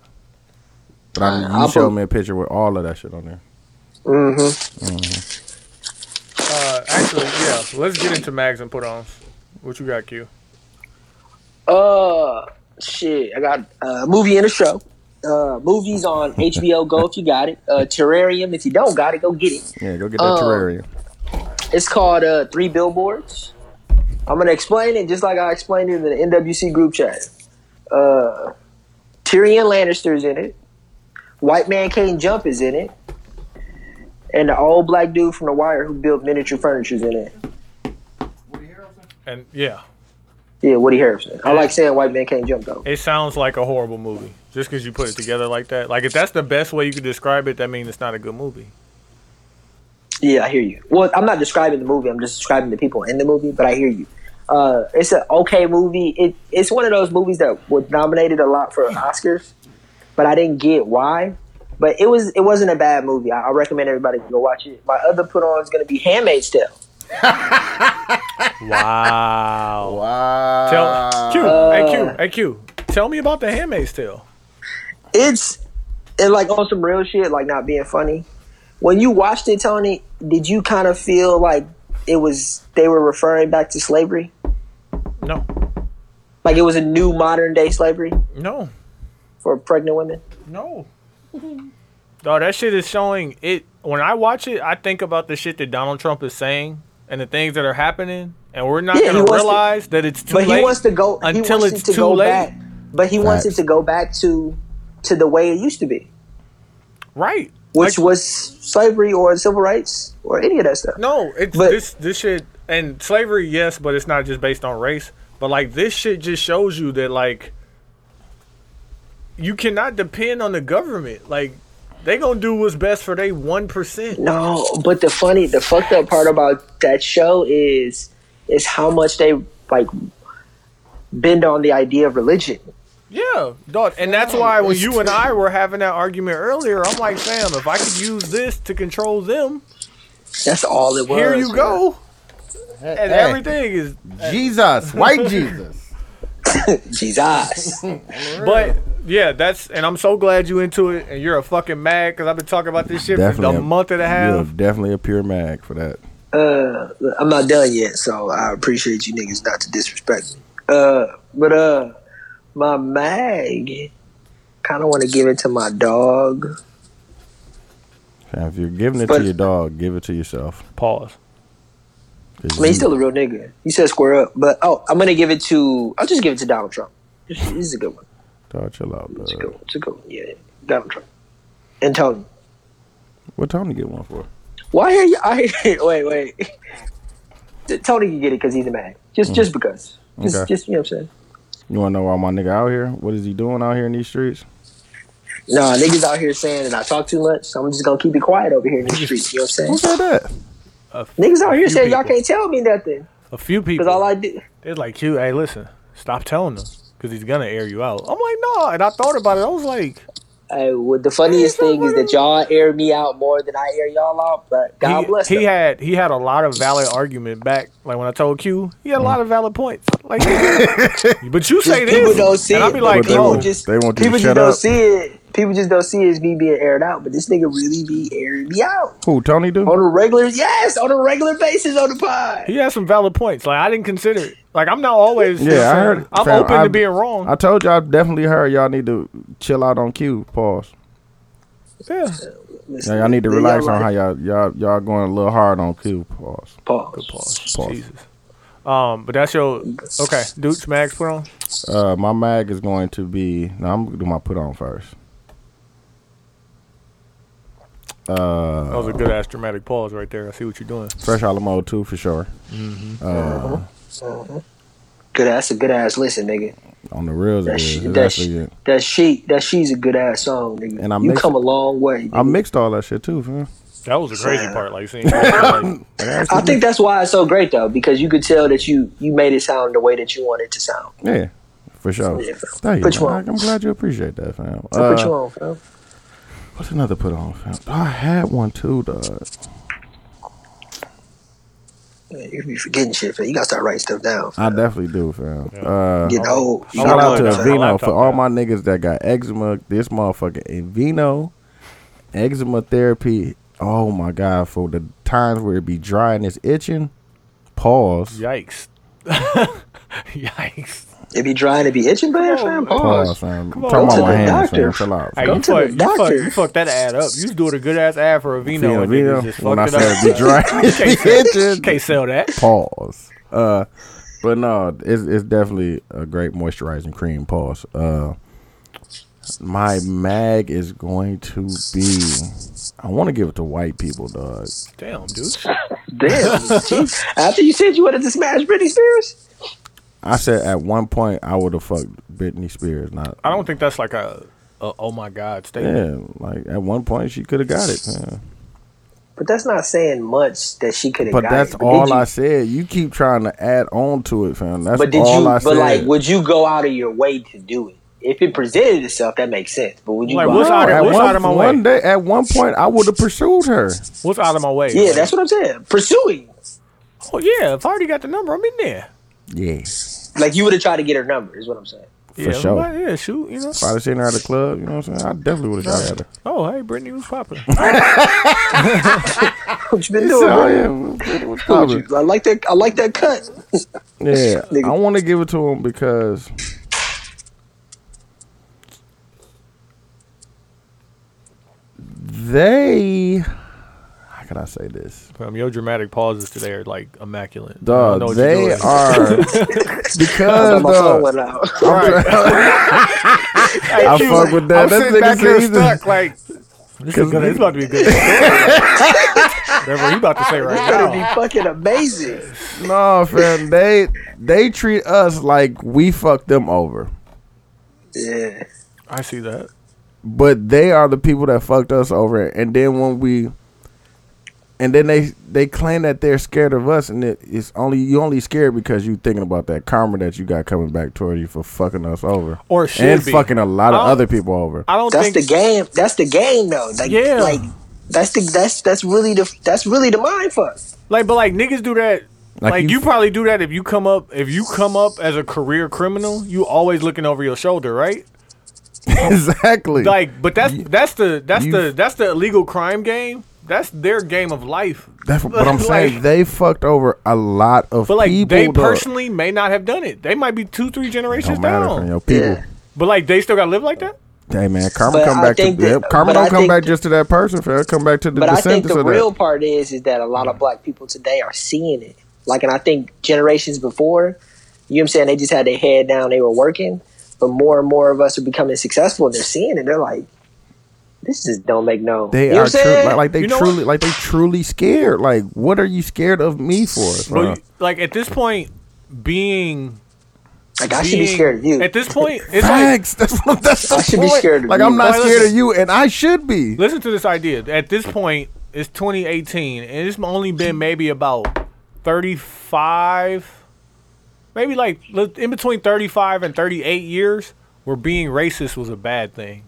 Speaker 3: But I,
Speaker 6: Alright,
Speaker 3: you
Speaker 6: I'll
Speaker 3: showed
Speaker 6: put-
Speaker 3: me a picture with all of that shit on there.
Speaker 6: Mm-hmm.
Speaker 2: uh, actually, yeah. Let's get into mags and put ons. What you got, Q?
Speaker 6: Uh, shit. I got a movie and a show. Uh, movies on HBO Go if you got it. Uh, Terrarium if you don't got it, go get it.
Speaker 3: Yeah, go get that
Speaker 6: Oh.
Speaker 3: terrarium.
Speaker 6: It's called uh, Three Billboards. I'm gonna explain it just like I explained it in the NWC group chat. Uh, Tyrion Lannister's in it. White Man Can't Jump is in it. And the old black dude from The Wire who built miniature furniture's in it.
Speaker 2: And yeah.
Speaker 6: Yeah, Woody Harrelson. I like saying White Man Can't Jump though.
Speaker 2: It sounds like a horrible movie just because you put it together like that. Like if that's the best way you could describe it, that means it's not a good movie.
Speaker 6: Yeah, I hear you. Well, I'm not describing the movie. I'm just describing the people in the movie. But I hear you. Uh, it's an okay movie. It, it's one of those movies that was nominated a lot for Oscars, but I didn't get why. But it was it wasn't a bad movie. I, I recommend everybody go watch it. My other put on is going to be Handmaid's Tale.
Speaker 2: Wow.
Speaker 3: Wow.
Speaker 2: (laughs) Tell Q,
Speaker 6: Uh,
Speaker 2: hey Q, hey Q. Tell me about the Handmaid's Tale.
Speaker 6: It's it like on some real shit, like not being funny. When you watched it, Tony, did you kind of feel like it was they were referring back to slavery,
Speaker 2: No,
Speaker 6: like it was a new modern day slavery
Speaker 2: no,
Speaker 6: for pregnant women?
Speaker 2: (laughs) no. No, that shit is showing it. When I watch it, I think about the shit that Donald Trump is saying and the things that are happening, and we're not
Speaker 6: Yeah, he
Speaker 2: gonna
Speaker 6: wants to-
Speaker 2: realize that it's too
Speaker 6: but
Speaker 2: late
Speaker 6: he wants to go he
Speaker 2: until
Speaker 6: wants
Speaker 2: it's
Speaker 6: it to
Speaker 2: too
Speaker 6: go
Speaker 2: late.
Speaker 6: back but he wants it
Speaker 3: Facts.
Speaker 6: to go back to to the way it used to be
Speaker 2: Right?
Speaker 6: which
Speaker 2: Like-
Speaker 6: was slavery or civil rights or any of that stuff
Speaker 2: No, it's
Speaker 6: But-
Speaker 2: this this shit and slavery, yes, but it's not just based on race. But like this shit just shows you that like you cannot depend on the government. Like they gonna do what's best for they one percent.
Speaker 6: no but the funny the fucked up part about that show is is how much they like bend on the idea of religion.
Speaker 2: Yeah, dog. And that's why when you and I were having that argument earlier, I'm like, fam, if I could use this to control them,
Speaker 6: That's all it was.
Speaker 2: here you go.
Speaker 3: Hey,
Speaker 2: And
Speaker 3: hey,
Speaker 2: everything is
Speaker 3: Jesus, white Jesus.
Speaker 6: Jesus.
Speaker 2: But yeah, that's and I'm so glad you into it, and you're a fucking mag because I've been talking about this shit for
Speaker 3: Definitely
Speaker 2: a
Speaker 3: a-
Speaker 2: month and a
Speaker 3: You're
Speaker 2: half.
Speaker 3: definitely a pure mag for that.
Speaker 6: uh, I'm not done yet, so I appreciate you niggas not to disrespect me. Uh, but uh, my mag, kind of want to give it to my dog.
Speaker 3: Fam, If you're giving it
Speaker 6: But-
Speaker 3: to your dog, give it to yourself.
Speaker 2: Pause.
Speaker 3: 'Cause
Speaker 6: I mean, he's
Speaker 3: you-
Speaker 6: still a real nigga. He said square up, but oh, I'm gonna give it to. I'll just give it to Donald Trump. This is a good one.
Speaker 3: dog, chill out,
Speaker 6: It's a good
Speaker 3: bro.
Speaker 6: one. It's a good one. Yeah, Donald Trump. And Tony.
Speaker 3: What Tony get one for?
Speaker 6: Why are you? I wait, wait. (laughs) T- Tony can get it because he's a man. Just, just because. Just,
Speaker 3: Okay.
Speaker 6: just you know what I'm saying.
Speaker 3: You want to know why my nigga out here? What is he doing out here in these streets?
Speaker 6: Nah, niggas out here saying that I talk too much, so I'm just gonna keep it quiet over here in the streets. You know what I'm
Speaker 2: (laughs)
Speaker 3: Who
Speaker 6: saying?
Speaker 3: said that?
Speaker 6: Niggas out
Speaker 2: few
Speaker 6: here saying y'all
Speaker 2: people.
Speaker 6: can't tell me nothing
Speaker 2: A few people.
Speaker 6: because all I do.
Speaker 2: They're like, "You, hey, listen, stop telling them because he's gonna air you out." I'm like, "No," and I thought about it. I was like,
Speaker 6: I, what the funniest thing is that y'all air me out more than I air y'all out. But God
Speaker 2: he,
Speaker 6: bless.
Speaker 2: he
Speaker 6: them.
Speaker 2: had he had a lot of valid argument back. Like when I told Q, he had a lot of valid points. Like,
Speaker 3: (laughs)
Speaker 2: but you say
Speaker 6: people
Speaker 2: this,
Speaker 6: don't see
Speaker 2: and I'll
Speaker 6: it,
Speaker 2: be
Speaker 6: but
Speaker 2: like, "Oh,
Speaker 3: they
Speaker 2: "No,
Speaker 6: people
Speaker 3: won't.
Speaker 6: just
Speaker 3: they want you to
Speaker 6: people
Speaker 3: shut
Speaker 6: just don't
Speaker 3: up.
Speaker 6: see it. People just don't see it as me being aired out, but this nigga really be airing me out
Speaker 3: Who Tony
Speaker 6: on
Speaker 3: do?
Speaker 6: a regular yes, on a regular basis on the pod.
Speaker 2: he has some valid points." Like I didn't consider. it. Like I'm not always. you know what
Speaker 3: Yeah, I
Speaker 2: I'm
Speaker 3: heard.
Speaker 2: saying? I'm
Speaker 3: fam,
Speaker 2: open
Speaker 3: I-
Speaker 2: to being wrong.
Speaker 3: I told you I definitely heard y'all need to chill out on cue. Pause.
Speaker 2: yeah.
Speaker 3: Y'all y'all need to relax on how y'all y'all y'all going a little hard on cue. Pause.
Speaker 6: pause.
Speaker 2: Pause.
Speaker 3: Pause.
Speaker 2: Jesus. Um, but that's your okay. Dukes Max put on.
Speaker 3: Uh, my mag is going to be. No, I'm gonna do my put on first.
Speaker 2: That was a
Speaker 3: Uh,
Speaker 2: good ass dramatic pause right there. I see what you're doing.
Speaker 3: Fresh Alamo two for sure.
Speaker 6: Uh-huh. Good ass, a good ass. Listen, nigga,
Speaker 3: On the reels, it
Speaker 6: that
Speaker 3: is.
Speaker 6: she,
Speaker 3: It's
Speaker 6: that
Speaker 3: actually
Speaker 6: she,
Speaker 3: good.
Speaker 6: that she, that she's a good ass song, nigga.
Speaker 3: And I
Speaker 6: you
Speaker 3: mix
Speaker 6: come
Speaker 3: it.
Speaker 6: a long way.
Speaker 3: I
Speaker 6: nigga.
Speaker 3: mixed all that shit too, fam.
Speaker 2: That was the crazy part. Like seeing. (laughs) Like,
Speaker 6: I think that's why it's so great though, because you could tell that you you made it sound the way that you want it to sound.
Speaker 3: Yeah, for sure.
Speaker 6: Yeah.
Speaker 3: Thank
Speaker 6: Put
Speaker 3: you.
Speaker 6: you
Speaker 3: man.
Speaker 6: on.
Speaker 3: I'm glad you appreciate that, fam.
Speaker 6: So put
Speaker 3: Uh,
Speaker 6: you on, fam.
Speaker 3: What's another put on? Fam? I had one too, dog.
Speaker 6: Man, you be forgetting shit, fam. You gotta start writing stuff down.
Speaker 3: I definitely do, fam. Uh,
Speaker 6: Getting old. You
Speaker 2: I
Speaker 3: shout
Speaker 6: know
Speaker 3: out
Speaker 2: wanna look
Speaker 3: to
Speaker 6: what I'm
Speaker 2: at my
Speaker 6: saying?
Speaker 3: Avino
Speaker 2: laptop
Speaker 3: for all
Speaker 2: now.
Speaker 3: my niggas that got eczema. This motherfucker Avino eczema therapy. Oh my god, for the times where it be dry and it's itching. Pause.
Speaker 2: yikes. (laughs) yikes.
Speaker 6: It be dry and it be itching, bad, fam.
Speaker 3: Pause,
Speaker 6: Pause.
Speaker 3: fam.
Speaker 2: Come on. Go
Speaker 3: Talking about
Speaker 2: to
Speaker 3: my
Speaker 6: the
Speaker 3: hands, fam.
Speaker 6: doctor.
Speaker 3: Chill out.
Speaker 2: Hey,
Speaker 6: Go
Speaker 2: you
Speaker 6: to the
Speaker 2: fuck, you, fuck,
Speaker 6: doctor.
Speaker 2: you fucked that ad up. You was doing a good ass ad for Avino.
Speaker 3: Feel
Speaker 2: and then you
Speaker 3: Avino.
Speaker 2: just
Speaker 3: When I
Speaker 2: fucked it
Speaker 3: said it
Speaker 2: up.
Speaker 3: be
Speaker 2: (laughs)
Speaker 3: dry,
Speaker 2: You can't,
Speaker 3: (laughs)
Speaker 2: sell,
Speaker 3: it's
Speaker 2: you
Speaker 3: itching.
Speaker 2: can't sell that.
Speaker 3: Pause. Uh, but no, it's it's definitely a great moisturizing cream. Pause. Uh, my mag is going to be. I want to give it to white people, dog.
Speaker 2: Damn, dude.
Speaker 3: (laughs)
Speaker 6: Damn. Jeez. After you said you wanted to smash Britney Spears,
Speaker 3: I said at one point I would have fucked Britney Spears. Not.
Speaker 2: I don't think that's like a, a oh my god statement.
Speaker 3: Yeah, like at one point she could have got it. man.
Speaker 6: but that's not saying much that she could have.
Speaker 3: But
Speaker 6: got
Speaker 3: that's
Speaker 6: it. did
Speaker 3: all
Speaker 6: you-
Speaker 3: I said. You keep trying to add on to it, fam. That's
Speaker 6: But did
Speaker 3: all
Speaker 6: you?
Speaker 3: I
Speaker 6: but
Speaker 3: said.
Speaker 6: like, would you go out of your way to do it? If it presented itself, that makes sense. But would you?
Speaker 2: Like,
Speaker 6: go
Speaker 2: what's
Speaker 6: out-
Speaker 2: out
Speaker 3: No,
Speaker 2: of-
Speaker 3: at
Speaker 2: what's
Speaker 3: one,
Speaker 2: out of my
Speaker 3: one
Speaker 2: way?
Speaker 3: day, at one point, I would have pursued her.
Speaker 2: What's out of my way?
Speaker 6: Yeah,
Speaker 2: Like,
Speaker 6: that's what I'm saying. Pursuing.
Speaker 2: Oh yeah, if I already got the number, I'm in there.
Speaker 3: Yes.
Speaker 6: Like you would have tried to get her number. Is what I'm saying.
Speaker 2: Yeah,
Speaker 3: sure.
Speaker 2: why- Yeah, shoot. You know.
Speaker 3: If I'd have seen her at the club, you know what I'm saying? I definitely would have shot at her.
Speaker 2: Oh hey, Brittany was
Speaker 3: (laughs)
Speaker 2: popping.
Speaker 6: What you been
Speaker 3: So,
Speaker 6: doing? bro?
Speaker 3: yeah, what's
Speaker 6: What
Speaker 3: poppin'?
Speaker 6: you- I like that. I like that cut.
Speaker 3: yeah,
Speaker 6: Nigga.
Speaker 3: I want to give it to him because they. How can I say this?
Speaker 2: Fam, your dramatic pauses today are like immaculate. I don't know
Speaker 3: Dog,
Speaker 2: what
Speaker 3: they
Speaker 2: you're doing.
Speaker 3: are
Speaker 6: My
Speaker 3: because
Speaker 6: phone
Speaker 3: dog,
Speaker 6: went out. (laughs)
Speaker 3: I fuck with that. That nigga season.
Speaker 2: like. This is gonna, it's about to be a
Speaker 3: (laughs)
Speaker 2: good. Whatever you about to say right
Speaker 6: That'd be
Speaker 2: now.
Speaker 6: fucking amazing.
Speaker 3: no, fam. They they treat us like we fucked them over,
Speaker 6: Yeah.
Speaker 2: I see that.
Speaker 3: but they are the people that fucked us over. And then when we and then they they claim that they're scared of us, and it, it's only you only scared because you thinking about that karma that you got coming back toward you for fucking us over,
Speaker 2: Or should
Speaker 3: and
Speaker 2: be.
Speaker 3: fucking a lot of
Speaker 2: I don't-
Speaker 3: other people over.
Speaker 2: I don't
Speaker 6: That's
Speaker 2: think
Speaker 6: the game. That's the game, though. Like,
Speaker 2: Yeah.
Speaker 6: like that's the that's that's really the that's really the mind fuck.
Speaker 2: like, but like niggas do that.
Speaker 3: Like
Speaker 2: Like,
Speaker 3: you-
Speaker 2: you, probably do that if you come up if you come up as a career criminal, you always looking over your shoulder, right?
Speaker 3: (laughs) exactly.
Speaker 2: Like, but that's that's the that's
Speaker 3: you-
Speaker 2: the that's the illegal crime game. That's their game of life.
Speaker 3: That's what I'm
Speaker 2: Like-
Speaker 3: saying. They fucked over a lot of
Speaker 2: But like
Speaker 3: people.
Speaker 2: they
Speaker 3: dog.
Speaker 2: personally may not have done it. They might be two, three generations
Speaker 3: don't matter from
Speaker 2: down.
Speaker 3: your people.
Speaker 6: Yeah.
Speaker 2: But like they still got to live like that.
Speaker 3: Hey man, karma
Speaker 6: But
Speaker 3: come
Speaker 6: I
Speaker 3: back to
Speaker 6: think that-
Speaker 3: yep, karma
Speaker 6: but
Speaker 3: don't
Speaker 6: I
Speaker 3: come
Speaker 6: think-
Speaker 3: back just to that person. Fair, come back to the
Speaker 6: But I think
Speaker 3: descendants
Speaker 6: the
Speaker 3: of that.
Speaker 6: real part is is that a lot of black people today are seeing it. Like, and I think generations before, you know what I'm saying, they just had their head down, they were working. But more and more of us are becoming successful, and they're seeing it. They're like, this just don't make no.
Speaker 3: They
Speaker 6: you know what
Speaker 3: are true,
Speaker 6: I'm saying?
Speaker 3: like, like they
Speaker 2: You know
Speaker 3: truly, like they truly scared. Like, what are you scared of me for?
Speaker 2: But
Speaker 3: bro?
Speaker 2: you- like at this point, being
Speaker 6: Like, I should be
Speaker 2: being-
Speaker 6: scared of you.
Speaker 2: At this point, it's like
Speaker 3: Facts. (laughs) that's what, that's the
Speaker 6: I should be
Speaker 3: point.
Speaker 6: scared of
Speaker 3: Like
Speaker 6: you.
Speaker 3: I'm not
Speaker 2: Why,
Speaker 3: scared of
Speaker 2: listen.
Speaker 3: you, and I should be.
Speaker 2: listen to this idea. At this point, it's 2018, and it's only been maybe about 35, maybe like li- in between 35 and 38 years, where being racist was a bad thing.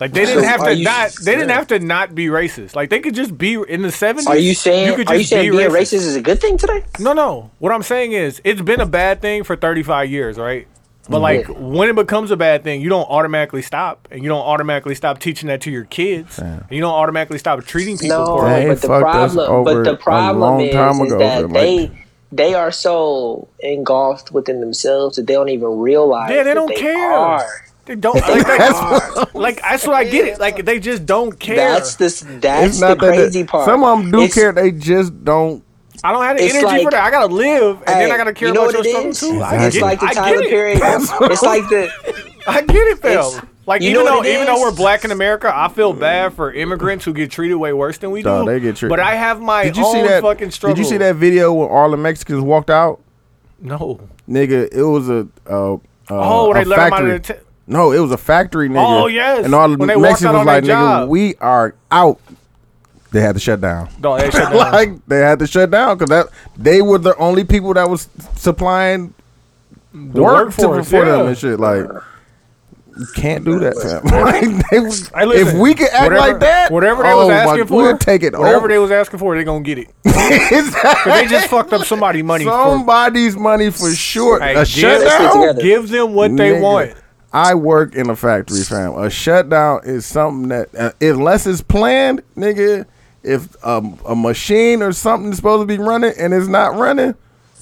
Speaker 2: Like they didn't
Speaker 6: So
Speaker 2: have
Speaker 6: are
Speaker 2: to
Speaker 6: you-
Speaker 2: not they didn't
Speaker 6: yeah.
Speaker 2: have to not be racist. Like they could just be in the 70s.
Speaker 6: are you saying
Speaker 2: could
Speaker 6: are you
Speaker 2: just
Speaker 6: saying
Speaker 2: be
Speaker 6: being racist is a good thing today?
Speaker 2: No, no. What I'm saying is, it's been a bad thing for 35 years, right? But like,
Speaker 6: Yeah.
Speaker 2: when it becomes a bad thing, you don't automatically stop, and you don't automatically stop teaching that to your kids, and you don't automatically stop treating people.
Speaker 6: No,
Speaker 2: poorly.
Speaker 3: They
Speaker 6: but the
Speaker 3: fucked us
Speaker 6: problem,
Speaker 3: over
Speaker 6: but the
Speaker 3: a long
Speaker 6: problem is,
Speaker 3: time
Speaker 6: is
Speaker 3: ago,
Speaker 6: that
Speaker 3: like-
Speaker 6: they they are so engulfed within themselves that they don't even realize.
Speaker 2: yeah, they
Speaker 6: that
Speaker 2: don't care.
Speaker 6: Are.
Speaker 2: They don't like (laughs) that's,
Speaker 6: Are.
Speaker 2: like that's what I get it. Like they just don't care.
Speaker 6: That's this.
Speaker 3: It's
Speaker 6: That's the
Speaker 3: not that-
Speaker 6: crazy
Speaker 3: that
Speaker 6: part.
Speaker 3: some of them do
Speaker 6: It's-
Speaker 3: care. They just don't.
Speaker 2: I don't have the
Speaker 6: it's
Speaker 2: energy for
Speaker 6: like-
Speaker 2: that. I gotta live, and then
Speaker 6: Hey,
Speaker 2: I gotta care
Speaker 6: you know
Speaker 2: about your
Speaker 6: what it
Speaker 2: struggle
Speaker 6: is?
Speaker 2: too. I
Speaker 3: It's
Speaker 2: get,
Speaker 6: It's
Speaker 2: it.
Speaker 6: like the
Speaker 2: I
Speaker 6: Tyler
Speaker 2: get it.
Speaker 6: Perry. it's like the.
Speaker 3: (laughs)
Speaker 2: I get it, Phil.
Speaker 6: It's-
Speaker 2: Like
Speaker 6: you
Speaker 2: even
Speaker 6: know
Speaker 2: though
Speaker 6: what it
Speaker 2: even
Speaker 6: is?
Speaker 2: though we're black in America, I feel bad for immigrants who get treated way worse than we do.
Speaker 3: Dawg, they get treated-
Speaker 2: But I have my
Speaker 3: Did you
Speaker 2: own
Speaker 3: see that?
Speaker 2: fucking struggle.
Speaker 3: Did you see that video where all the Mexicans walked out?
Speaker 2: No.
Speaker 3: Nigga, it was a. Uh, uh,
Speaker 2: Oh,
Speaker 3: a
Speaker 2: they let 'em out of
Speaker 3: factory.
Speaker 2: the t-
Speaker 3: No, it was a factory, nigga.
Speaker 2: Oh, yes.
Speaker 3: And all the
Speaker 2: When they walked
Speaker 3: Mexicans
Speaker 2: out
Speaker 3: was
Speaker 2: on their
Speaker 3: like, nigga,
Speaker 2: job.
Speaker 3: we are out. They had to shut down.
Speaker 2: No,
Speaker 6: (laughs)
Speaker 2: they shut down.
Speaker 3: (laughs) like they had to shut down because that they were the only people that was supplying
Speaker 2: The
Speaker 3: work to,
Speaker 2: workforce,
Speaker 3: for
Speaker 2: yeah.
Speaker 3: them and shit. Like, you can't do that, fam. (laughs) like, they was,
Speaker 2: (laughs) Hey, listen,
Speaker 3: if we could act
Speaker 2: whatever-
Speaker 3: like that,
Speaker 2: whatever they
Speaker 3: oh
Speaker 2: was
Speaker 3: my-
Speaker 2: asking for,
Speaker 3: we'll take it. Oh,
Speaker 2: Whatever
Speaker 3: over.
Speaker 2: they was asking for, they gonna get it.
Speaker 3: (laughs)
Speaker 2: 'Cause they just fucked up somebody money. for,
Speaker 3: somebody's money for sure.
Speaker 2: Hey,
Speaker 3: a
Speaker 2: give-
Speaker 3: shutdown.
Speaker 6: together.
Speaker 2: give them what they
Speaker 3: Nigga,
Speaker 2: want.
Speaker 3: I work in a factory, fam. A shutdown is something that, uh, unless it's planned, nigga. If um, a machine or something is supposed to be running and it's not running,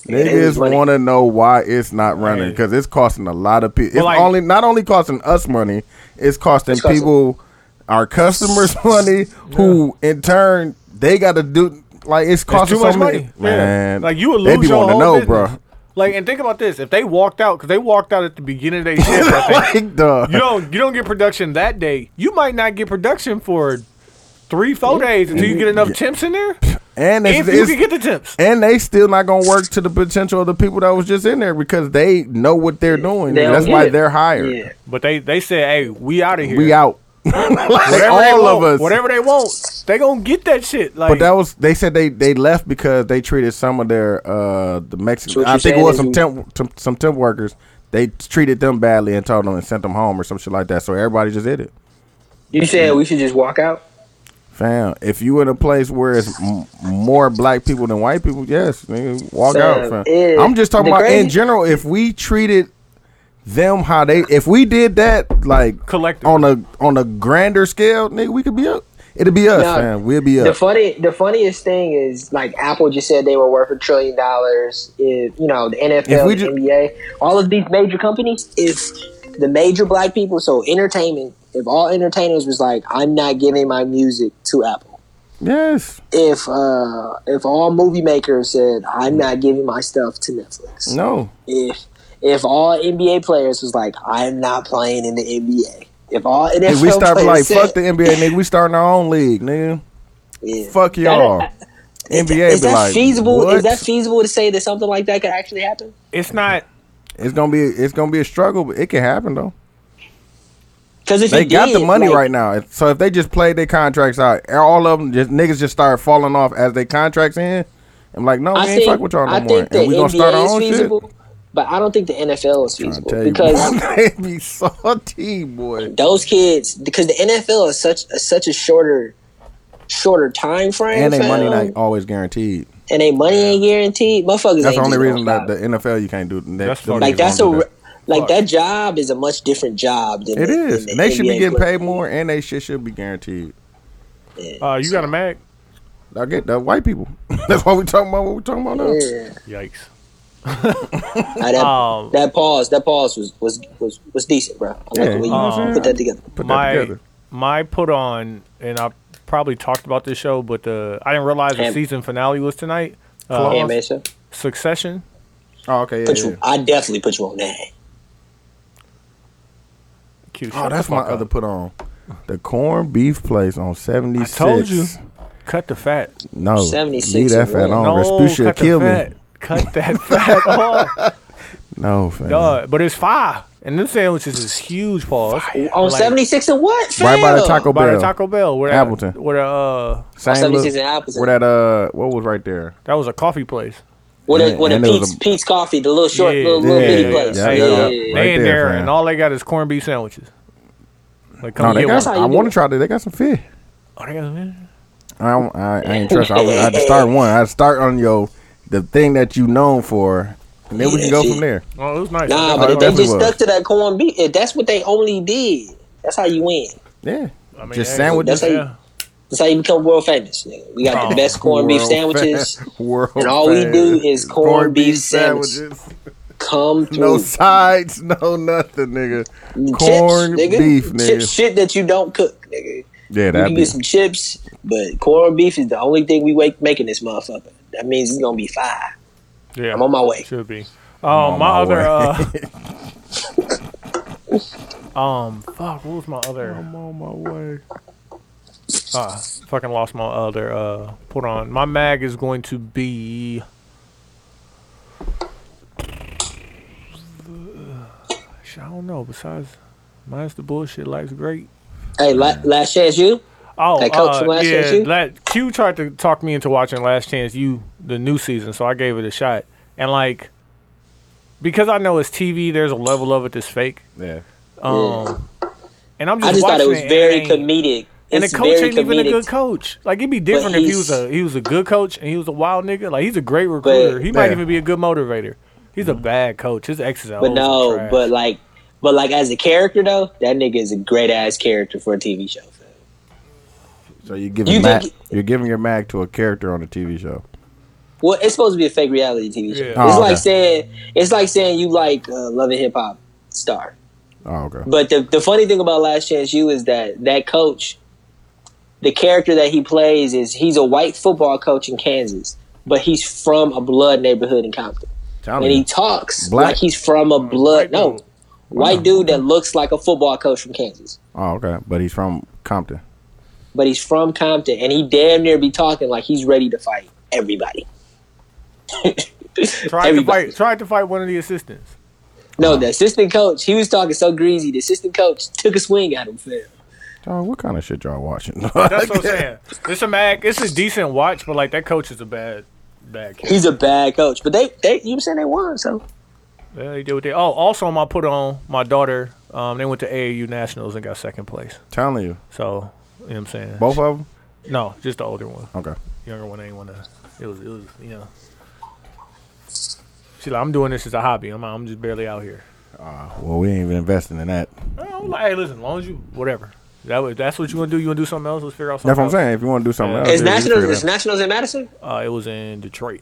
Speaker 3: niggas
Speaker 6: is money.
Speaker 3: want to know why it's not running
Speaker 2: Right.
Speaker 3: because it's costing a lot of people. It's
Speaker 2: Well, like-
Speaker 3: only not only costing us money, it's costing
Speaker 6: It's costing-
Speaker 3: people, our customers (laughs) money, who in turn they got to do like it's
Speaker 2: It's
Speaker 3: costing
Speaker 2: too much
Speaker 3: so many-
Speaker 2: money.
Speaker 3: Man,
Speaker 2: yeah. Like you would
Speaker 3: they
Speaker 2: lose
Speaker 3: be
Speaker 2: your
Speaker 3: wanting
Speaker 2: whole
Speaker 3: to know,
Speaker 2: business.
Speaker 3: bro.
Speaker 2: Like and think about this: if they walked out, because they walked out at the beginning of
Speaker 3: (laughs)
Speaker 2: their shift, I think.
Speaker 3: like duh.
Speaker 2: you don't you don't get production that day. You might not get production for three, four days until you get enough temps in there.
Speaker 3: and it's,
Speaker 2: If you
Speaker 3: it's-
Speaker 2: can get the temps.
Speaker 3: and they still not gonna work to the potential of the people that was just in there because they know what they're doing.
Speaker 6: They don't
Speaker 3: That's
Speaker 6: get
Speaker 3: why
Speaker 6: it.
Speaker 3: they're hired.
Speaker 6: Yeah.
Speaker 2: But they they said, hey, we out of here.
Speaker 3: We out. (laughs) Like,
Speaker 2: Whatever they
Speaker 3: all of
Speaker 2: want,
Speaker 3: us.
Speaker 2: Whatever they want, they gonna get that shit. Like
Speaker 3: But that was they said they they left because they treated some of their uh the
Speaker 6: So
Speaker 3: Mexican.
Speaker 6: what
Speaker 3: I
Speaker 6: you're
Speaker 3: think it
Speaker 6: saying
Speaker 3: was
Speaker 6: is
Speaker 3: some
Speaker 6: you-
Speaker 3: temp some, some temp workers. They treated them badly and told them and sent them home or some shit like that. So everybody just did it.
Speaker 6: You saying we should just walk out?
Speaker 3: Fam, if you in a place where it's m- more black people than white people, yes, nigga, walk
Speaker 6: Fam,
Speaker 3: out. Fam.
Speaker 6: it-
Speaker 3: I'm just talking
Speaker 6: the
Speaker 3: about in
Speaker 6: crazy-
Speaker 3: general. If we treated them how they, if we did that like
Speaker 2: Collective.
Speaker 3: on a on a grander scale, nigga, we could be up. It'd be us,
Speaker 6: Nah,
Speaker 3: fam. We'd be
Speaker 6: The
Speaker 3: up.
Speaker 6: funny, the funniest thing is like Apple just said they were worth a trillion dollars. If you know the
Speaker 3: If
Speaker 6: NFL,
Speaker 3: we
Speaker 6: the
Speaker 3: ju-
Speaker 6: NBA, all of these major companies, if the major black people, so entertainment, if all entertainers was like, I'm not giving my music to Apple.
Speaker 3: yes.
Speaker 6: If uh, if all movie makers said, I'm not giving my stuff to Netflix.
Speaker 3: No.
Speaker 6: If if all NBA players was like, I'm not playing in the NBA. If all NFL
Speaker 3: If we start
Speaker 6: players
Speaker 3: like
Speaker 6: said,
Speaker 3: fuck the NBA, nigga, we starting our own league, nigga.
Speaker 6: Yeah.
Speaker 3: Fuck y'all. NBA
Speaker 6: is
Speaker 3: be
Speaker 6: that
Speaker 3: like,
Speaker 6: feasible?
Speaker 3: What?
Speaker 6: Is that feasible to say that something like that could actually happen?
Speaker 2: it's not
Speaker 3: it's gonna be it's gonna be a struggle, but it can happen though.
Speaker 6: Because if
Speaker 3: They
Speaker 6: you
Speaker 3: got
Speaker 6: did,
Speaker 3: the money
Speaker 6: like,
Speaker 3: right now. If- So if they just played their contracts out, all of them just niggas just start falling off as their contracts end. I'm like, no, we
Speaker 6: I
Speaker 3: ain't
Speaker 6: think,
Speaker 3: fuck with y'all no
Speaker 6: I
Speaker 3: more.
Speaker 6: think the
Speaker 3: And we gonna
Speaker 6: NBA
Speaker 3: start our
Speaker 6: is
Speaker 3: own
Speaker 6: feasible,
Speaker 3: shit.
Speaker 6: but I don't think the NFL is
Speaker 3: I
Speaker 6: feasible
Speaker 3: tell you,
Speaker 6: because
Speaker 3: boy, (laughs) they be salty, boy.
Speaker 6: those kids because the NFL is such a, such a shorter shorter time frame
Speaker 3: And their money
Speaker 6: fam,
Speaker 3: not always guaranteed.
Speaker 6: and they money ain't guaranteed. Motherfuckers,
Speaker 3: That's
Speaker 6: ain't
Speaker 3: the only
Speaker 6: just
Speaker 3: reason
Speaker 6: gonna
Speaker 3: that the NFL you can't do that.
Speaker 2: That's
Speaker 3: them
Speaker 2: fucking-
Speaker 3: niggas
Speaker 6: like that's a
Speaker 3: don't do that.
Speaker 6: like that job is a much different job than
Speaker 3: It
Speaker 6: the- than
Speaker 3: is.
Speaker 6: the
Speaker 3: And they should be
Speaker 6: NBA
Speaker 3: getting
Speaker 6: player.
Speaker 3: paid more, and they shit should be guaranteed.
Speaker 2: Uh, you got a mag?
Speaker 3: I get that white people. (laughs) That's why we talking about what we talking about now.
Speaker 6: Yeah.
Speaker 2: Yikes.
Speaker 6: Now,
Speaker 3: Oh.
Speaker 6: that,
Speaker 2: Um,
Speaker 6: that pause, that pause was was was, was decent, bro. I like
Speaker 3: Yeah,
Speaker 6: the way
Speaker 3: you
Speaker 6: you
Speaker 3: know what I'm saying?
Speaker 6: put that together.
Speaker 3: Put that
Speaker 2: my
Speaker 3: together.
Speaker 2: my put on, and I probably talked about this show, but the I didn't realize the
Speaker 6: Ham-
Speaker 2: season finale was tonight.
Speaker 6: Yeah,
Speaker 2: Uh,
Speaker 6: man, sir.
Speaker 2: Succession.
Speaker 3: Oh, okay, yeah,
Speaker 6: Put
Speaker 3: yeah.
Speaker 6: you, I definitely put you on that.
Speaker 2: Q, shut
Speaker 3: Oh,
Speaker 2: the
Speaker 3: that's my
Speaker 2: fuck up.
Speaker 3: other put on. The corned beef place on 76.
Speaker 2: told you. Cut the fat.
Speaker 3: No,
Speaker 6: 76
Speaker 3: leave that
Speaker 6: is
Speaker 3: fat
Speaker 6: wrong.
Speaker 2: No,
Speaker 3: on. Respucia
Speaker 2: cut the
Speaker 3: kill me.
Speaker 2: fat. Cut that (laughs) fat off.
Speaker 3: No, fam.
Speaker 2: Duh, but it's fire. And them sandwiches is huge, Paul. It's
Speaker 6: On
Speaker 2: like-
Speaker 6: seventy six and what?
Speaker 3: Right by the
Speaker 6: fam?
Speaker 3: Taco
Speaker 2: By
Speaker 3: Bell.
Speaker 2: the Taco Bell. Where
Speaker 3: Appleton.
Speaker 2: That, where the, uh,
Speaker 3: Same look-
Speaker 6: 76 and Appleton.
Speaker 3: Where that uh, what was right there?
Speaker 2: that was a coffee place.
Speaker 6: With
Speaker 3: Yeah,
Speaker 6: a with a
Speaker 3: and it was
Speaker 6: Pete's,
Speaker 3: a-
Speaker 6: Pete's coffee, the little short,
Speaker 2: Yeah,
Speaker 6: little, little
Speaker 3: yeah,
Speaker 6: bitty
Speaker 3: yeah,
Speaker 6: place.
Speaker 3: yeah,
Speaker 6: Yeah,
Speaker 3: yeah,
Speaker 6: yeah,
Speaker 3: yeah.
Speaker 6: yeah.
Speaker 2: They
Speaker 3: Right
Speaker 2: in
Speaker 3: there,
Speaker 2: there,
Speaker 3: fam.
Speaker 2: and all they got is corned beef sandwiches. Like, come
Speaker 3: No, they
Speaker 2: get
Speaker 3: got.
Speaker 2: one.
Speaker 3: I
Speaker 6: how you do
Speaker 3: want to
Speaker 6: it.
Speaker 3: try that. They got some fish.
Speaker 2: Oh, they got- man.
Speaker 3: I don't, I, I ain't trust. I, was, I had to start one. I had to start on your the thing that you known for, and then we can go from there.
Speaker 2: Oh, it was nice.
Speaker 6: Nah,
Speaker 2: I
Speaker 6: but
Speaker 3: it
Speaker 6: if they
Speaker 2: definitely-
Speaker 6: just
Speaker 3: was.
Speaker 6: stuck to that corned beef, if that's what they only did, that's how you win.
Speaker 3: Yeah,
Speaker 2: I mean,
Speaker 3: just
Speaker 2: hey,
Speaker 3: sandwiches.
Speaker 6: that's how you-
Speaker 2: Yeah.
Speaker 6: That's how you become world famous. Nigga. We got
Speaker 2: Oh,
Speaker 6: the best corned beef
Speaker 3: World
Speaker 6: sandwiches.
Speaker 3: fam- (laughs) world
Speaker 6: and all we
Speaker 3: fam-
Speaker 6: do is corned beef sandwiches. Come through.
Speaker 3: No sides, (laughs) no nothing, nigga.
Speaker 6: Chips,
Speaker 3: Corned
Speaker 6: nigga.
Speaker 3: beef, nigga.
Speaker 6: Chips, shit that you don't cook, nigga.
Speaker 3: Yeah,
Speaker 6: You
Speaker 3: that
Speaker 6: can
Speaker 3: be
Speaker 6: get some chips, but corned beef is the only thing we wake making this motherfucker. That means it's gonna be fire.
Speaker 2: Yeah.
Speaker 6: I'm on my way.
Speaker 2: Should be. Um, my,
Speaker 3: my
Speaker 2: other.
Speaker 3: way.
Speaker 2: (laughs) Uh, um, fuck. What was my other? I'm on my way. Ah, fucking lost my other. Uh, put on my mag is going to be. (sighs) Shit, I don't know. Besides, minus the bullshit, life's great.
Speaker 6: Hey, la-
Speaker 3: Mm.
Speaker 6: last chance, you.
Speaker 2: Oh,
Speaker 6: That coach from
Speaker 2: uh,
Speaker 6: Last
Speaker 2: yeah.
Speaker 6: Chance U?
Speaker 2: That Q tried to talk me into watching Last Chance U, the new season, so I gave it a shot. And like, because I know it's TV, there's a level of it that's fake.
Speaker 3: yeah.
Speaker 2: Um, and I'm just,
Speaker 6: I just thought
Speaker 2: watching
Speaker 6: it was very
Speaker 2: and-
Speaker 6: comedic.
Speaker 2: And the
Speaker 6: It's
Speaker 2: coach
Speaker 6: very
Speaker 2: ain't even a
Speaker 6: comedic.
Speaker 2: good coach. Like it'd be different if he was
Speaker 6: he's-
Speaker 2: a he was a good coach and he was a wild nigga. Like he's a great recruiter. he might
Speaker 3: Yeah.
Speaker 2: even be a good motivator. He's a bad coach. His exes out.
Speaker 6: Mm-hmm. But no, but like, but like as a character though, that nigga is a great ass character for a TV show. fam.
Speaker 3: So you're giving
Speaker 6: You
Speaker 3: mag,
Speaker 6: think-
Speaker 3: you're giving your mag to a character on a TV show.
Speaker 6: Well, it's supposed to be a fake reality TV show.
Speaker 2: Yeah.
Speaker 6: It's
Speaker 3: Oh, okay.
Speaker 6: like saying it's like saying you like uh, Love and Hip Hop star.
Speaker 3: Oh, okay.
Speaker 6: But the the funny thing about Last Chance U is that that coach, the character that he plays is he's a white football coach in Kansas, but he's from a blood neighborhood in Compton,
Speaker 3: Tell
Speaker 6: and
Speaker 3: me.
Speaker 6: he talks
Speaker 3: Black?
Speaker 6: like he's from a
Speaker 2: Mm, White
Speaker 6: blood no
Speaker 2: dude.
Speaker 6: white dude that looks like a football coach from Kansas.
Speaker 3: oh, okay. But he's from Compton.
Speaker 6: but he's from Compton, and he damn near be talking like he's ready to fight everybody.
Speaker 2: tried to
Speaker 6: everybody.
Speaker 2: fight. Tried to fight one of the assistants.
Speaker 6: No, the assistant coach, he was talking so greasy. The assistant coach took a swing at him. Fam.
Speaker 3: Dog, what kind of shit y'all watching? (laughs)
Speaker 2: That's what I'm saying. It's a mag. It's a decent watch, but like that coach is a bad, bad kid.
Speaker 6: He's a bad coach, but they, they, you know what I'm saying they won. So
Speaker 2: Yeah, he did what they. Oh, also, my put on my daughter. Um, they went to AAU nationals and got second place.
Speaker 3: telling you,
Speaker 2: So you know what I'm saying.
Speaker 3: both of them.
Speaker 2: No, just the older one.
Speaker 3: Okay.
Speaker 2: Younger one ain't wanna. It was. It was. You know. She's like, I'm doing this as a hobby. I'm. I'm just barely out here.
Speaker 3: Well, we ain't even investing in that.
Speaker 2: I'm like, hey, listen, as long as you whatever. That was, that's what you want to do. You want to do something else? Let's figure out something.
Speaker 3: That's what I'm
Speaker 2: else.
Speaker 3: saying. If you want to do something
Speaker 2: Yeah.
Speaker 3: else,
Speaker 6: it's
Speaker 3: yeah, you
Speaker 6: nationals.
Speaker 3: figure
Speaker 6: It's
Speaker 3: it
Speaker 6: nationals in Madison.
Speaker 2: Uh, it was in Detroit.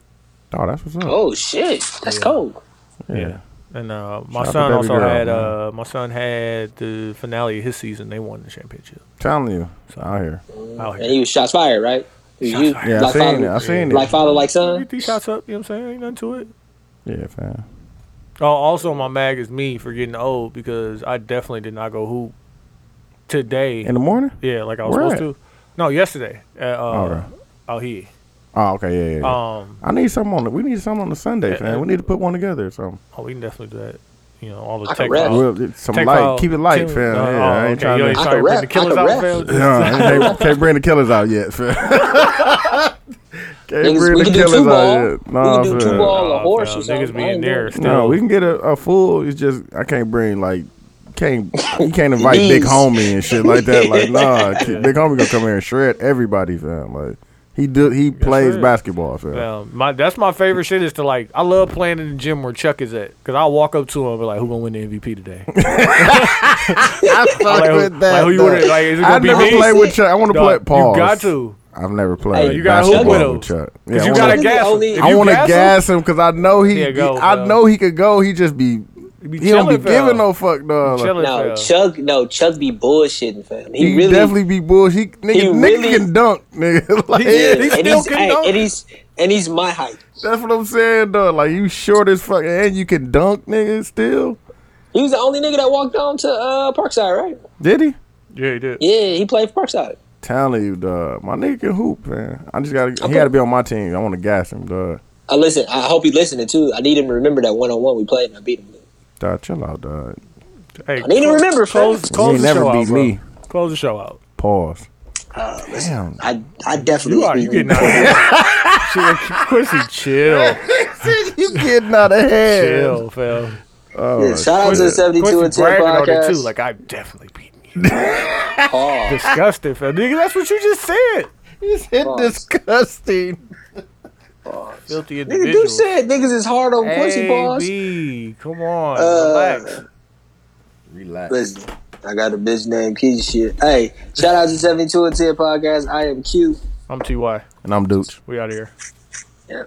Speaker 3: out. Oh, that's what's up.
Speaker 6: Oh shit, that's cold.
Speaker 3: yeah.
Speaker 2: Yeah. And uh, my
Speaker 3: Shout out to
Speaker 2: son
Speaker 3: Baby
Speaker 2: also
Speaker 3: Girl,
Speaker 2: had
Speaker 3: man.
Speaker 2: uh, my son had the finale of his season. They won the championship.
Speaker 3: telling you, it's out here.
Speaker 2: Out
Speaker 6: And
Speaker 2: here.
Speaker 6: he was shots fired, right? It was
Speaker 2: Shots
Speaker 6: you,
Speaker 2: fired.
Speaker 3: Yeah, I
Speaker 6: like
Speaker 3: seen it.
Speaker 6: father,
Speaker 3: I seen
Speaker 6: like
Speaker 3: it.
Speaker 6: father, like son.
Speaker 2: Get these shots up. You know what I'm saying? Ain't nothing to it.
Speaker 3: Yeah, fam.
Speaker 2: Oh, also my mag is me for getting old because I definitely did not go hoop today.
Speaker 3: In the morning.
Speaker 2: yeah, like I was
Speaker 3: Where
Speaker 2: supposed to. No, yesterday. At, uh,
Speaker 3: Okay.
Speaker 2: Out here.
Speaker 3: Oh, okay. Yeah, yeah. yeah.
Speaker 2: Um.
Speaker 3: I need something on. The, we need something on the Sunday,
Speaker 2: Yeah,
Speaker 3: fam. We need to put one together or something.
Speaker 2: Oh, we can definitely do that. You you know all the
Speaker 6: I can
Speaker 2: tech.
Speaker 6: rap.
Speaker 2: files.
Speaker 3: Well, it's some
Speaker 2: Tech
Speaker 3: light.
Speaker 2: file
Speaker 3: Keep it light,
Speaker 2: two-
Speaker 3: fam.
Speaker 2: Oh,
Speaker 3: yeah, I ain't
Speaker 2: okay. You
Speaker 3: trying
Speaker 2: ain't
Speaker 3: to.
Speaker 6: I
Speaker 2: sorry
Speaker 6: can
Speaker 2: bring
Speaker 6: rap.
Speaker 2: the
Speaker 6: I
Speaker 2: killers
Speaker 6: can
Speaker 2: out,
Speaker 6: rap.
Speaker 2: fam.
Speaker 6: (laughs)
Speaker 3: Yeah, can't, can't bring the killers out yet, fam. (laughs) can't
Speaker 6: Niggas,
Speaker 3: bring
Speaker 6: we
Speaker 3: the
Speaker 6: can do two
Speaker 3: killers
Speaker 6: ball.
Speaker 3: out yet.
Speaker 6: we
Speaker 3: Nah,
Speaker 6: can do
Speaker 3: fam.
Speaker 6: two ball or
Speaker 2: Nah,
Speaker 6: horse
Speaker 2: fam.
Speaker 6: or something.
Speaker 2: Niggas
Speaker 6: I
Speaker 2: be
Speaker 6: ain't
Speaker 2: in
Speaker 6: doing
Speaker 2: there.
Speaker 6: it.
Speaker 2: Still.
Speaker 3: No, we can get a, a full. It's just I can't bring like can't you can't invite big
Speaker 6: These.
Speaker 3: homie and shit like that. Like nah,
Speaker 6: (laughs)
Speaker 3: kid, big homie gonna come here and shred everybody, fam. Like he do he plays
Speaker 2: sir.
Speaker 3: basketball, fam.
Speaker 2: Well, my that's my favorite shit is to like I love playing in the gym where Chuck is at because I walk up to him and be like, "Who gonna win the MVP today?"
Speaker 3: I fuck
Speaker 2: Like, who- like, who you
Speaker 3: though.
Speaker 2: wanna- like, is it gonna
Speaker 3: I
Speaker 2: be
Speaker 3: never
Speaker 2: me?
Speaker 3: play with Chuck. I want to
Speaker 2: Dog,
Speaker 3: play. Pause.
Speaker 2: You got to.
Speaker 3: I've never played
Speaker 2: you gotta hoop
Speaker 3: basketball
Speaker 2: with him.
Speaker 3: with Chuck. Yeah,
Speaker 2: 'Cause
Speaker 3: I
Speaker 2: you
Speaker 3: wanna-
Speaker 2: gotta
Speaker 6: Really,
Speaker 2: gas him.
Speaker 6: only-
Speaker 2: If
Speaker 6: I
Speaker 2: you
Speaker 3: I want to
Speaker 2: him,
Speaker 3: gas him because I know he.
Speaker 2: Yeah, go,
Speaker 3: he- I
Speaker 2: fam.
Speaker 3: know he could go. He just be.
Speaker 2: you be
Speaker 3: He don't be
Speaker 2: chilling, fam.
Speaker 3: giving no fuck, dog. Like,
Speaker 2: Chilling,
Speaker 6: No,
Speaker 2: fam.
Speaker 6: Chuck. No, Chuck be bullshitting, fam. He,
Speaker 3: he
Speaker 6: really
Speaker 3: definitely be bullshit. Nigga,
Speaker 6: he
Speaker 3: nigga
Speaker 6: really-
Speaker 3: can dunk, nigga. (laughs) Like,
Speaker 2: Yeah.
Speaker 3: he
Speaker 2: He
Speaker 6: And
Speaker 3: still
Speaker 6: he's,
Speaker 3: can
Speaker 6: hey,
Speaker 3: dunk.
Speaker 6: and he's and he's my height.
Speaker 3: That's what I'm saying, though. Like you short as fuck, and you can dunk, nigga. Still,
Speaker 6: He was the only nigga that walked on to uh, Parkside, right?
Speaker 3: did he?
Speaker 2: Yeah, he did.
Speaker 6: Yeah, he played for Parkside.
Speaker 3: Telling you, dog. My nigga can hoop, man. I just gotta. He
Speaker 6: Okay.
Speaker 3: gotta be on my team. I want to gas him, dog.
Speaker 6: I Uh, listen. I hope he listening too. I need him to remember that one on one we played and I beat him.
Speaker 3: Dog, chill out, dog.
Speaker 2: Hey,
Speaker 6: I need to remember, fam.
Speaker 2: Close,
Speaker 3: You
Speaker 2: close
Speaker 3: ain't
Speaker 2: the
Speaker 3: never
Speaker 2: show
Speaker 3: beat
Speaker 2: out, bro.
Speaker 3: me.
Speaker 2: Close the show out.
Speaker 3: Pause.
Speaker 6: Uh, listen,
Speaker 3: Damn.
Speaker 6: I I definitely.
Speaker 2: You are you getting out of here? Chill, Quincy, chill,
Speaker 3: (laughs) you getting out of hand.
Speaker 2: chill, fam.
Speaker 3: Oh,
Speaker 6: Yeah, shout out to the
Speaker 3: shit.
Speaker 6: seventy two and
Speaker 2: Quincy
Speaker 6: ten
Speaker 2: bragging on it
Speaker 6: podcast. Oh,
Speaker 2: too. Like (laughs) I definitely beat you.
Speaker 6: Pause.
Speaker 2: Disgusting, fam. Nigga, that's what you just said.
Speaker 3: It's disgusting.
Speaker 2: Filthy
Speaker 6: Nigga,
Speaker 2: individual.
Speaker 6: dude said niggas is hard on pussy balls.
Speaker 2: B, come on,
Speaker 6: Uh,
Speaker 2: relax.
Speaker 3: Relax.
Speaker 6: Listen, I got a bitch named Key shit. Hey, shout out to 72 and 10 podcast. I am Q.
Speaker 2: I'm Ty.
Speaker 3: And I'm Dooch.
Speaker 2: We out of here.
Speaker 6: Yeah.